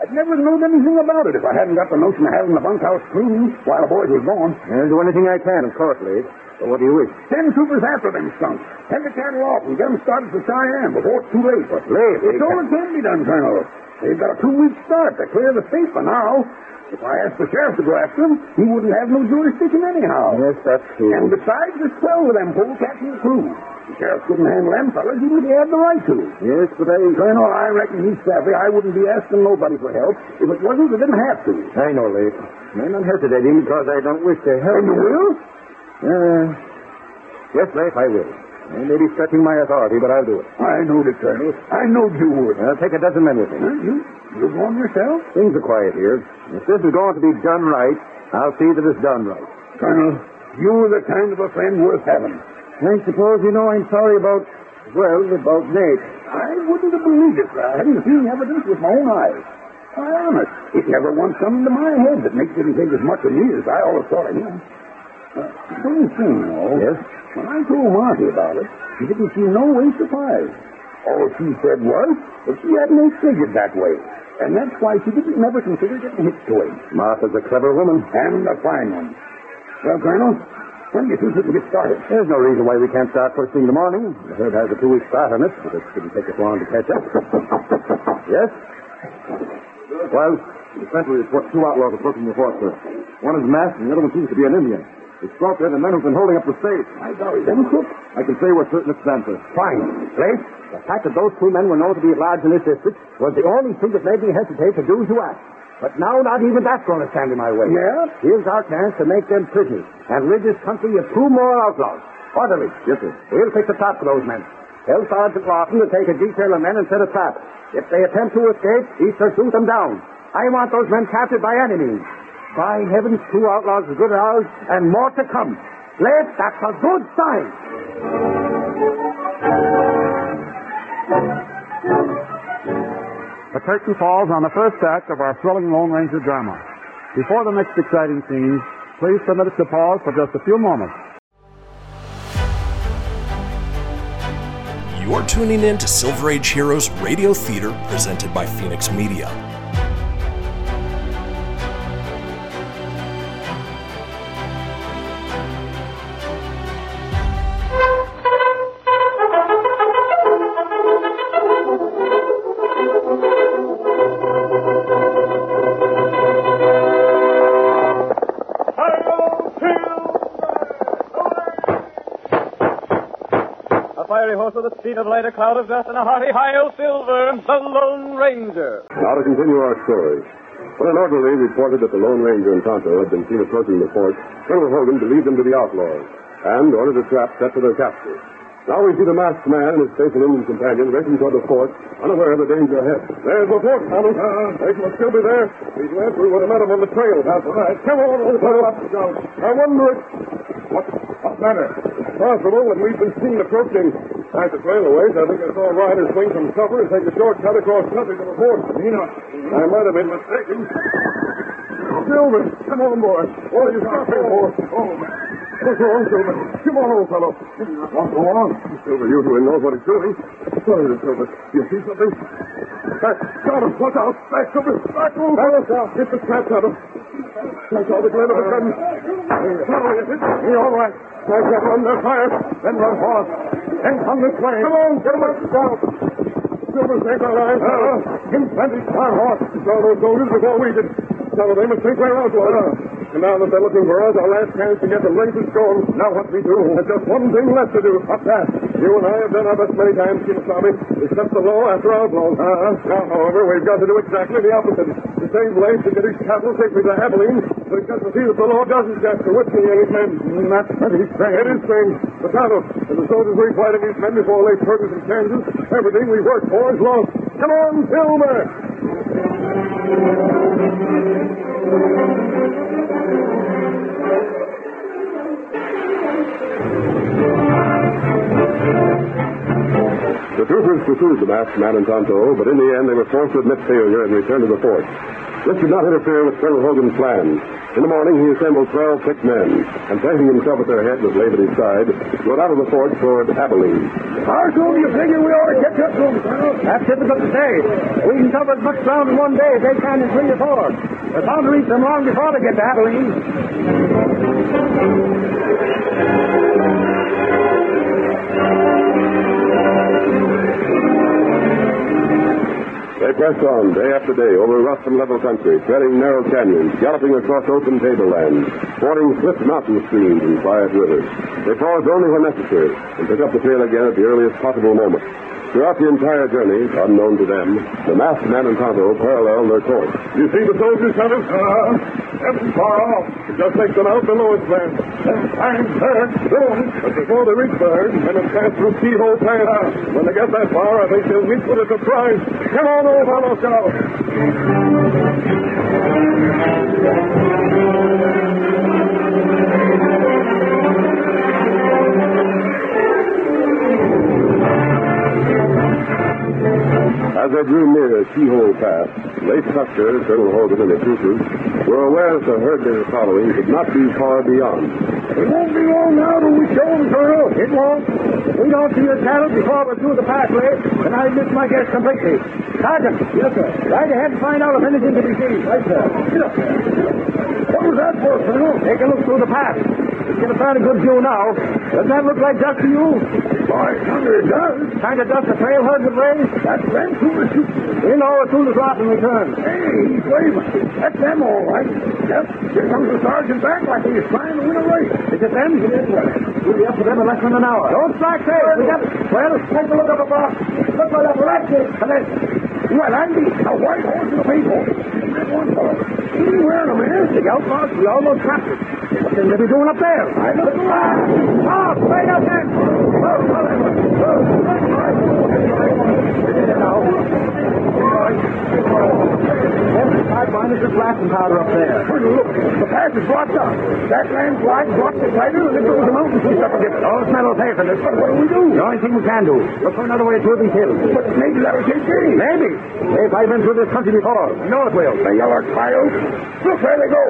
Speaker 4: I'd never known anything about it if I hadn't got the notion of having the bunkhouse clean while the boys was gone.
Speaker 5: I'll do anything I can, of course, Leif. But what do you wish?
Speaker 4: Send troopers after them skunks. Head the cattle off and get them started for Cheyenne before it's too late.
Speaker 5: But, Leif,
Speaker 4: It's all that can be done, Colonel. They've got a two-week start to clear the state by now. If I asked the sheriff to go after them, he wouldn't have no jurisdiction anyhow.
Speaker 5: Yes, that's true.
Speaker 4: And besides, there's twelve of them polecats in the crew. The sheriff couldn't handle them fellas even if he had the right to.
Speaker 5: Yes, but I...
Speaker 4: Colonel, I reckon he's savvy. I wouldn't be asking nobody for help if it wasn't for them have to.
Speaker 5: I know, Leif. I'm not hesitating because I don't wish to help
Speaker 4: And you will?
Speaker 5: Uh, yes, Leif, I will. I may be stretching my authority, but I'll do it.
Speaker 4: I know the Colonel. I know you would.
Speaker 5: I'll take a dozen men with me.
Speaker 4: Huh? You, you're going yourself?
Speaker 5: Things are quiet here. If this is going to be done right, I'll see that it's done right.
Speaker 4: Colonel, you're the kind of a friend worth having.
Speaker 5: I suppose you know I'm sorry about, well, about Nate.
Speaker 4: I wouldn't have believed it if I hadn't seen the evidence with my own eyes. Why, honest, it never once come into my head that Nick didn't think as much of me as I always thought of him. Uh, funny thing, though.
Speaker 5: Yes?
Speaker 4: When I told Marty about it, she didn't see no way surprised. All she said was that she had no figured that way. And that's why she didn't never consider getting hitched to him.
Speaker 5: Martha's a clever woman.
Speaker 4: And a fine one. Well, Colonel, when do you think we can get started?
Speaker 5: There's no reason why we can't start first thing in the morning. The herd has a two-week start on us, but it shouldn't take us long to catch up. yes? Well, the sentry has put two outlaws are booking the fort, sir. One is masked and the other one seems to be an Indian. It's brought there the men who've been holding up the state.
Speaker 4: I golly, them crooks.
Speaker 5: I can say we're certain it's Santa.
Speaker 4: Fine. Blake,
Speaker 5: The fact that those two men were known to be at large in this district was the only thing that made me hesitate to do as you asked. But now not even that's going to stand in my way.
Speaker 4: Yeah?
Speaker 5: Here's our chance to make them prisoners and rid this country of two more outlaws. Orderly. Yes, sir. We'll pick the top of those men. Tell Sergeant Lawson to take a detail of men and set a trap. If they attempt to escape, he's to shoot them down. I want those men captured by any means. By heavens, two outlaws as good as ours and more to come. Let's, that's a good sign.
Speaker 46: The curtain falls on the first act of our thrilling Lone Ranger drama. Before the next exciting scenes, please permit us to pause for just a few moments.
Speaker 13: You're tuning in to Silver Age Heroes Radio Theater presented by Phoenix Media.
Speaker 14: A fiery horse with a speed of light, a cloud of dust, and a hearty high o silver, the Lone Ranger.
Speaker 3: Now to continue our story. When an orderly reported that the Lone Ranger and Tonto had been seen approaching the fort, Colonel Hogan believed them to be outlaws and ordered a trap set for their capture.
Speaker 5: Now we see the masked man and his faithful Indian companion racing toward the fort, unaware of the danger ahead. There's the fort, Thomas. they will still be there. These lads were with met him on the trail. That's right. Come on, old fellow. I wonder if... What, what matter? It's possible that we've been seen approaching. At the trail a ways, I think I saw riders swing from cover and take a shortcut across country to the fort. Nino. I might have been mistaken. Silver, come on, boy. What are you stopping for? Oh, man. What's wrong, Silver? Come on, old fellow. What's wrong? Silver usually knows what he's doing. Sorry, Silver. You see something? Back. Got him. Watch out. Back, Silver. Back, move. Back, out. Hit the trap, Silver. I saw the gleam of a gun. Silver, you hit. He all right. Back up on their fire. Then run hard. Then come this way. Come on. Get him up. Down. Silver saved our lives. Uh, him plenty. Our horse. Saw those soldiers before we did. Tell them they must think we're outlaws. And now that they're looking for us, our last chance to get the length is gone. Now what we do? There's just one thing left to do. What's that? You and I have done our best many times, Kimasabi. Except the law after outlaws. Uh-huh. Now, however, we've got to do exactly the opposite. To save life, to get his cattle safely to Abilene, we've got to see that the law doesn't get to whipping any men.
Speaker 1: Mm,
Speaker 5: Not that he's saying. It is saying. The cattle and the soldiers we fight against men before Lake Ferguson, Kansas, everything we worked for is lost. Come on, Silver!
Speaker 3: The troopers pursued the masked man and Tonto, but in the end they were forced to admit failure and return to the fort. This did not interfere with Colonel Hogan's plan. In the morning he assembled 12 picked men, and placing himself at their head with Lave at his side, rode out of the fort toward Abilene.
Speaker 1: How soon do you figure we ought to catch up to them, Colonel? That's difficult to say. We can cover as much ground in one day as they can in three or four. They're bound to reach them long before they get to Abilene.
Speaker 3: They pressed on day after day over rough and level country, treading narrow canyons, galloping across open tablelands, fording swift mountain streams and quiet rivers. They paused only when necessary and took up the trail again at the earliest possible moment. Throughout the entire journey, unknown to them, the masked man and Tonto paralleled their course.
Speaker 5: You see the soldiers, Thomas? Uh, that's far off. It just takes them out below its land. I'm third, soon. But before they reach third, and then pass through Keyhole Pass. when they get that far, I think they'll meet with a surprise. Come on, old fellow, shout.
Speaker 3: As they drew near Keyhole Pass, late Custer, Colonel Hogan, and the troopers were aware that the herd they were following could not be far beyond.
Speaker 1: It won't be long now till we show them, Colonel. It won't. We don't see your cattle before we're through the pathway, and I miss my guess completely. Sergeant. Yes, sir. Ride ahead and find out if anything can be seen. Right, sir. What was that for, Colonel? Take a look through the pass. We can find a good view now. Doesn't that look like duck to you? Why, sure it does. Kind of dust the trail herd would raise? That's Vancouver shooting. We know as soon as Robin returns. Hey, he's waving. That's them all right. Yep, here comes the sergeant back like he was trying to win a race. Is it them? It is We'll be up with them in less than an hour. Don't slack there. We got Well, take a look up above. Look for that rat there. Come in. Well, Andy, a white horse and a bay horse. That one fellow. He's wearing a man. The outlaws, we almost trapped him. What can they be doing up there? I don't know. Ah, straight up there. Find us a blasting powder up there. Look, the pass is blocked up. That land's wide, blocked it wider, and it goes a mountain sweep up against it. All this metal pay for this. But what do we do? The only thing we can do. Look for another way through these hills. But maybe that'll take days. Maybe. If I've been through this country before, I know it will. The yellow coyotes. Look where they go.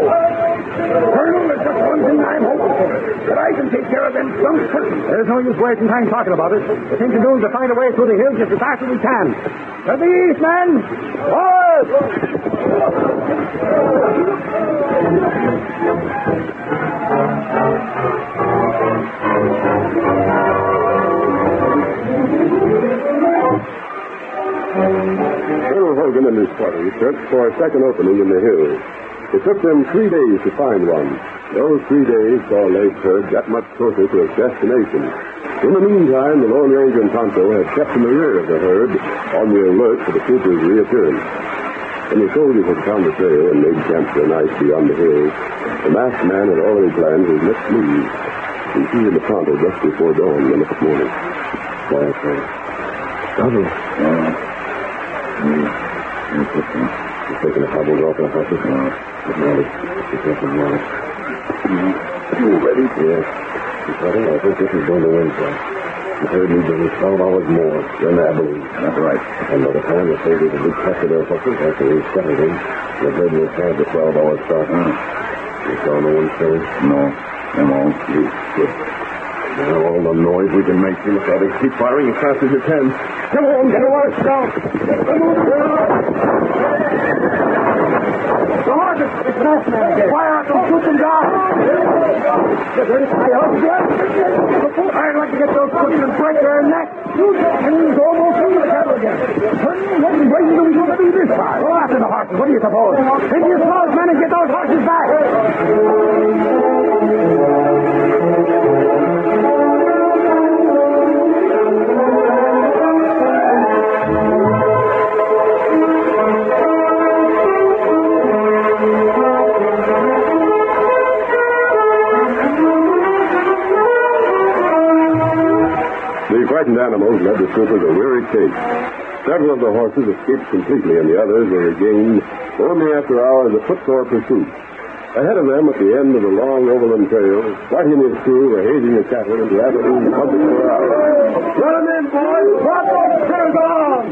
Speaker 1: Colonel, there's just one thing I'm hoping for. That I can take care of them some certain. There's no use wasting time talking about it. The thing to do is to find a way through the hills just as fast as we can. To the east, men! Forward!
Speaker 3: Colonel Hogan and his party searched for a second opening in the hills. It took them three days to find one. Those three days saw Lake Herd that much closer to its destination. In the meantime, the Lone Ranger and Tonto had kept in the rear of the herd, on the alert for the troopers' reappearance. When the soldiers had found the trail and made camp for the night beyond the hills, the masked man had already planned his next move. He seized the Tonto just before dawn the next morning.
Speaker 38: quiet place. Doggy. Yeah. Me. He's taking a hobble off in Uh, a hockey. No. With Molly. He's got some Molly. You ready? Yes. He's ready. I think this is going to win, sir. You heard me, Jimmy. Twelve hours more. Then I believe. That's right. And by the time the soldiers will be tested or something, after we've settled him, the bird will have the twelve hours start. You saw no one killing? Mm. No. Them all sleep. Good. Now all the noise we can make, you try to keep firing as fast as you can.
Speaker 5: Come on, get away, Scout. Come on, get away. The horses, it's an ass man again. Fire at them, shoot them down. Get ready, I hope you I'd like to get those crooks and break their necks. And he's almost into the cattle again. Turn your head and brace them until they be this far. Go after the horses, what do you suppose? Take your claws, men, and get those horses back.
Speaker 3: The frightened animals led the troopers a weary chase. Several of the horses escaped completely, and the others were regained only after hours of footsore pursuit. Ahead of them, at the end of the long overland trail, White and his crew were hazing the cattle into avenues hunting for hours.
Speaker 5: Let them in, boys. Drop those critters on.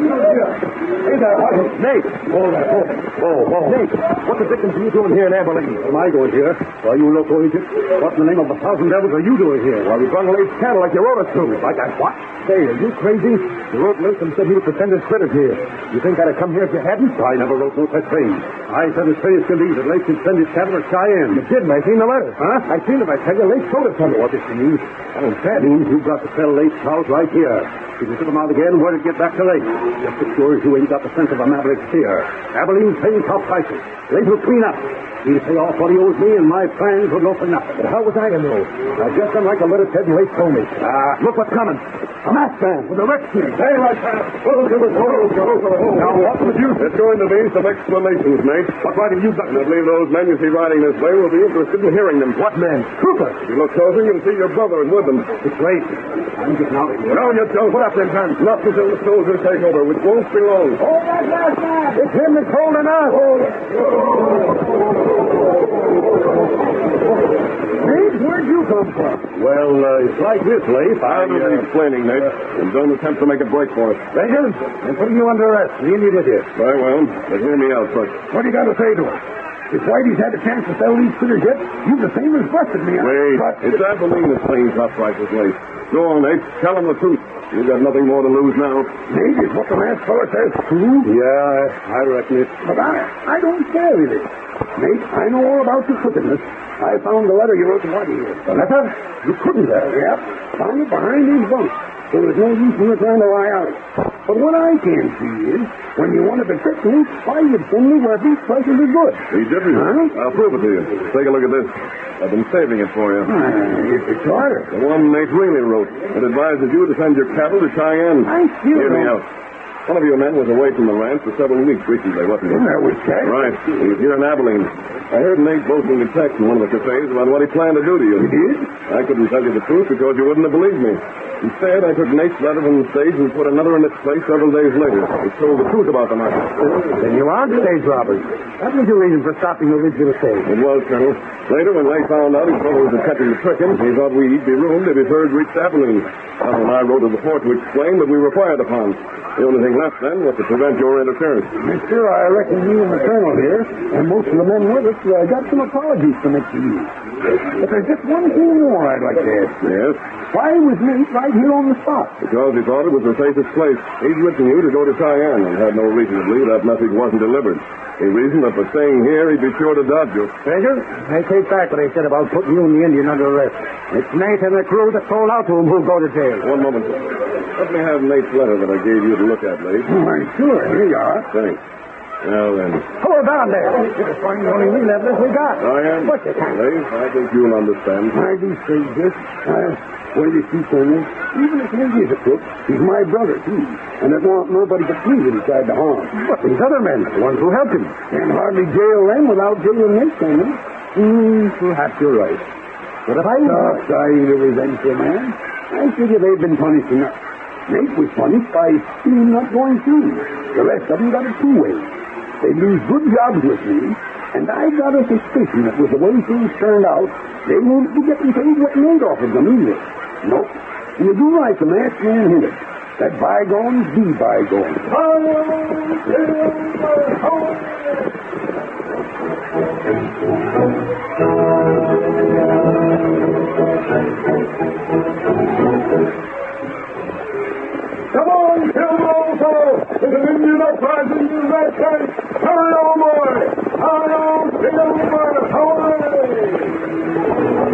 Speaker 5: Hey there, Hutton. Nate. Whoa, there, whoa. Whoa, whoa. Nate, what the dickens are you doing here in Abilene? Am I going here? Are you local agent? What in the name of a thousand devils are you doing here? Why, we brung Lake's cattle like you rode us to. Like I what? Say, are you crazy? You wrote Latham said he would pretend his critters here. You think I'd have come here if you hadn't? I never wrote no such thing. I said as straight as can be that Lake should send his cattle to Cheyenne. You didn't. I seen the letter. Huh? I seen it. I tell you, Lake showed it to me. What does it mean? Oh, that means you've got to sell Lake's cows right here. If you ship 'em out again, where'd it get back to Lake? Just as sure as you ain't got the sense of a maverick steer. Abilene's paying top prices. Lake will clean up. He'll pay off what he owes me, and my plans will go for nothing. But how was I to know? Now, just unlike the letter Ted and Lake told me. Ah, look what's coming. A masked man with a red Oh, steer. Hey, my friend.
Speaker 3: Now, what would you... There's going to be some explanations, Nate. What right have you done? I believe those men you see riding this way will be interested in hearing them. What men? Troopers. If you look closer, you'll see your brother and Woodland. It's late. I'm getting out of here. Down your toes. Put up them guns. Not until the soldiers take over, which won't be long.
Speaker 5: Hold that last man. It's him that's holding us. Nate, where'd you come from?
Speaker 3: Well, uh, it's like this, Leif. I don't need explaining, Nate. And don't attempt to make a break for it.
Speaker 5: Reagan, I'm putting you under arrest. The idiot is here.
Speaker 3: Very well. But hear me out first.
Speaker 5: What do you got to say to us? If Whitey's had a chance to sell these critters yet, you've the same as busted me.
Speaker 3: Wait. It's Abilene that's playing top prices, Leif. Go on, Nate. Tell them the truth. You've got nothing more to lose now.
Speaker 5: Nate is what the last fellow says.
Speaker 3: Yeah, I reckon it.
Speaker 5: But I, I don't care with it. Nate, I know all about your crookedness. I found the letter you wrote to Whitey here. The letter? You couldn't have. Yep. Found it behind his bunk. There was no use in your trying to lie out. But what I can see is, when you wanted to trick me, why you'd send me where these prices are good.
Speaker 3: He didn't. I'll prove it to you. Take a look at this. I've been saving it for you.
Speaker 5: uh, it's a charter.
Speaker 3: The one Nate Wheeler wrote. It advises you to send your cattle to Cheyenne.
Speaker 5: I feel
Speaker 3: Hear me
Speaker 5: that-
Speaker 3: out. One of your men was away from the ranch for several weeks recently, wasn't he?
Speaker 5: Well, that was Tex.
Speaker 3: Right. He was here in Abilene. I heard Nate boasting to Tex in one of the cafes about what he planned to do to you. He
Speaker 5: did?
Speaker 3: I couldn't tell you the truth because you wouldn't have believed me. Instead, I took Nate's letter from the stage and put another in its place several days later. It told the truth about the matter.
Speaker 5: Then you aren't stage robbers. That was your reason for stopping the original stage.
Speaker 3: It was, Colonel. Later, when they found out his brother was attempting to trick him, he thought we'd be ruined if his herd reached Abilene. Tom and I rode to the fort to explain that we were fired upon. The only thing left then was to prevent your interference.
Speaker 5: Mister, I reckon you and the colonel here, and most of the men with us, uh, got some apologies to make to you. But there's just one thing more I'd like to ask.
Speaker 3: Yes?
Speaker 5: Why was Nate right here on the spot?
Speaker 3: Because he thought it was the safest place. He'd written you to go to Cheyenne and had no reason to believe that message wasn't delivered. He reasoned that by staying here, he'd be sure to dodge you.
Speaker 5: Major, I take back what I said about putting you and the Indian under arrest. It's Nate and the crew that sold out to him who'll go to jail.
Speaker 3: One moment. Let me have Nate's letter that I gave you to look at, Nate.
Speaker 5: Why, Oh, sure. Here you are.
Speaker 3: Thanks. Now then.
Speaker 5: Hold on there. It's fine, only we left this we got.
Speaker 3: I am.
Speaker 5: What you can't.
Speaker 3: Leif, I think you'll understand.
Speaker 5: I do say this. Well, wait if uh, you tell me. Even if he is a crook, he's my brother, too. And it won't nobody but me that he tried to harm. But these other men, the ones who helped him, can hardly jail them without jailing me, can they? Hmm, perhaps you're right. But if I... Stop sighing the revengeful man. I figure they've been punished enough. Nate was punished by him not going through. The rest of them got it two ways. They lose good jobs with me, and I got a suspicion that with the way things turned out, they won't be getting paid what Nate offered them either. Nope. And you do right, the masked man hit it. That bygone be bygone.
Speaker 47: Come on, Silver, old fellow. There's an Indian uprising in that tank. Hurry, old boy. Hurry, old Silver. Hurry.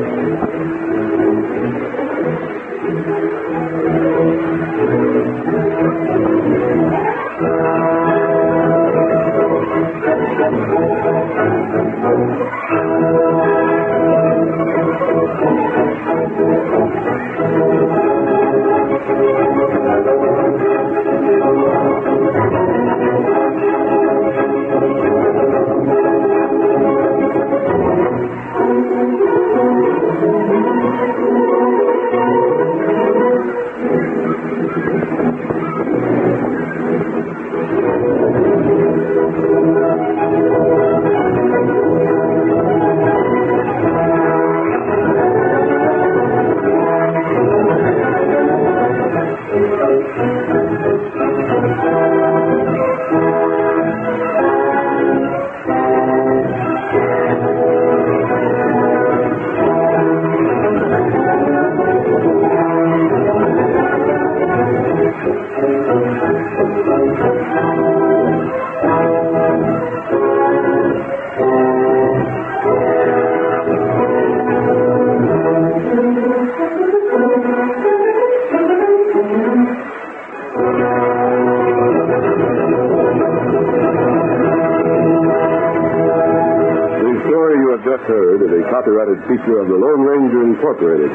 Speaker 3: The story you have just heard is a copyrighted feature of the Lone Ranger Incorporated.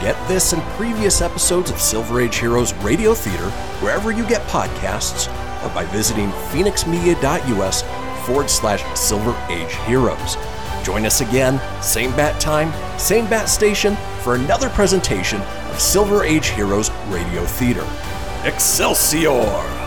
Speaker 13: Get this and previous episodes of Silver Age Heroes Radio Theater wherever you get podcasts or by visiting phoenixmedia.us forward slash Silver Age Heroes. Join us again, same bat time, same bat station, for another presentation of Silver Age Heroes Radio Theater. Excelsior!